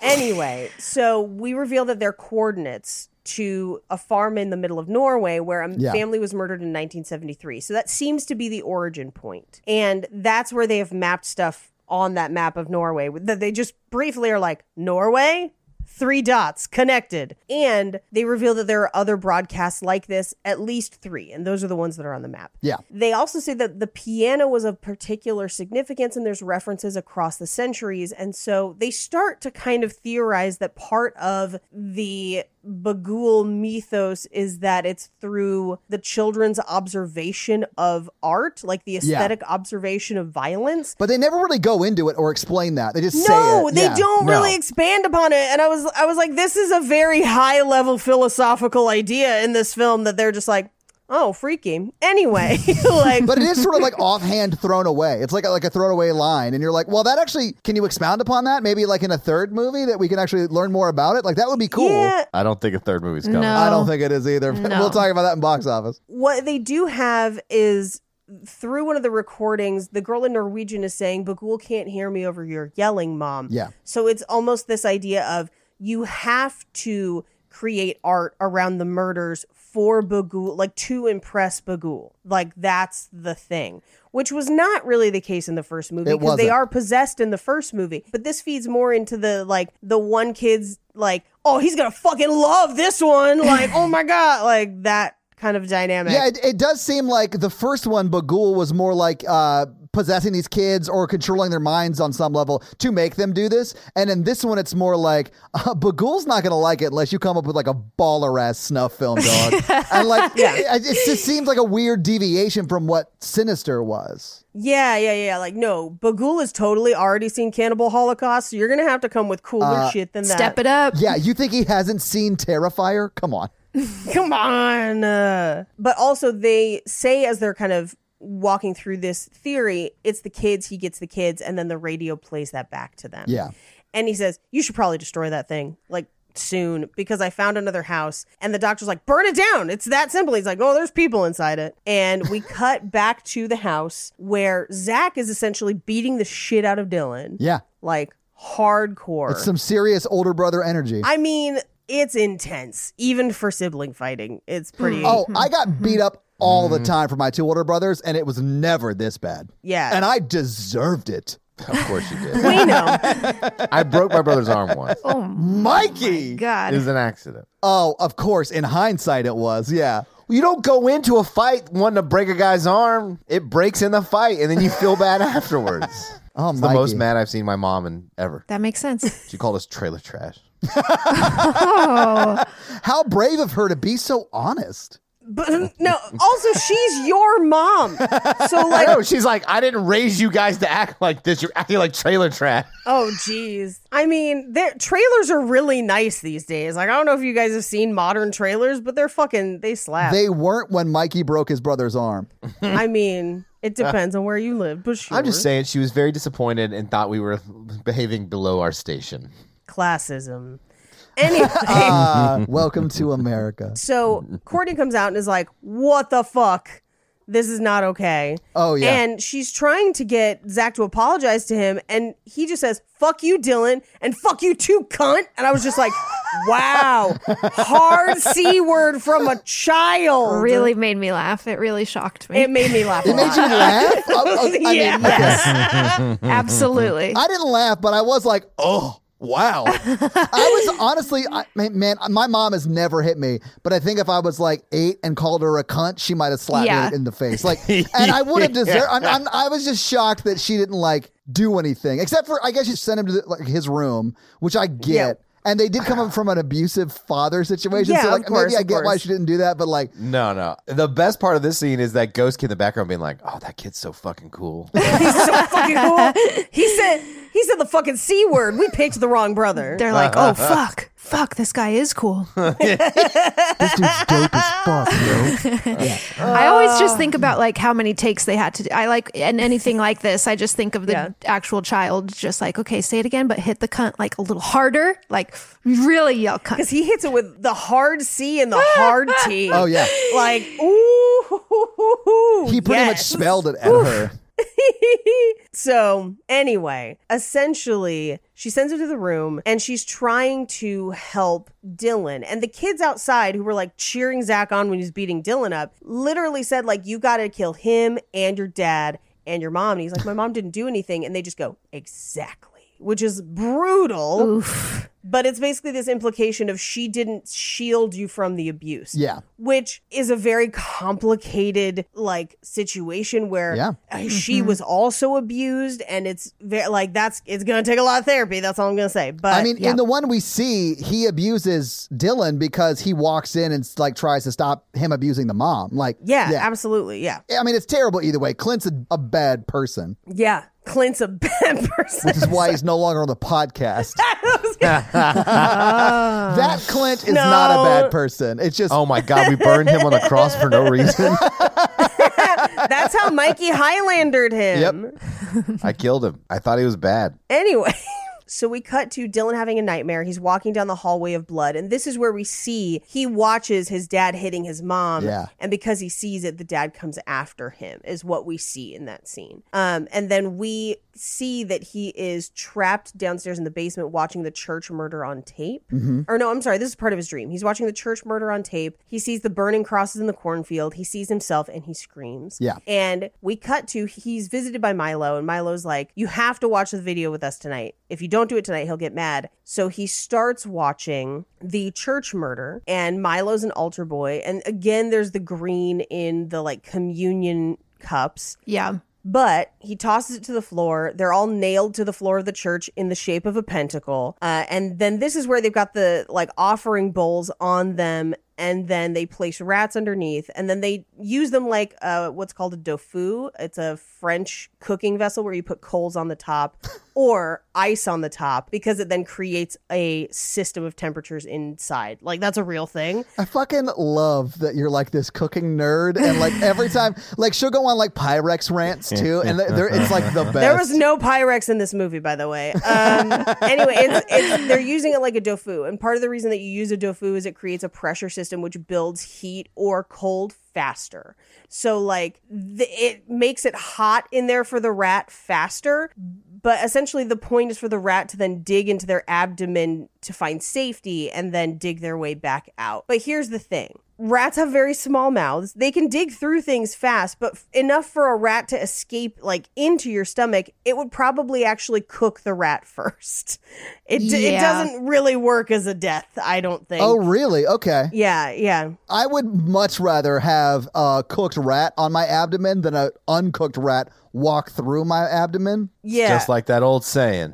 B: anyway, so we reveal that their coordinates to a farm in the middle of Norway where a
A: Yeah.
B: family was murdered in 1973. So that seems to be the origin point. And that's where they have mapped stuff on that map of Norway that they just briefly are like, Norway? Three dots connected. And they reveal that there are other broadcasts like this, at least three. And those are the ones that are on the map.
A: Yeah.
B: They also say that the piano was of particular significance and there's references across the centuries. And so they start to kind of theorize that part of the Bagul mythos is that it's through the children's observation of art, like the aesthetic observation of violence.
A: But they never really go into it or explain that. They just say
B: No,
A: it.
B: they
A: Yeah.
B: don't
C: No.
B: really expand upon it. And I was I was like, this is a very high level philosophical idea in this film that they're just like, oh, freaky. Anyway, <laughs> like
A: But it is sort of
B: <laughs>
A: like offhand thrown away. It's like a, like a throwaway line, and you're like, "Well, that actually can you expound upon that? Maybe like in a third movie that we can actually learn more about it. Like that would be cool."
B: Yeah, um,
C: I don't think a third movie's coming.
D: No.
A: I don't think it is either. <laughs> but
D: No.
A: We'll talk about that in box office.
B: what they do have is through one of the recordings, the girl in Norwegian is saying, Bagul can't hear me over your yelling, mom.
A: Yeah.
B: So it's almost this idea of you have to create art around the murders for Bagul, like to impress Bagul. Like that's the thing, which was not really the case in the first movie
A: It
B: because they
A: wasn't.
B: are possessed in the first movie. But this feeds more into the like the one kid's like, oh, he's gonna fucking love this one. Like, oh my god, like that kind of dynamic.
A: Yeah, it, it does seem like the first one, Bagul, was more like uh, possessing these kids or controlling their minds on some level to make them do this. And in this one, it's more like <laughs> uh, Bagul's not going to like it unless you come up with like a baller ass snuff film, dog. and like, it, it just seems like a weird deviation from what Sinister was.
B: Yeah, yeah, yeah. Like, no, Bagul has totally already seen Cannibal Holocaust, so you're gonna have to come with cooler shit than that.
D: Step it up.
A: Yeah, you think he hasn't seen Terrifier? Come on.
B: Come on. uh. But also, they say as they're kind of walking through this theory, it's the kids, he gets the kids, and then the radio plays that back to them.
A: Yeah.
B: And he says, You should probably destroy that thing. Like, soon because I found another house and the doctor's like, burn it down. It's that simple. He's like, oh, there's people inside it. And
A: <laughs>
B: we cut back to the house where Zach is essentially beating the shit out of Dylan.
A: Yeah.
B: Like hardcore.
A: Some serious older brother energy.
B: I mean, it's intense, even for sibling fighting. It's pretty.
A: oh, I got beat up all the time for my two older brothers, and it was never this bad.
B: Yeah.
A: And I deserved it.
C: Of course you did.
B: we know.
C: I broke my brother's arm once.
A: Mikey!
C: It was
D: God.
C: an accident.
A: Oh, of course. In hindsight, it was. Yeah.
C: You don't go into a fight wanting to break a guy's arm. It breaks in the fight, and then you feel <laughs> bad afterwards.
A: Oh,
C: It's
A: Mikey.
C: the most mad I've seen my mom in ever.
D: That makes sense.
C: She called us trailer trash.
D: Oh,
A: How brave of her to be so honest.
B: But no, also she's your mom. So like
C: <laughs> No, she's like, I didn't raise you guys to act like this. You're acting like trailer trash.
B: oh jeez. I mean, their trailers are really nice these days. Like I don't know if you guys have seen modern trailers, but they're fucking they slap.
A: They weren't when Mikey broke his brother's arm.
B: I mean, it depends on where you live, but sure.
C: I'm just saying, she was very disappointed and thought we were behaving below our station.
B: classism.
C: <laughs>
B: Anyway,
A: Uh, welcome to
B: <laughs>
A: America. <laughs>
B: so Courtney comes out and is like, "What the fuck? This is not okay."
A: Oh, yeah.
B: And she's trying to get Zach to apologize to him, and he just says, "Fuck you, Dylan," and "Fuck you too, cunt." And I was just
A: <laughs>
B: like, "Wow, hard c word from a child."
D: really made me laugh. It really shocked me.
B: It <laughs> made me laugh. a
A: It made
B: lot.
A: you
B: <laughs>
A: laugh? I, I- I mean,
B: Yes.
D: Absolutely.
A: I didn't laugh, but I was like, oh, wow. I
B: <laughs>
A: was honestly, I, man, man, my mom has never hit me, but I think if I was like eight and called her a cunt, she might have slapped
D: Yeah.
A: me in the face.
B: <laughs>
A: Like, and I would have deserved. I'm, I'm, I was just shocked that she didn't like do anything, except for I guess she sent him to the, like his room, which I get.
B: Yeah.
A: And they did come
B: <sighs>
A: up from an abusive father situation,
B: Yeah,
A: so
B: of
A: like
B: course,
A: maybe I
B: of
A: get why
B: course.
A: she didn't do that, but
B: <laughs>
A: like
C: No, no. The best part of this scene is that ghost kid in the background being like, "Oh, that kid's so fucking <laughs> cool."
B: He's so fucking cool.
A: <laughs>
B: He said he said the fucking c word. We picked the wrong brother.
D: They're like, oh fuck, fuck, this guy is cool.
A: this dude's dope as fuck, yo.
D: I always just think about like how many takes they had to do. I like and anything like this, I just think of the
B: Yeah.
D: actual child just like, okay, say it again, but hit the cunt like a little harder, like really
B: <laughs>
D: yell cunt.
B: Because he hits it with the hard C and the hard T.
A: Oh yeah,
B: like ooh, hoo, hoo, hoo, hoo.
A: he pretty much
B: Yes.
A: spelled it at her.
B: so anyway essentially she sends him to the room and she's trying to help dylan and the kids outside who were like cheering zach on when he was beating dylan up literally said like you gotta kill him and your dad and your mom and he's like my mom didn't do anything and they just go exactly which is brutal but it's basically this implication of she didn't shield you from the abuse
A: Yeah.
B: which is a very complicated like situation where
A: Yeah.
B: uh, she was also abused and it's very like that's it's gonna take a lot of therapy that's all i'm gonna say but
A: I mean, in the one we see, he abuses Dylan because he walks in and like tries to stop him abusing the mom. Like,
B: yeah, absolutely yeah
A: I mean, it's terrible either way. Clint's a, a bad person,
B: yeah clint's a bad <laughs> person
A: which <laughs> is why he's no longer on the
B: <laughs>
A: podcast. that Clint is
B: No.
A: not a bad person. It's just
C: oh my god, we burned him on the cross for no <laughs> reason.
B: that's how mikey highlandered him
C: Yep. I killed him. I thought he was bad.
B: Anyway, <laughs> so we cut to Dylan having a nightmare. He's walking down the hallway of blood, and this is where we see he watches his dad hitting his mom.
A: Yeah.
B: And because he sees it, the dad comes after him, is what we see in that scene. Um, and then we see that he is trapped downstairs in the basement watching the church murder on tape. Or no, I'm sorry, this is part of his dream. He's watching the church murder on tape. He sees the burning crosses in the cornfield. He sees himself and he screams.
A: Yeah.
B: And we cut to he's visited by Milo, and Milo's like, You have to watch the video with us tonight. If you don't do it tonight, he'll get mad. So he starts watching the church murder, and Milo's an altar boy. And again, there's the green in the like communion cups.
D: Yeah.
B: But he tosses it to the floor. They're all nailed to the floor of the church in the shape of a pentacle. Uh, and then this is where they've got the like offering bowls on them. and then they place rats underneath, and then they use them like uh, what's called a dofu. It's a French cooking vessel where you put coals on the top or ice on the top because it then creates a system of temperatures inside. Like that's a real thing.
A: I fucking love that you're like this cooking nerd, and like every time, like she'll go on like Pyrex rants too, and they're, it's like the best.
B: There was no Pyrex in this movie, by the way. Um, anyway, it's, it's, they're using it like a dofu, and part of the reason that you use a dofu is it creates a pressure system which builds heat or cold faster. So like the, it makes it hot in there for the rat faster, but essentially the point is for the rat to then dig into their abdomen to find safety and then dig their way back out. But here's the thing. Rats have very small mouths. They can dig through things fast, but f- enough for a rat to escape like into your stomach, it would probably actually cook the rat <laughs> first. It d- it
D: Yeah.
B: doesn't really work as a death, I don't think.
A: oh really? Okay.
B: yeah, yeah.
A: I would much rather have a cooked rat on my abdomen than an uncooked rat walk through my abdomen.
B: Yeah.
C: Just like that old saying.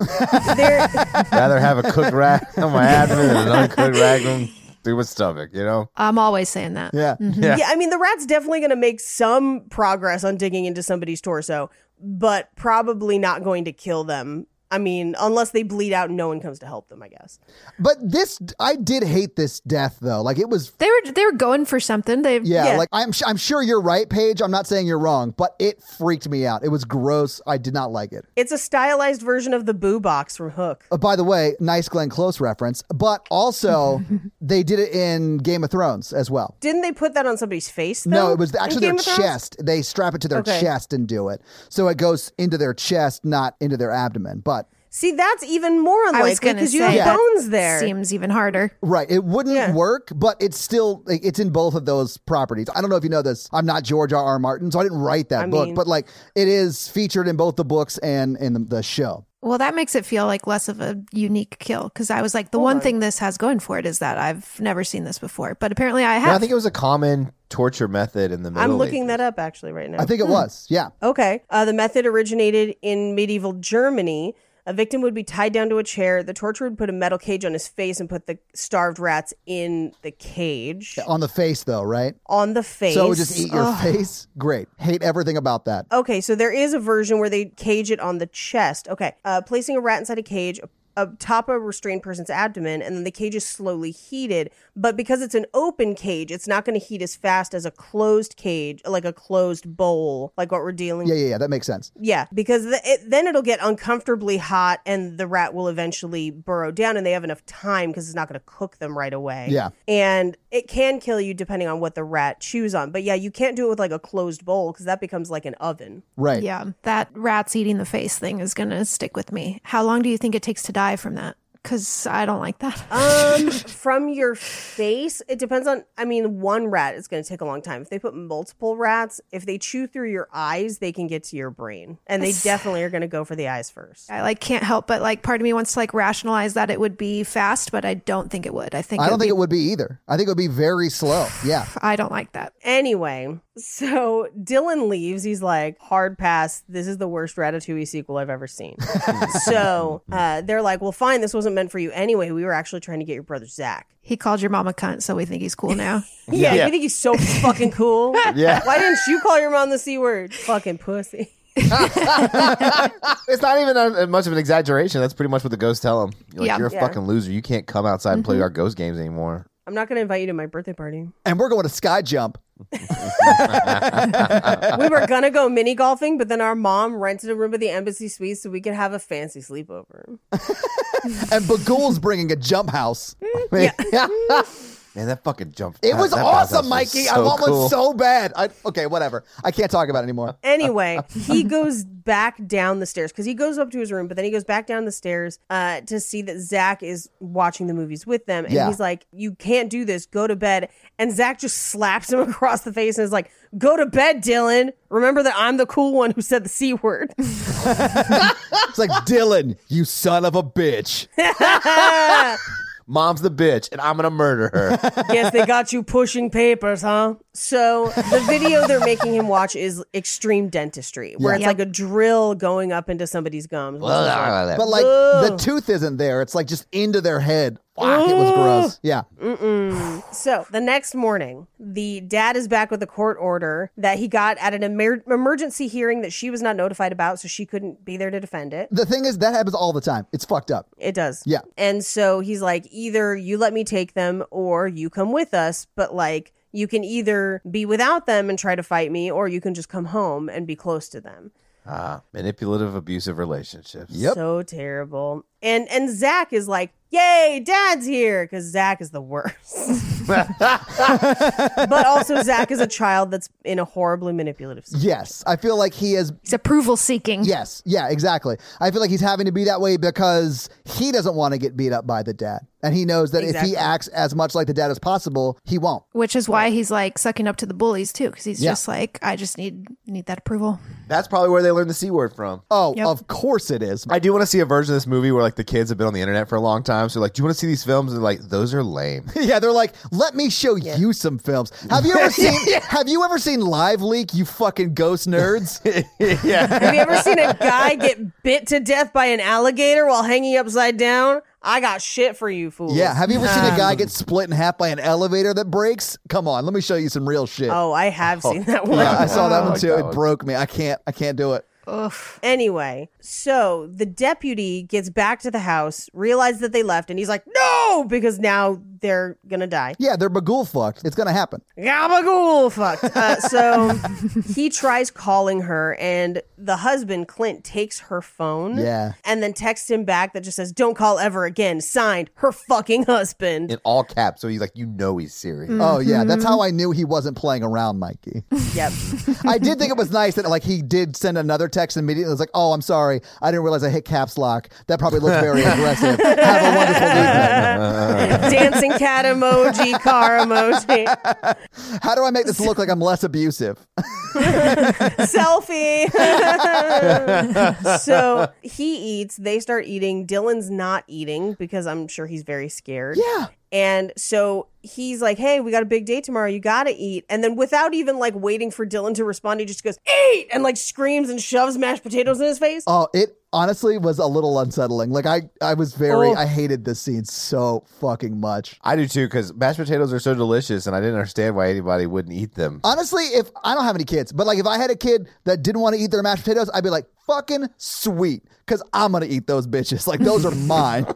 B: There-
C: Rather have a cooked rat <laughs> on my abdomen than an uncooked rat going through my stomach, you know?
D: I'm always saying that.
A: Yeah.
C: Yeah.
B: yeah, I mean, the rat's definitely going to make some progress on digging into somebody's torso, but probably not going to kill them. I mean, unless they bleed out and no one comes to help them, I guess.
A: But this, I did hate this death though. Like it was.
D: They were they were going for something. They
A: Yeah,
B: Yeah.
A: like I'm, sh- I'm sure you're right, Paige. I'm not saying you're wrong, but it freaked me out. It was gross. I did not like it.
B: It's a stylized version of the boo box from Hook.
A: Uh, by the way, nice Glenn Close reference, but
B: <laughs>
A: also they did it in Game of Thrones as well.
B: Didn't they put that on somebody's face?
A: No,
B: though,
A: it was
B: Oh, in
A: actually their
B: Game of Thrones?
A: chest. They strap it to their
B: Okay.
A: chest and do it. So it goes into their chest, not into their abdomen. But
B: See, that's even more
D: I
B: unlikely
D: was gonna
B: because
D: say
B: you have
D: that
B: bones there.
D: Seems even harder.
A: right, it wouldn't
B: Yeah.
A: work, but it's still like, it's in both of those properties. I don't know if you know this. I'm not George R. R. Martin, so I didn't write that
B: I
A: book,
B: mean-
A: but like it is featured in both the books and in the, the show.
D: Well, that makes it feel like less of a unique kill because I was like, the one thing this has going for it is that I've never seen this before, but apparently I
C: Yeah, I
D: have.
C: think it was a common torture method in the Middle
B: I'm looking
C: Ages.
B: that up actually right now.
A: I think it was. Yeah.
B: Okay. Uh, the method originated in medieval Germany. A victim would be tied down to a chair. The torturer would put a metal cage on his face and put the starved rats in the cage
A: On the face though, right?
B: on the face.
A: So it would just eat your face. Great. Hate everything about that.
B: Okay, so there is a version where they cage it on the chest. Okay, uh, placing a rat inside a cage atop a restrained person's abdomen, and then the cage is slowly heated. But because it's an open cage, it's not going to heat as fast as a closed cage, like a closed bowl, like what we're dealing
A: Yeah, yeah, yeah. That makes sense.
B: Yeah, because th- it, then it'll get uncomfortably hot, and the rat will eventually burrow down, and they have enough time because it's not going to cook them right away.
A: Yeah.
B: and it can kill you depending on what the rat chews on. But yeah, you can't do it with like a closed bowl because that becomes like an oven.
A: Right.
D: yeah, that rats eating the face thing is going to stick with me. How long do you think it takes to die from that? Because I don't like that.
B: Um, from your face, it depends on. I mean, one rat is going to take a long time. If they put multiple rats, if they chew through your eyes, they can get to your brain, and they definitely are going to go for the eyes first.
D: I like can't help but like part of me wants to like rationalize that it would be fast, but I don't think it would. I think
A: I don't
D: it'd
A: think it would be either. I think it would be very slow. Yeah.
D: be- I don't like that.
B: Anyway, so Dylan leaves. He's like, hard pass. This is the worst Ratatouille sequel I've ever
C: <laughs>
B: seen. so uh, they're like, well, fine. This wasn't meant for you anyway. We were actually trying to get your brother Zach.
D: He called your mom a cunt, so we think he's cool now.
B: Yeah,
C: Yeah.
B: you think he's so
C: <laughs>
B: fucking cool?
C: Yeah.
B: Why didn't you call your mom the C word? Fucking pussy.
C: It's not even a, much of an exaggeration. That's pretty much what the ghosts tell him. You're, like,
D: Yeah.
C: you're a
B: Yeah. Mm-hmm.
C: fucking loser. You can't come outside and play our ghost games anymore.
B: I'm not going to invite you to my birthday
C: <laughs>
B: party.
A: And we're going to sky jump.
B: we were gonna go mini golfing, but then our mom rented a room at the embassy suite so we could have a fancy sleepover.
A: And Bagul's bringing a jump house. <laughs>
C: Man, that fucking jump.
A: It was
C: that bounce house
A: awesome,
C: was
A: Mikey. I
C: so
A: want
C: cool.
A: one so bad. I, okay, whatever. I can't talk about it anymore.
B: Anyway, he goes back down the stairs because he goes up to his room, but then he goes back down the stairs uh, to see that Zach is watching the movies with them, and
A: Yeah.
B: he's like, "You can't do this. Go to bed." And Zach just slaps him <laughs> across the face and is like, "Go to bed, Dylan. Remember that I'm the cool one who said the c word."
A: It's
C: <laughs>
A: like, Dylan, you son of a bitch.
C: Mom's the bitch, and I'm gonna murder <laughs> her.
B: Guess they got you pushing papers, huh? So the video they're making him watch is extreme dentistry, where it's
D: Yeah.
B: like a drill going up into somebody's gums.
C: but
A: But like, the tooth isn't there. It's like just into their head Fuck, it was gross. Yeah.
B: So the next morning, the dad is back with a court order that he got at an emer- emergency hearing that she was not notified about, so she couldn't be there to defend it.
A: The thing is, that happens all the time. It's fucked up.
B: It does.
A: Yeah.
B: And so he's like, either you let me take them or you come with us, but like, you can either be without them and try to fight me, or you can just come home and be close to them.
C: Ah, manipulative, abusive relationships.
A: Yep.
B: So terrible. And and Zach is like, yay, dad's here, because Zach is
A: <laughs>
B: the worst. but also Zach is a child that's in a horribly manipulative situation.
A: Yes. I feel like he is.
D: He's approval seeking.
A: Yes. Yeah, exactly. I feel like he's having to be that way because he doesn't want to get beat up by the dad. And he knows that if
B: Exactly.
A: he acts as much like the dad as possible, he won't.
D: Which is why he's like sucking up to the bullies too, because he's
A: Yeah.
D: just like, I just need need that approval.
C: That's probably where they learned the C word from.
A: Oh,
D: Yep.
A: of course it is.
C: I do want to see a version of this movie where like the kids have been on the internet for a long time. So like, do you want to see these films? And they're like, those are lame.
A: <laughs> Yeah, they're like, let me show you some films. Have you
C: <laughs>
A: ever seen? Have you ever seen Live Leak? You fucking ghost
C: <laughs>
A: nerds.
B: Have you ever seen a guy get bit to death by an alligator while hanging upside down? I got shit for you, fools.
A: yeah. Have you ever seen a guy get split in half by an elevator that breaks? Come on, let me show you some real shit.
B: <laughs> Oh, I have seen that one.
A: Yeah, I saw that
C: I
A: one
C: like
A: too.
C: that
A: it
C: one.
A: broke me. I can't. I can't do it.
B: Anyway, so the deputy gets back to the house, realizes that they left, and he's like, no, because now they're going to die.
A: Yeah, they're bagool fucked. It's gonna happen.
B: Gabagool fucked. Uh, so
A: <laughs>
B: he tries calling her, and the husband, Clint, takes her phone
A: Yeah.
B: and then texts him back that just says, don't call ever again. Signed, her fucking husband.
C: In all caps. So he's like, you know, he's serious.
A: Oh yeah, that's
C: Mm-hmm.
A: how I knew he wasn't playing around,
C: <laughs>
A: Mikey. <laughs>
B: Yep.
A: I did think it was nice that like he did send another text immediately. It was like, oh, I'm sorry, I didn't realize I hit caps lock. That probably looked
C: <laughs>
A: very aggressive. Have a wonderful weekend.
B: Dancing cat emoji, car emoji,
A: <laughs> How do I make this look like I'm less abusive? <laughs>
B: selfie. so he eats, they start eating. Dylan's not eating because I'm sure he's very scared.
A: Yeah.
B: And so he's like, hey, we got a big day tomorrow. You got to eat. And then without even like waiting for Dylan to respond, he just goes, eat, and like screams and shoves mashed potatoes in his face.
A: Oh, it honestly was a little unsettling. Like I, I was very,
B: Oh.
A: I hated this scene so fucking much.
C: I do too because mashed potatoes are so delicious, and I didn't understand why anybody wouldn't eat them.
A: Honestly, if I don't have any kids, but like if I had a kid that didn't want to eat their mashed potatoes, I'd be like, fucking sweet, because I'm gonna eat those bitches. Like
B: <laughs>
A: those are mine.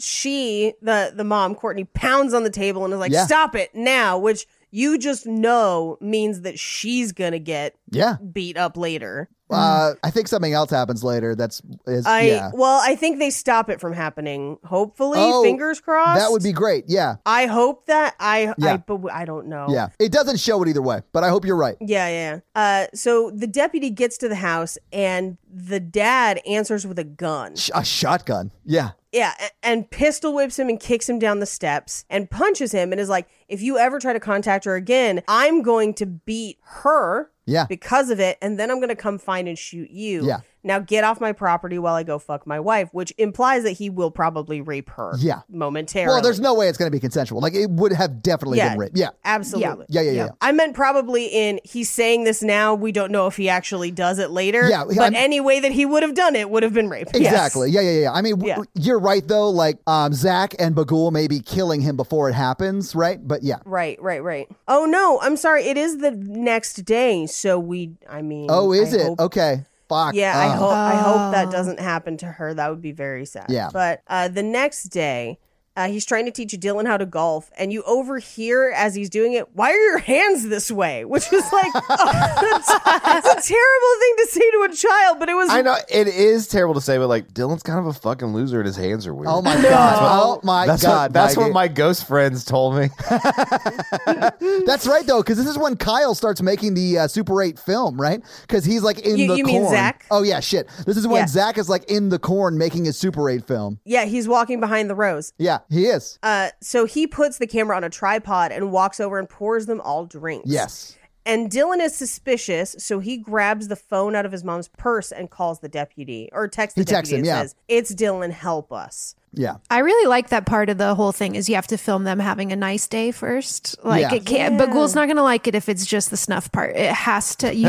B: She, the, the mom, Courtney, pounds on the table and is like,
A: Yeah.
B: stop it now, which you just know means that she's going to get
A: yeah.
B: beat up later.
A: Uh, I think something else happens later. That's is
B: I
A: yeah.
B: well, I think they stop it from happening. Hopefully,
A: Oh,
B: fingers crossed.
A: That would be great. Yeah.
B: I hope that I.
A: Yeah.
B: I but w- I don't know.
A: Yeah. It doesn't show it either way, but I hope you're right.
B: Yeah, yeah. yeah. Uh, so the deputy gets to the house, and the dad answers with a gun.
A: Sh- a shotgun. Yeah.
B: Yeah, a- and pistol whips him and kicks him down the steps and punches him and is like, "If you ever try to contact her again, I'm going to beat her
A: Yeah.
B: because of it, and then I'm going to come find and shoot you."
A: Yeah.
B: Now get off my property while I go fuck my wife, which implies that he will probably rape her.
A: Yeah.
B: momentarily.
A: Well, there's no way it's gonna be consensual. Like it would have definitely
B: Yeah.
A: been rape. Yeah.
B: Absolutely.
A: Yeah. Yeah. Yeah.
D: Yeah.
A: yeah.
B: I meant probably in he's saying this now. We don't know if he actually does it later.
A: Yeah,
B: but
A: I'm-
B: any way that he would have done it would have been rape. Yes.
A: Exactly. Yeah, yeah, yeah. I mean, w-
B: Yeah.
A: you're right though. Like, um, Zach and Bagul may be killing him before it happens, right? But yeah.
B: Right, right, right. Oh no, I'm sorry. It is the next day, so we. I mean,
A: Oh, is
B: I
A: it?
B: hope-
A: okay. Fuck.
B: Yeah, I
A: Ugh.
B: hope. I hope that doesn't happen to her. That would be very sad.
A: Yeah.
B: But uh, the next day. Uh, he's trying to teach Dylan how to golf, and you overhear as he's doing it, "Why are your hands this way?" <laughs> Which is like, oh, that's, that's a terrible thing to say to a child, but it was
C: I know it is terrible to say, but like Dylan's kind of a fucking loser, and his hands are weird.
A: Oh
B: <laughs>
A: my god. Oh my
C: That's
A: god.
C: what, that's
A: Mikey.
C: what my ghost friends told me.
A: That's right though, because this is when Kyle starts making the uh, Super Eight film, right? Because he's like in
B: You-
A: the
B: you
A: corn.
B: mean Zach?
A: Oh yeah, shit. This is when
B: Yeah.
A: Zach is like in the corn making his Super Eight film.
B: Yeah, he's walking behind the rows.
A: Yeah, he is.
B: Uh, so he puts the camera on a tripod and walks over and pours them all drinks.
A: Yes.
B: And Dylan is suspicious, so he grabs the phone out of his mom's purse and calls the deputy or texts the
A: He texts
B: deputy
A: him,
B: and
A: yeah.
B: says, It's Dylan, help us.
A: Yeah.
D: I really like that part of the whole thing is you have to film them having a nice day first. Like
A: Yeah.
D: it can't Bagul's not gonna like it if it's just the snuff part. It has to you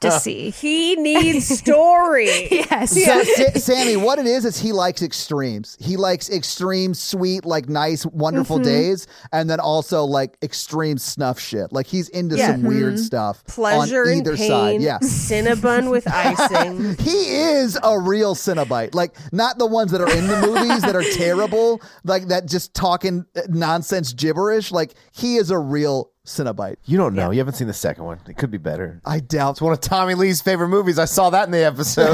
A: <laughs>
D: to see.
B: He needs story. <laughs>
D: Yes.
A: So, Sa- Sammy, what it is is he likes extremes. He likes extreme, sweet, like nice, wonderful
B: Mm-hmm.
A: days, and then also like extreme snuff shit. Like he's into
B: Yeah. Mm-hmm.
A: some weird stuff.
B: Pleasure
A: on
B: and
A: either
B: pain.
A: side. Yeah. <laughs>
B: Cinnabon with icing.
A: He is a real Cenobite. Like, not the ones that are in the movies that are
B: <laughs>
A: terrible, like that just talking uh, nonsense gibberish. Like, he is a real Cenobite.
C: You don't know. You haven't seen the second one. It could be better.
A: I doubt <laughs>
C: It's one of Tommy Lee's favorite movies. I saw that in the episode.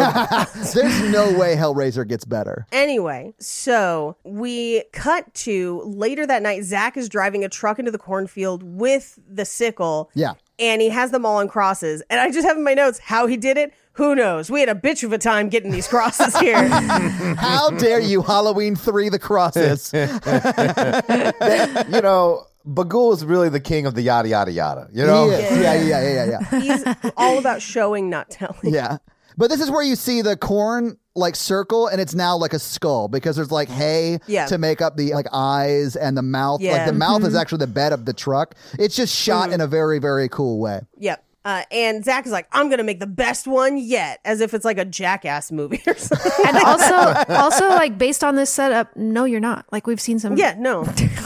A: there's no way Hellraiser gets better.
B: Anyway, so we cut to later that night. Zach is driving a truck into the cornfield with the sickle.
A: Yeah.
B: And he has them all on crosses. And I just have in my notes how he did it. Who knows? We had a bitch of a time getting these crosses here.
A: How dare you, Halloween 3 The Crosses?
C: you know, Bagul is really the king of the yada yada yada. You
A: Yeah,
C: know,
A: yeah, yeah, yeah, yeah, yeah.
B: He's all about showing, not telling.
A: Yeah. But this is where you see the corn like circle and it's now like a skull because there's like hay
B: Yeah.
A: to make up the like eyes and the mouth. Like
B: Yeah. Mm-hmm. Mm.
A: the mouth is actually the bed of the truck. It's just shot in a very, very cool way.
B: Yep. Uh, and Zach is like, I'm going to make the best one yet, as if it's like a jackass movie or something. <laughs>
D: And also also like based on this setup, no you're not. Like we've seen some <laughs>
B: yeah, no.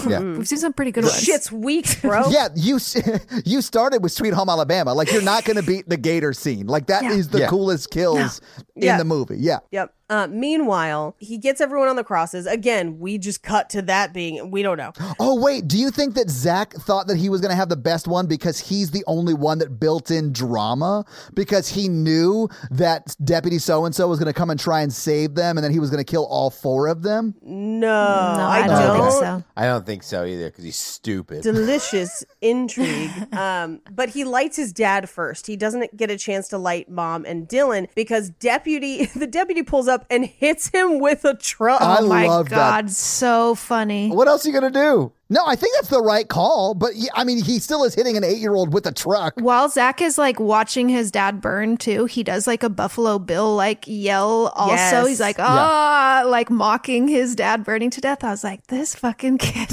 D: We've seen some pretty good ones.
B: Shit's weak, bro.
A: Yeah, you s- <laughs> you started with Sweet Home Alabama. Like you're not going to beat the gator scene. Like that is
D: Yeah.
A: the
C: Yeah.
A: coolest kills in
B: Yeah.
A: the movie. Yeah.
B: Yep. Uh, meanwhile, he gets everyone on the crosses. Again, we just cut to that being, we don't know.
A: Oh wait, do you think that Zach thought that he was going to have the best one because he's the only one that built in drama because he knew that Deputy So and So was going to come and try and save them, and then he was going to kill all four of them?
B: No,
D: No,
B: I,
D: don't think
B: don't.
D: so.
C: I don't think so either because he's stupid.
B: Delicious intrigue. Um, but he lights his dad first. He doesn't get a chance to light mom and Dylan because deputy <laughs> the deputy pulls up and hits him with a truck.
A: I
D: Oh my
A: love that.
D: god, so funny.
C: what else are you gonna do?
A: No, I think that's the right call, but y- I mean, he still is hitting an eight-year-old with a truck.
D: While Zach is like watching his dad burn too, he does like a Buffalo Bill like yell also.
B: Yes.
D: He's like, ah, like mocking his dad burning to death. I was like, this fucking kid.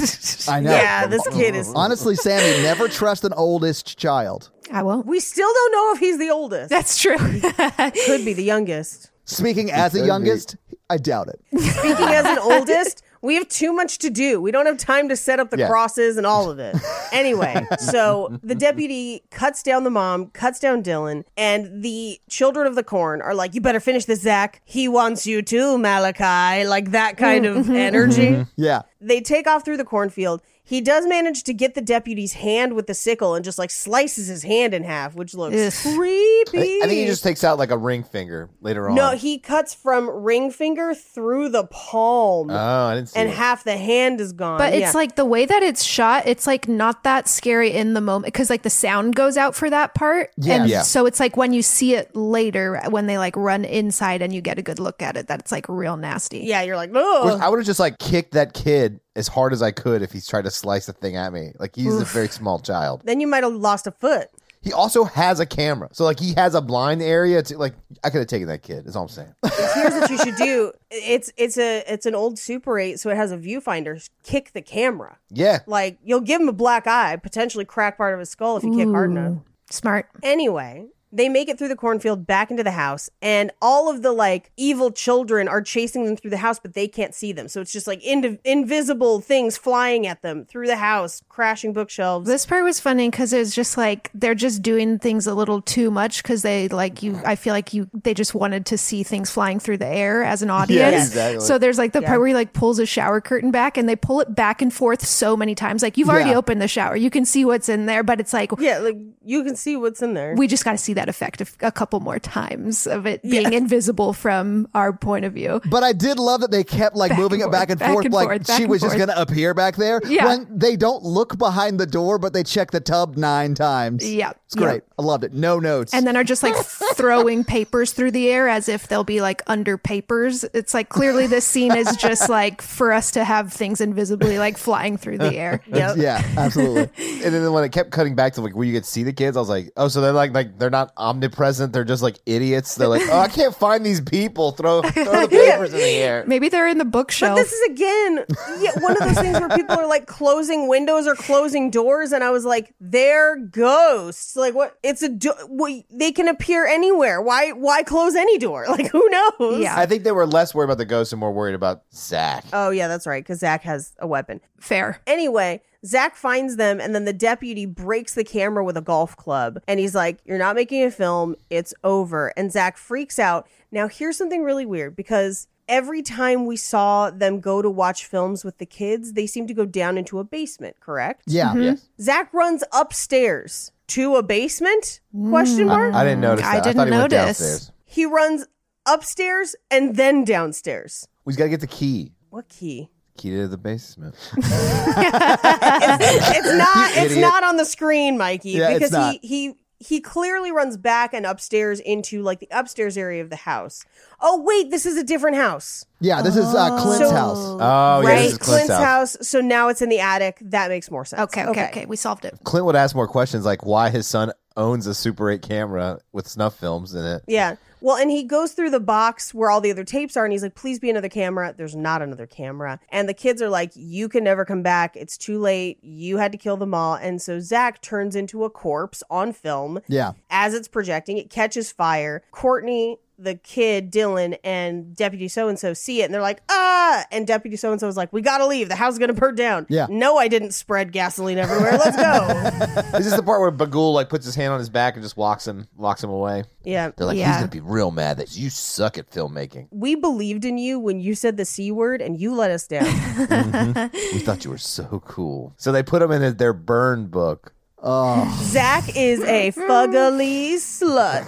D: I,
A: I know.
B: yeah, this kid is.
A: Honestly, Sammy, never trust an oldest child.
D: won't. <laughs>
B: We still don't know if he's the oldest.
D: That's true. <laughs>
B: Could be the youngest.
A: Speaking as the
C: could be.
A: youngest, I doubt it.
B: Speaking as an oldest, we have too much to do. We don't have time to set up the
C: Yeah.
B: crosses and all of it.
C: <laughs>
B: Anyway, so the deputy cuts down the mom, cuts down Dylan, and the children of the corn are like, You better finish this, Zach. He wants you too, Malachi. Like that kind of energy.
C: Mm-hmm.
A: Yeah.
B: They take off through the cornfield. He does manage to get the deputy's hand with the sickle and just like slices his hand in half, which looks
D: Ugh.
B: creepy.
C: I think he just takes out like a ring finger later on.
B: No, he cuts from ring finger through the palm
C: oh, I didn't see.
B: and
C: it.
B: half the hand is gone.
D: But
B: Yeah.
D: it's like the way that it's shot, it's like not that scary in the moment because like the sound goes out for that part.
A: Yeah.
D: And
C: Yeah.
D: so it's like when you see it later, when they like run inside and you get a good look at it, that it's like real nasty.
B: yeah, you're like,
C: Which
B: oh,
C: I would have just like kicked that kid as hard as I could if he's tried to slice the thing at me. Like he's a very small child.
B: then you might have lost a foot.
C: He also has a camera, so like he has a blind area. To, like I could have taken that kid. Is all I'm saying. <laughs>
B: Here's what you should do. <laughs> It's it's a it's an old Super 8, so it has a viewfinder. Kick the camera.
C: Yeah,
B: Like you'll give him a black eye, potentially crack part of his skull if you kick hard enough.
D: Smart.
B: Anyway, they make it through the cornfield back into the house, and all of the like evil children are chasing them through the house, but they can't see them. So it's just like indiv invisible things flying at them through the house, crashing bookshelves.
D: This part was funny because it was just like they're just doing things a little too much because they like you. I feel like you they just wanted to see things flying through the air as an audience.
C: exactly.
D: So there's like the part where he like pulls a shower curtain back and they pull it back and forth so many times. Like you've already
A: Yeah.
D: opened the shower, you can see what's in there, but it's like
B: yeah, like you can see what's in there.
D: we just got to see that effect a, a couple more times of it being invisible from our point of view.
A: But I did love that they kept like moving
D: and
A: it back
D: forth,
A: and
D: back
A: forth,
D: and
A: like
D: forth, back
A: she
D: and
A: was just
D: forth.
A: gonna appear back there.
D: Yeah.
A: When they don't look behind the door, but they check the tub nine times.
D: Yeah,
A: It's great. I loved it. No notes.
D: and then are just like throwing papers through the air as if they'll be like under papers. It's like clearly this scene is just like for us to have things invisibly like flying through the air.
B: Yep.
A: yeah, absolutely.
D: <laughs>
C: and then when it kept cutting back to like where you could see the kids, I was like, oh, so they're like like they're not not omnipresent. They're just like idiots. They're like, oh, I can't find these people. Throw,
D: <laughs>
C: throw the papers in the air.
D: Maybe they're in the bookshelf.
B: This is again yet one of those things where people are like closing windows or closing doors, and I was like, "They're ghosts. Like what? It's a do- well, they can appear anywhere. Why? Why close any door? <laughs> Like who knows?
D: Yeah.
C: I think they were less worried about the ghosts and more worried about Zach.
B: Oh yeah, that's right. Because Zach has a weapon.
D: Fair.
B: Anyway, Zach finds them, and then the deputy breaks the camera with a golf club. And he's like, You're not making a film. It's over. And Zach freaks out. Now, here's something really weird because every time we saw them go to watch films with the kids, they seem to go down into a basement, correct?
A: Yeah.
D: Oh, Mm-hmm.
C: Yes.
B: Zach runs upstairs to a basement? Question mark.
C: I didn't notice
D: mm-hmm. I
C: that. I
D: didn't
C: thought he went
D: notice.
C: downstairs.
B: he runs upstairs and then downstairs.
C: We've got to get the key.
B: What key?
C: Key to the basement.
B: it's not
C: <laughs> You
B: it's
C: idiot.
B: not on the screen mikey
A: Yeah, it's
B: because
A: not.
B: he he he clearly runs back and upstairs into like the upstairs area of the house oh wait this is a different house
A: Yeah, this is uh, Clint's
B: So-
A: house.
C: Oh, yeah,
D: Right.
C: this is Clint's, house.
B: so now it's in the attic that makes more sense
D: Okay, okay, okay, We solved it.
C: Clint would ask more questions like why his son owns a Super 8 camera with snuff films in it.
B: yeah well and he goes through the box where all the other tapes are and he's like please be another camera there's not another camera and the kids are like you can never come back it's too late you had to kill them all and so zach turns into a corpse on film
A: Yeah.
B: as it's projecting, it catches fire. Courtney, the kid, Dylan, and Deputy So and so see it and they're like, ah. And Deputy So and so is like, we gotta leave. The house is gonna burn down.
A: Yeah.
B: No, I didn't spread gasoline everywhere. Let's go.
C: this is the part where Bagul like puts his hand on his back and just walks him walks him away.
B: yeah.
C: They're like,
D: Yeah.
C: he's gonna be real mad that you suck at filmmaking.
B: We believed in you when you said the C word and you let us down.
C: We thought you were so cool. So they put him in their burn book.
A: Oh,
D: <sighs>
B: Zach is a fugly <laughs> slut.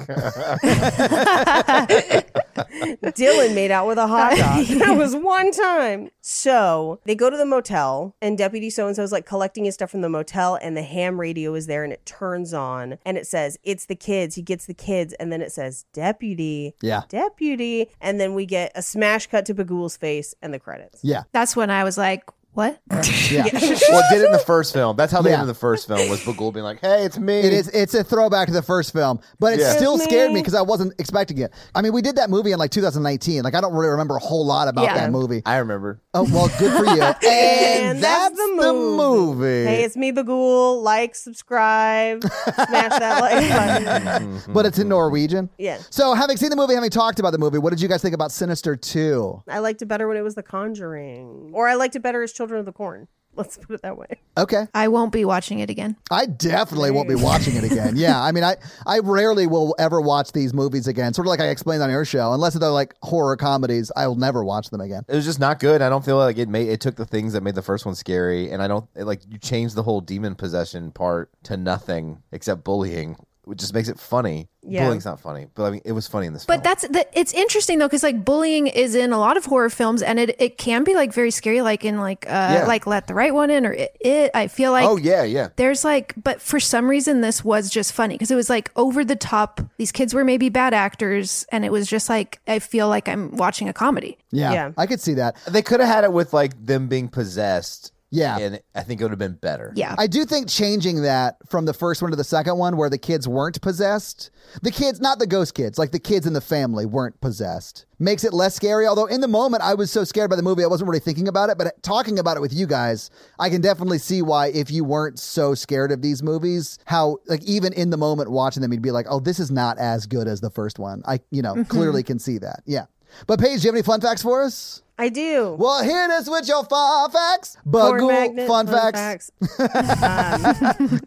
B: Dylan made out with a hot dog. That was one time. So they go to the motel, and Deputy So and so is like collecting his stuff from the motel, and the ham radio is there, and it turns on, and it says, It's the kids. He gets the kids. And then it says, Deputy,
A: Yeah.
B: deputy. And then we get a smash cut to Bagul's face and the credits.
A: Yeah.
D: That's when I was like, what? <laughs>
A: Yeah.
C: well, it did it in the first film. That's how they
A: Yeah.
C: ended the first film was Bagul being like, "Hey, it's me."
A: It is. It's a throwback to the first film, but it
C: Yeah.
A: still
B: Disney.
A: scared me because I wasn't expecting it. I mean, we did that movie in like 2019. Like, I don't really remember a whole lot about
D: Yeah.
A: that movie.
C: I remember.
A: Oh well, good for
D: <laughs>
A: you. and,
B: And
A: that's, the movie.
B: Hey, it's me, Bagul. Like, subscribe, smash that like button. <laughs>
A: But it's in Norwegian.
B: Yeah.
A: So, having seen the movie, having talked about the movie, what did you guys think about Sinister Two?
B: I liked it better when it was The Conjuring, or I liked it better as Children of the Corn. <laughs> Let's put it that way.
A: Okay,
D: I won't be watching it again.
A: I definitely won't be watching it again. Yeah, I <laughs> mean, I I rarely will ever watch these movies again. Sort of like I explained on your show, unless they're like horror comedies, I'll never watch them again.
C: It was just not good. I don't feel like it made it took the things that made the first one scary, and I don't it, like you changed the whole demon possession part to nothing except bullying, which just makes it funny.
B: Yeah.
C: Bullying's not funny, but I mean, it was funny in this.
D: But
C: film.
D: that's the, it's interesting though because like bullying is in a lot of horror films and it, it can be like very scary like in like uh
C: Yeah.
D: like Let the Right One In or it, it I feel like
C: oh yeah, yeah.
D: there's like but for some reason this was just funny because it was like over the top these kids were maybe bad actors and it was just like I feel like I'm watching a comedy.
A: Yeah,
B: Yeah.
A: I could see that.
C: They could have had it with like them being possessed.
A: Yeah.
C: and I think it would have been better.
D: Yeah.
A: I do think changing that from the first one to the second one, where the kids weren't possessed, the kids, not the ghost kids, like the kids in the family weren't possessed, makes it less scary. Although in the moment, I was so scared by the movie, I wasn't really thinking about it. But talking about it with you guys, I can definitely see why, if you weren't so scared of these movies, how, like, even in the moment watching them, you'd be like, oh, this is not as good as the first one. I, you know, clearly can see that. Yeah. But Paige, do you have any fun facts for us?
B: I do.
A: Well, hit us with your fun facts.
B: Corn
A: Bagul,
B: magnet,
A: fun facts.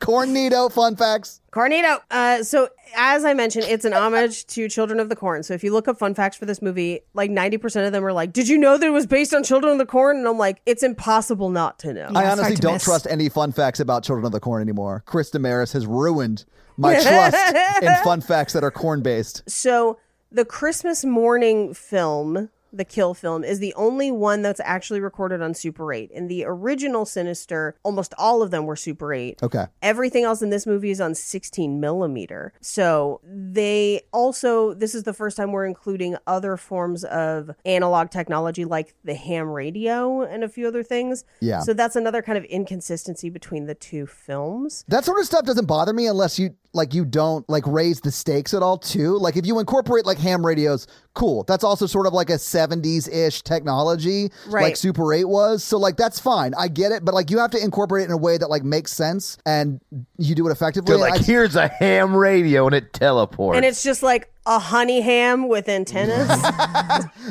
A: Cornito, fun facts.
B: Cornito. Uh, so, as I mentioned, it's an homage to Children of the Corn. So, if you look up fun facts for this movie, like 90% of them are like, Did you know that it was based on Children of the Corn? And I'm like, It's impossible not to
A: I
B: know.
D: it's
A: honestly
D: hard to
A: don't
D: miss.
A: trust any fun facts about Children of the Corn anymore. Chris Damaris has ruined my trust in fun facts that are corn based.
B: So the Christmas morning film, the Kill film, is the only one that's actually recorded on Super 8. In the original Sinister, almost all of them were Super 8.
A: Okay.
B: Everything else in this movie is on 16 millimeter. So they also, this is the first time we're including other forms of analog technology like the ham radio and a few other things.
A: Yeah.
B: So that's another kind of inconsistency between the two films.
A: That sort of stuff doesn't bother me unless you like you don't like raise the stakes at all too? Like if you incorporate like ham radios, cool. That's also sort of like a 70s ish technology, like
B: Right.
A: Super 8 was. So like that's fine. I get it, but like you have to incorporate it in a way that like makes sense and you do it effectively.
C: They're like,
A: And I-
C: here's a ham radio, and it teleports.
B: And it's just like a honey ham with antennas.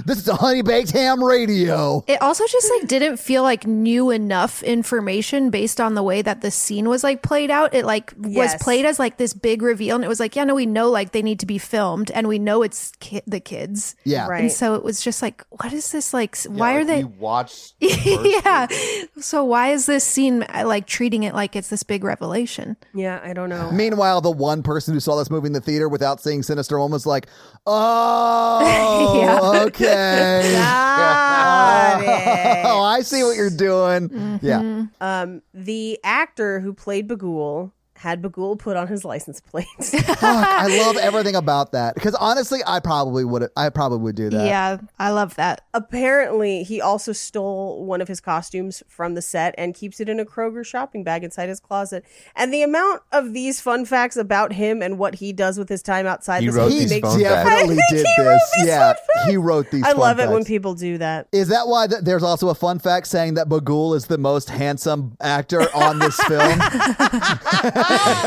A: this is a honey baked ham radio.
D: It also just like didn't feel like new enough information based on the way that the scene was like played out. It like was
B: Yes.
D: played as like this big reveal, and it was like, yeah, no, we know like they need to be filmed, and we know it's ki- the kids.
A: Yeah.
B: Right.
D: And so it was just like, what is this like? s-
C: Yeah,
D: Why are
C: like,
D: they?
C: We watched.
B: <laughs>
D: <laughs> yeah. So why is this scene uh, like treating it like it's this big revelation?
B: yeah, I don't know.
A: Meanwhile, the one person who saw this movie in the theater without seeing Sinister One was like,
B: <laughs>
A: oh,
D: Yeah.
A: okay. <laughs>
B: Got it.
A: oh, I see what you're doing. Yeah.
B: Um, the actor who played Bagul had Bagul put on his license plate. <laughs>
A: Fuck, I love everything about that. Because honestly, I probably would I probably would do that.
D: Yeah, I love that.
B: Apparently, he also stole one of his costumes from the set and keeps it in a Kroger shopping bag inside his closet. And the amount of these fun facts about him and what he does with his time outside
C: He
B: this
C: wrote
B: he
A: He
C: these
B: makes
C: phone
A: definitely
B: facts. I
A: did
B: think he wrote
A: this.
B: these
A: Yeah.
B: fun facts.
A: He wrote these
B: I
A: fun
B: love it when
A: facts.
B: people
A: <laughs>
B: do that.
A: Is that why th- there's also a fun fact saying that Bagul is the most handsome actor on this
B: <laughs>
A: film?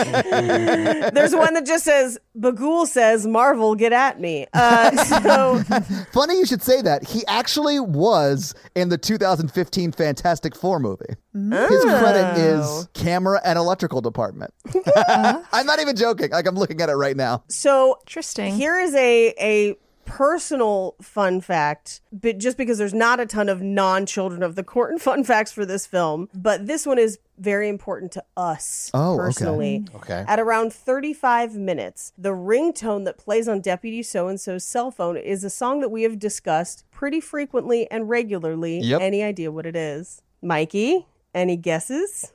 B: There's one that just says Bagul says Marvel get at me. Uh, <laughs> so
A: Funny you should say that. He actually was in the 2015 Fantastic Four movie. His credit is camera and electrical department. <laughs> I'm not even joking. Like I'm looking at it right now.
B: so
D: Interesting.
B: Here is a a personal fun fact, but just because there's not a ton of non children of the court and <laughs> fun facts for this film, but this one is very important to us
A: Oh, okay.
B: personally.
C: Okay.
B: At around 35 minutes, the ringtone that plays on Deputy So and So's cell phone is a song that we have discussed pretty frequently and regularly.
C: Yep.
B: Any idea what it is? Mikey, any guesses?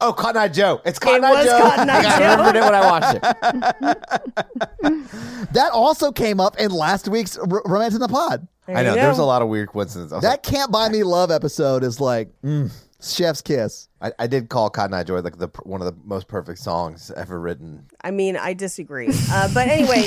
C: Oh, Cotton Eye Joe. It's Cotton
B: It
C: Eye
B: was
C: Joe.
B: Cotton Eye
C: <laughs> I
B: Joe.
C: remembered it when I
B: <laughs>
C: watched it.
A: That also came up in last week's R- Romance in the Pod.
B: There
C: I know.
B: you
C: There's
B: go.
C: a lot of weird coincidences. I, was
A: That Can't Buy Me Love episode is like mm, chef's kiss.
C: like, I, I did call Cotton Eye Joe like the one of the most perfect songs ever written.
B: I mean, I disagree. Uh, but anyway,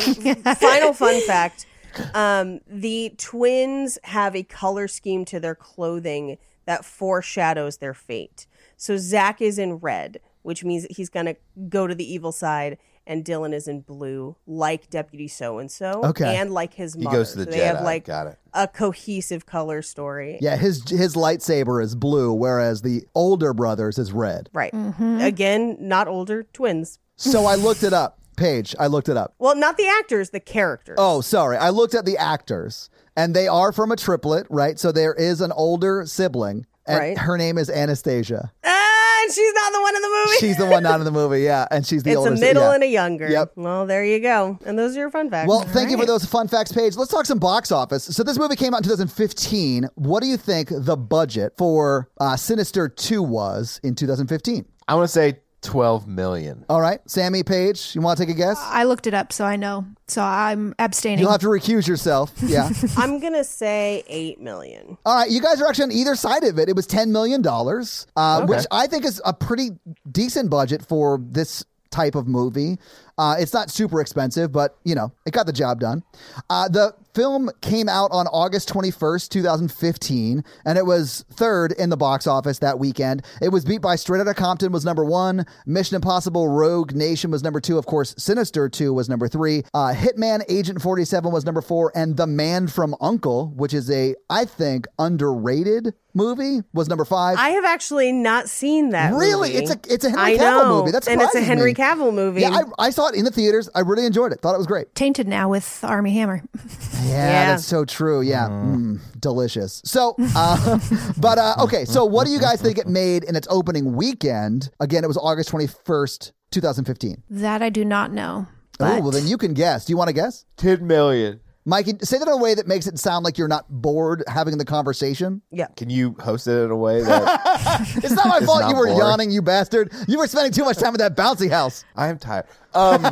B: final fun fact um, the twins have a color scheme to their clothing that foreshadows their fate. So Zach is in red, which means that he's going to go to the evil side. And Dylan is in blue, like Deputy So and So,
A: Okay.
B: and like his
C: He
B: mother.
C: goes to the
B: so
C: Jedi.
B: they have like
C: Got it.
B: a cohesive color story.
A: Yeah, his his lightsaber is blue, whereas the older brothers is red.
B: Right. Again, not older twins.
A: So I looked it up. Paige, I looked it up.
B: Well, not the actors, the characters.
A: Oh, sorry. I looked at the actors, and they are from a triplet, right? So there is an older sibling, and
B: Right.
A: her name is Anastasia.
B: Ah, and she's not the one in the movie.
A: She's the one not in the movie, yeah, and she's the
B: it's
A: older.
B: a
A: si-
B: middle
A: yeah.
B: and a younger.
A: Yep.
B: Well, there you go. And those are your fun facts.
A: Well, thank you for those fun facts, Paige. Let's talk some box office. So this movie came out in 2015. What do you think the budget for uh, Sinister Two was in 2015?
C: I want to say 12 million.
A: All right, Sammy, Paige, you want to take a guess?
D: I looked it up, so I know. So I'm abstaining.
A: You'll have to recuse yourself. Yeah.
B: I'm gonna say eight million.
A: All right, you guys are actually on either side of it. It was ten million dollars, uh, which I think is a pretty decent budget for this type of movie. Uh, it's not super expensive, but you know, it got the job done. Uh, the film came out on August twenty first, two thousand fifteen, and it was third in the box office that weekend. It was beat by Straight Outta Compton was number one, Mission Impossible: Rogue Nation was number two, of course, Sinister Two was number three, uh, Hitman Agent Forty Seven was number four, and The Man from Uncle, which is a I think underrated movie, was number five.
B: I have actually not seen that.
A: Really?
B: movie.
A: It's a- it's a Henry
B: I
A: Cavill
B: know.
A: movie. That
B: and it's a
A: surprises
B: Henry
A: me.
B: Cavill movie.
A: yeah, I, I saw it in the theaters. I really enjoyed it. Thought it was great.
D: Tainted now with Army Hammer.
A: Yeah, that's so true. Yeah, Mm, delicious. So, uh, <laughs> but uh, okay. So, what do you guys think it made in its opening weekend? Again, it was August twenty first, two thousand fifteen.
D: That I do not know.
A: Oh,
D: But
A: well, then you can guess. Do you want to guess?
C: 10 million.
A: Mikey, say that in a way that makes it sound like you're not bored having the conversation.
C: Can you host it in a way
B: <laughs>
C: that
A: It's not my fault
C: not
A: you were
C: bored.
A: yawning, you bastard. You were spending too much time at that bouncy house.
C: I am tired? Um,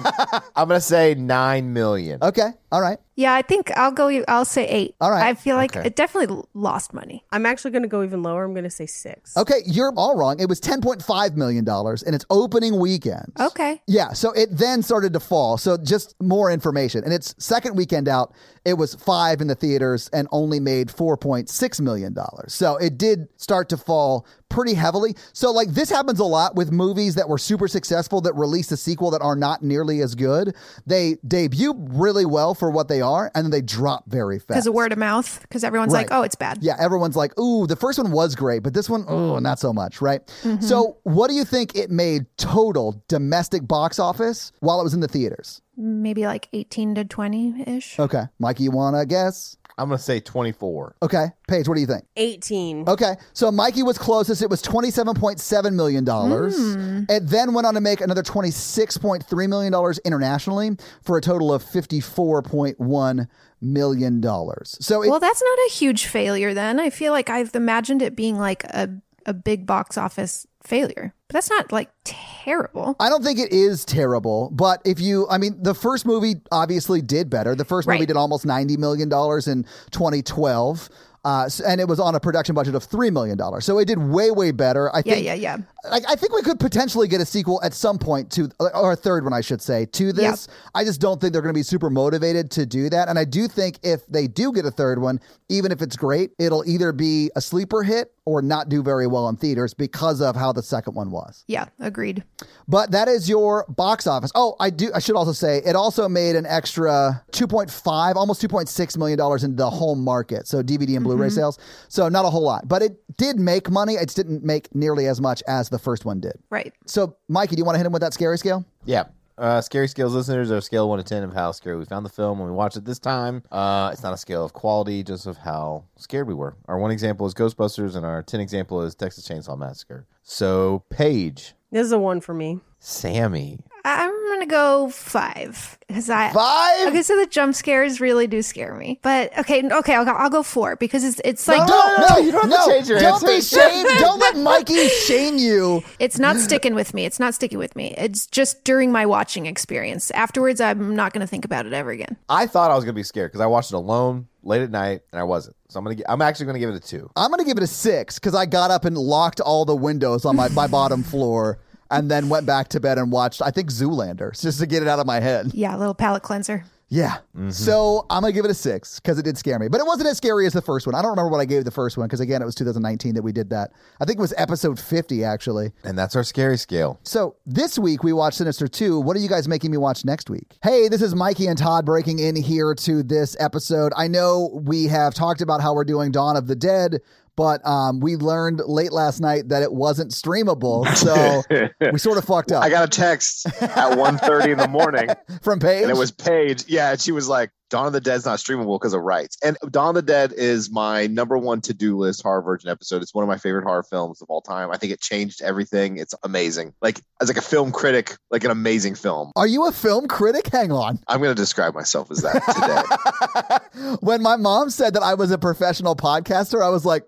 C: I'm gonna say nine million.
A: Okay. All right.
D: Yeah, I think I'll go. I'll say eight.
A: All right.
D: I feel like
C: Okay.
D: it definitely l- lost money.
B: I'm actually going to go even lower. I'm going to say six.
A: Okay. You're all wrong. It was $10.5 million in its opening weekend.
D: Okay.
A: Yeah, so it then started to fall. So just more information. And its second weekend out, it was five in the theaters and only made $4.6 million. So it did start to fall pretty heavily. So, like, this happens a lot with movies that were super successful that release a sequel that are not nearly as good. They debut really well for what they are, and then they drop very fast.
D: Because of word of mouth, because everyone's like,
A: Right.
D: oh, it's bad.
A: Yeah, everyone's like, ooh, the first one was great, but this one, ooh, not so much, right?
D: Mm-hmm.
A: So, what do you think it made total domestic box office while it was in the theaters?
D: Maybe like 18 to 20 ish.
A: Okay. Mikey, you want to guess?
C: I'm gonna say 24.
A: Okay. Paige, what do you think?
B: 18.
A: Okay. So, Mikey was closest. It was $27.7 million.
D: Hmm.
A: It then went on to make another $26.3 million internationally for a total of $54.1 million. So, it,
D: Well, that's not a huge failure then. I feel like I've imagined it being like a, a big box office failure, but that's not like terrible.
A: I don't think it is terrible, but if you, I mean, the first movie obviously did better. The first movie
D: Right.
A: did almost ninety million dollars in 2012, uh, s- and it was on a production budget of three million dollars. So it did way, way better. I
D: Yeah,
A: think.
D: yeah, yeah.
A: Like, I think we could potentially get a sequel at some point to, or a third one, I should say, to this. I just don't think they're going to be super motivated to do that. And I do think if they do get a third one, even if it's great, it'll either be a sleeper hit or not do very well in theaters because of how the second one was.
D: Yeah, agreed.
A: But that is your box office. Oh, I do. I should also say it also made an extra 2.5, almost 2.6 million dollars in the home market. So DVD and
C: Mm-hmm.
A: Blu-ray sales. So not a whole lot, but it did make money. It just didn't make nearly as much as the first one did.
D: Right.
A: So, Mikey, do you want to hit him with that scary scale?
C: Yeah. Uh, scary Scales listeners are a scale of 1 to 10 of how scary we found the film when we watched it this time. Uh, it's not a scale of quality, just of how scared we were. Our one example is Ghostbusters, and our 10 example is Texas Chainsaw Massacre. So, Paige,
B: This is a one for me.
C: Sammy.
D: I- I'm going to go five because I.
A: Five.
D: Okay, so the jump scares really do scare me, but okay, okay, I'll go, I'll go four because it's it's
A: No,
D: like
C: Oh, no,
A: no,
C: you don't have to change your
A: don't be
C: answer.
A: shamed. don't let Mikey shame you.
D: It's not sticking with me. It's not sticking with me. It's just during my watching experience. Afterwards, I'm not going to think about it ever again.
C: I thought I was going to be scared because I watched it alone late at night, and I wasn't. So, I'm gonna. gi- I'm actually going to give it a 2.
A: I'm gonna give it a six because I got up and locked all the windows on my, my bottom floor, and then went back to bed and watched. I think Zoolander just to get it out of my head.
D: Yeah, a little palate cleanser.
A: Yeah.
E: Mm-hmm.
A: So I'm going to give it a six because it did scare me. But it wasn't as scary as the first one. I don't remember what I gave the first one because, again, it was 2019 that we did that. I think it was episode 50, actually.
C: And that's our scary scale.
A: So this week we watched Sinister 2. What are you guys making me watch next week? Hey, this is Mikey and Todd breaking in here to this episode. I know we have talked about how we're doing Dawn of the Dead. But um, we learned late last night that it wasn't streamable,
E: <laughs>
A: so we sort of fucked up.
E: I got a text at 1.30 in the
C: <laughs>
E: morning,
A: from Paige.
E: and it was Paige. Yeah, and she was like, Dawn of the Dead's not streamable because of rights. And Dawn of the Dead is my number one to-do list horror virgin episode. It's one of my favorite horror films of all time. I think it changed everything. It's amazing. Like, as like a film critic, like an amazing film.
A: Are you a film critic? Hang on.
E: I'm going to describe myself as that today.
A: <laughs> when my mom said that I was a professional podcaster, I was like,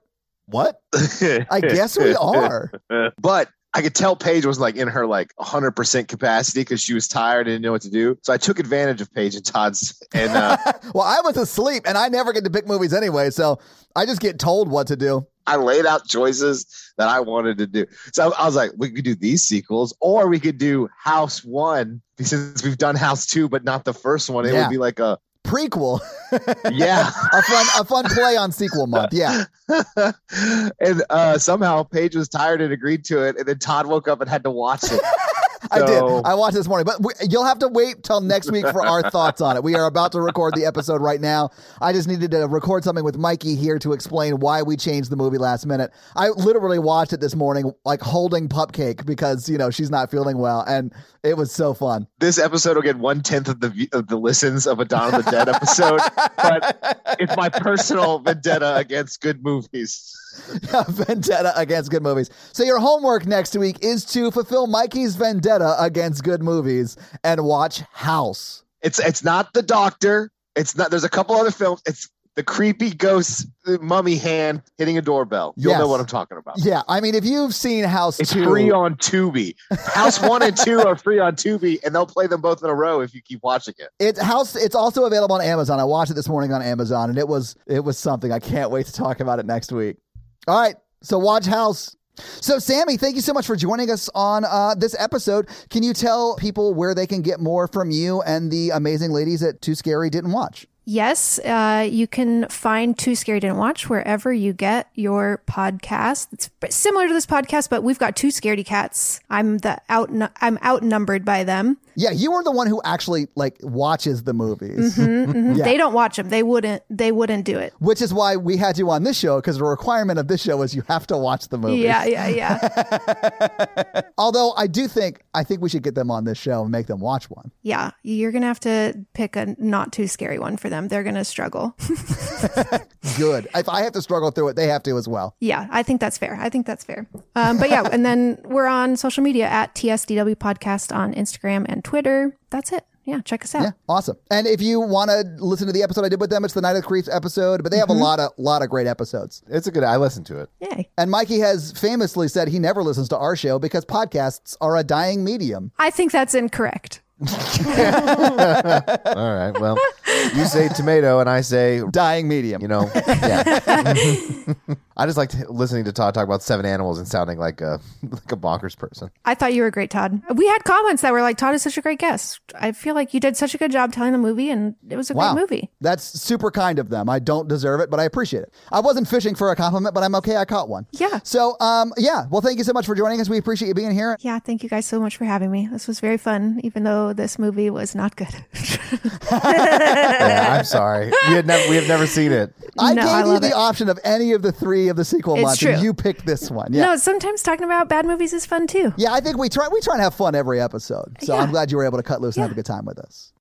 A: what?
C: <laughs>
A: I guess
E: <laughs>
A: we are. <laughs>
E: But I could tell Paige was like in her like 100% capacity because she was tired and didn't know what to do. So I took advantage of Paige and Todd's. And
A: <laughs>
E: uh,
A: well, I was asleep and I never get to pick movies anyway, so I just get told what to do.
E: I laid out choices that I wanted to do. So I was like, we could do these sequels or we could do House One since we've done House Two, but not the first one. It
A: Yeah.
E: would be like a,
A: Prequel.
E: yeah. <laughs>
A: a fun a fun play on sequel month. Yeah.
E: and uh, somehow Paige was tired and agreed to it. And then Todd woke up and had to watch it.
A: I did.
E: So-
A: I watched this morning, but we, you'll have to wait till next week for our thoughts on it. We are about to record the episode right now. I just needed to record something with Mikey here to explain why we changed the movie last minute. I literally watched it this morning, like holding Pupcake because you know she's not feeling well, and it was so fun. <laughs>
E: This episode will get one tenth of the view- of the listens of a Dawn of the Dead episode, but it's my personal vendetta against good movies.
A: vendetta against good movies. So your homework next week is to fulfill Mikey's vendetta against good movies and watch House.
E: It's it's not the Doctor. It's not. There's a couple other films. It's the creepy ghost the mummy hand hitting a doorbell. You'll
A: Yes.
E: know what I'm talking about.
A: Yeah, I mean, if you've seen House
E: It's
A: Two,
E: free on Tubi. House one and two are free on Tubi, and they'll play them both in a row if you keep watching it.
A: it's House. It's also available on Amazon. I watched it this morning on Amazon, and it was it was something. I can't wait to talk about it next week. All right, so watch House. So, Sammy, thank you so much for joining us on uh, this episode. Can you tell people where they can get more from you and the amazing ladies at Too Scary Didn't Watch?
D: Yes, uh, you can find Too Scary Didn't Watch wherever you get your podcast. It's similar to this podcast, but we've got two scaredy cats. I'm the out. I'm outnumbered by them.
A: Yeah, you are the one who actually like watches the movies,
D: Mhm, mhm.
A: Yeah.
D: They don't watch them. They wouldn't. They wouldn't do it.
A: which is why we had you on this show because the requirement of this show is you have to watch the movies.
D: Yeah, yeah, yeah,
A: Although I do think I think we should get them on this show and make them watch one.
D: yeah. You're gonna have to pick a not too scary one for them. They're gonna struggle.
A: Good. if I have to struggle through it, they have to as well.
D: Yeah, I think that's fair. I think that's fair. Um, but yeah, and then we're on social media at TSDW Podcast on Instagram and Twitter. That's it. Yeah, check us out.
A: Yeah, awesome. And if you want to listen to the episode I did with them, it's the Night of the Creeps episode. But they
C: Mm-hmm.
A: have a lot of lot of great episodes.
C: It's a good. I listened to it.
D: Yay.
A: And Mikey has famously said he never listens to our show because podcasts are a dying medium.
D: I think that's incorrect.
C: All right. Well, you say tomato, and I say
A: Dying medium.
C: you know.
A: <laughs>
C: Yeah. I just like listening to Todd talk about seven animals and sounding like a like a bonkers person.
D: I thought you were great, Todd. We had comments that were like, Todd is such a great guest. I feel like you did such a good job telling the movie, and it was a
A: Wow.
D: great movie.
A: That's super kind of them. I don't deserve it, but I appreciate it. I wasn't fishing for a compliment, but I'm okay. I caught one.
D: Yeah.
A: So, um, yeah. Well, thank you so much for joining us. We appreciate you being here.
D: Yeah, thank you guys so much for having me. This was very fun, even though this movie was not good. <laughs>
C: Yeah, I'm sorry. We had never we have never seen it.
A: I
D: No,
A: gave
D: I
A: you
D: love
A: the
D: it.
A: option of any of the three of the sequel
D: It's
A: months, and
D: true.
A: you picked this one. Yeah.
D: No, sometimes talking about bad movies is fun too.
A: Yeah, I think we try we try and have fun every episode. So I'm
D: Yeah.
A: glad you were able to cut loose and have a good time with us.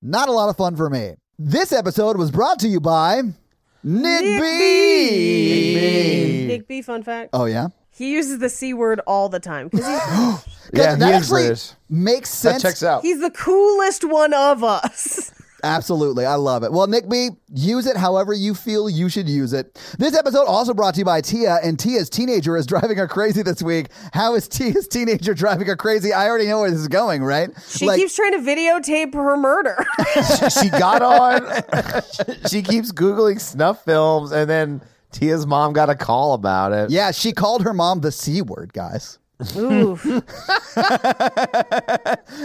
A: not a lot of fun for me. This episode was brought to you by Nidbee.
B: Nick B, fun fact.
A: Oh, yeah? <gasps>
B: He uses the C word all the time. 'cause
C: Yeah,
A: that
C: he is
A: actually
C: British.
A: makes
C: That
A: sense.
C: checks out.
B: He's the coolest one of
A: <laughs>
B: us.
A: Absolutely. I love it. Well, Nick B, use it however you feel you should use it. This episode also brought to you by Tia, and Tia's teenager is <laughs> driving her crazy this week. How is Tia's teenager driving her crazy? I already know where this is going, right?
B: She keeps trying to videotape her murder.
A: <laughs>
C: she got on. <laughs> she keeps googling snuff films, and then Tia's mom got a call about it.
A: yeah, she called her mom the C word, guys.
B: Ooh.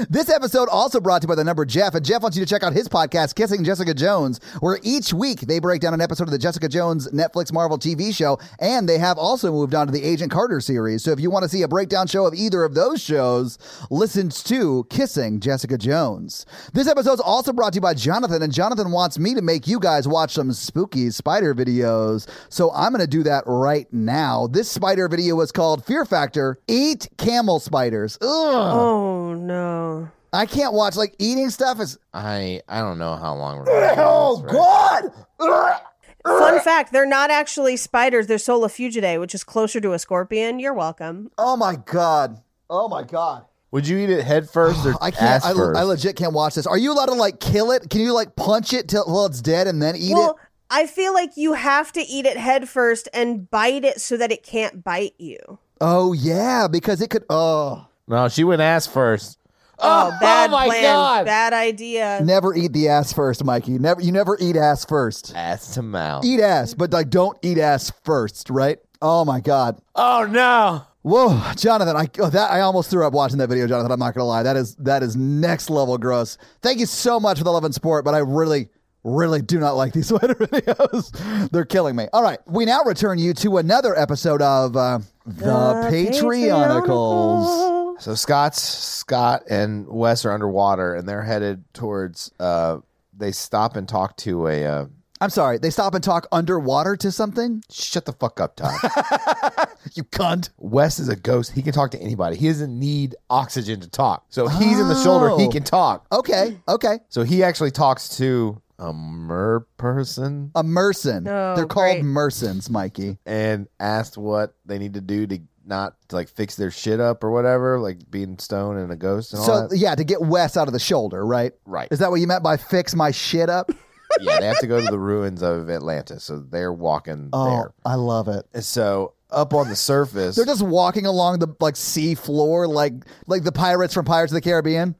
A: This episode also brought to you by the number Jeff, and Jeff wants you to check out his podcast, Kissing Jessica Jones, where each week they break down an episode of the Jessica Jones Netflix Marvel TV show, and they have also moved on to the Agent Carter series. So if you want to see a breakdown show of either of those shows, listen to Kissing Jessica Jones. This episode is also brought to you by Jonathan, and Jonathan wants me to make you guys watch some spooky spider videos. So I'm going to do that right now. This spider video is called Fear Factor Eat Camel Spiders. Ugh.
B: oh no.
A: I can't watch like eating stuff <laughs> is
F: I I don't know how long we're.
A: Oh,
F: Gonna do this, right?
A: god. <laughs>
B: Fun fact, they're not actually spiders, they're Solafugidae, which is closer to a scorpion. You're welcome.
A: Oh my god. Oh my god.
F: Would you eat it head first or
A: I can't
F: ass
A: I,
F: first?
A: I legit can't watch this. Are you allowed to like kill it? Can you like punch it till well it's dead and then eat
B: well,
A: it?
B: I feel like you have to eat it head first and bite it so that it can't bite you.
A: Oh yeah, because it could oh
F: no, she went ass first.
B: Oh, bad
F: my
B: plan.
F: God.
B: Bad idea.
A: never eat the ass first, Mikey. Never you never eat ass first.
F: Ass to mouth.
A: Eat ass, but like don't eat ass first, right? Oh my god.
F: Oh no.
A: Whoa, Jonathan, I oh, that I almost threw up watching that video, Jonathan. I'm not gonna lie. That is that is next level gross. Thank you so much for the love and support, but I really, really do not like these <laughs> sweater videos. They're killing me. All right. We now return you to another episode of uh, The, Patreonicles.
F: So Scott's Scott and Wes are underwater, and they're headed towards. Uh, they stop and talk to a. Uh,
A: I'm sorry, they stop and talk underwater to something?
F: shut the fuck up, <laughs> Todd.
A: You cunt.
F: Wes is a ghost. He can talk to anybody. He doesn't need oxygen to talk. So if he's in the shoulder. He
A: Oh.
F: can talk.
A: Okay, okay.
F: So he actually talks to a mer person
A: A Merson.
B: Oh,
A: They're called
B: great.
A: Mersons, Mikey.
F: and asked what they need to do to not to like fix their shit up or whatever, like being stone and a ghost and all
A: So
F: that.
A: yeah, to get Wes out of the shoulder, right?
F: Right.
A: Is that what you meant by fix my shit up?
F: yeah, they have to go to the ruins of Atlanta. So they're walking
A: Oh,
F: there.
A: I love it.
F: And so up on the surface,
A: They're just walking along the like sea floor, like like the pirates from Pirates of the Caribbean.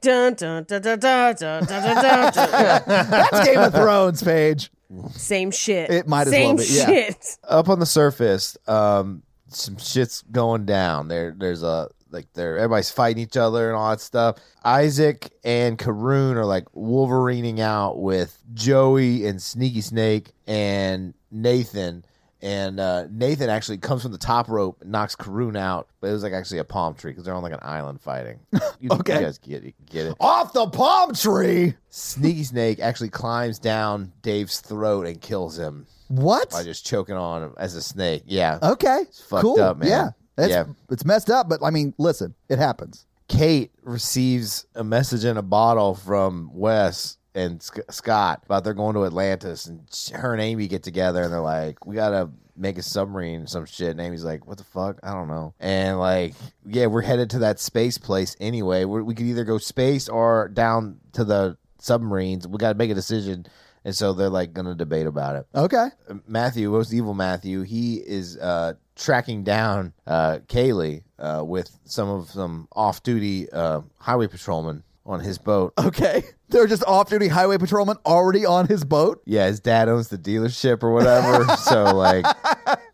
B: Dun, dun, dun, dun, dun, dun, dun, dun, dun.
A: <laughs> That's Game of Thrones, Paige.
B: Same shit.
A: It might as
B: Same
A: well be, yeah.
B: shit.
F: up on the surface, um, some shit's going down. There, there's a like there everybody's fighting each other and all that stuff. Isaac and Karoon are like Wolverining out with Joey and Sneaky Snake and Nathan. And uh, Nathan actually comes from the top rope, and knocks Karoon out, but it was like actually a palm tree because they're on like an island fighting. You,
A: Okay.
F: you guys get it, get it.
A: Off the palm tree.
F: Sneaky Snake actually climbs down Dave's throat and kills him
A: What?
F: by just choking on him as a snake. Yeah,
A: Okay.
F: fucked
A: cool.
F: up, man.
A: Yeah. It's,
F: Yeah.
A: it's messed up, but I mean, listen, it happens.
F: Kate receives a message in a bottle from Wes and Sc- Scott about they're going to Atlantis, and sh- her and Amy get together, and they're like, "We gotta make a submarine, or some shit." And Amy's like, "What the fuck? I don't know." And like, yeah, we're headed to that space place anyway. We're, we could either go space or down to the submarines. We gotta make a decision. And so they're like gonna debate about it. <laughs>
A: Okay.
F: Matthew, most evil Matthew, he is uh, tracking down uh, Kaylee uh, with some of some off-duty uh, highway patrolmen on his boat.
A: Okay. They're just off duty highway patrolmen already on his boat.
F: Yeah, his dad owns the dealership or whatever, so like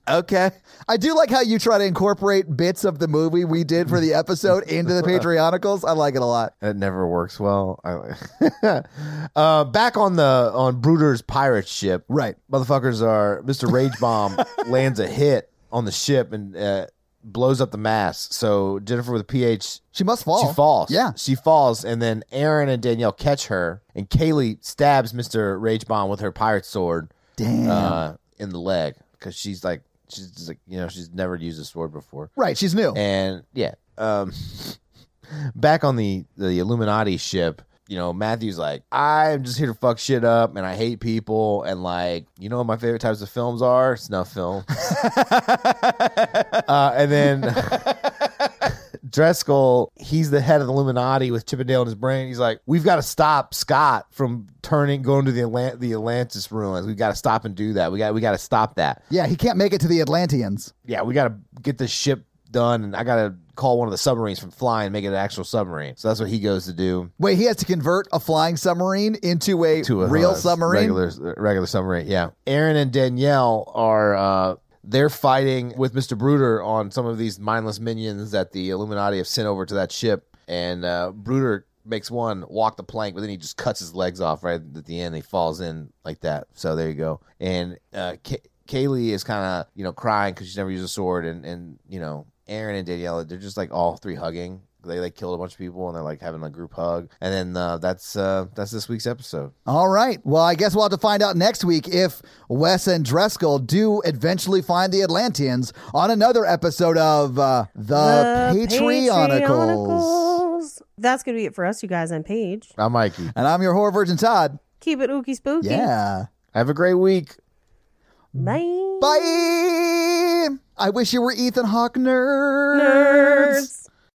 A: Okay. I do like how you try to incorporate bits of the movie we did for the episode into
F: <laughs>
A: the Patreonicals. I like it a lot.
F: it never works well. I, <laughs> uh, back on the on Bruder's pirate ship,
A: Right.
F: motherfuckers are Mr. Rage Bomb lands a hit on the ship and uh, blows up the mast. So Jennifer with a PH
A: She must fall.
F: She falls.
A: Yeah.
F: She falls, and then Aaron and Danielle catch her, and Kaylee stabs Mr. Rage Bomb with her pirate sword
A: Damn.
F: uh, in the leg because she's like, she's just like, you know, she's never used a sword before.
A: right. She's new.
F: And yeah, um, <laughs> back on the, the Illuminati ship, you know, Matthew's like, I'm just here to fuck shit up, and I hate people, and like, you know what my favorite types of films are? Snuff film. uh, and then. <laughs> Dreskel, he's the head of the Illuminati with Chippendale in his brain. He's like, we've got to stop Scott from turning, going to the Atlant- the Atlantis ruins. We've got to stop and do that. We got, we got to stop that.
A: yeah. He can't make it to the Atlanteans.
F: Yeah, we got to get this ship done, and I got to call one of the submarines from flying and make it an actual submarine. So that's what he goes to do.
A: Wait, he has to convert a flying submarine into a, real
F: uh,
A: submarine.
F: regular regular submarine. Yeah, Aaron and Danielle are uh, they're fighting with Mr. Bruder on some of these mindless minions that the Illuminati have sent over to that ship. And uh, Bruder makes one walk the plank, but then he just cuts his legs off right at the end. He falls in like that. So there you go. And uh, Kay- Kaylee is kind of, you know, crying because she's never used a sword. And, and, you know, Aaron and Daniela, they're just like all three hugging. They like killed a bunch of people and they're like having a group hug. And then uh, that's uh, that's this week's episode.
A: All right. Well, I guess we'll have to find out next week if Wes and Dreskel do eventually find the Atlanteans on another episode of uh, The, Patreonicles.
B: Patreonicles. That's going to be it for us, you guys. I'm Paige.
F: I'm Mikey.
A: And I'm your horror virgin, Todd.
B: Keep it ooky spooky.
A: Yeah.
F: Have a great week.
B: Bye.
A: Bye. I wish you were Ethan Hawke, nerds.
B: Nerds.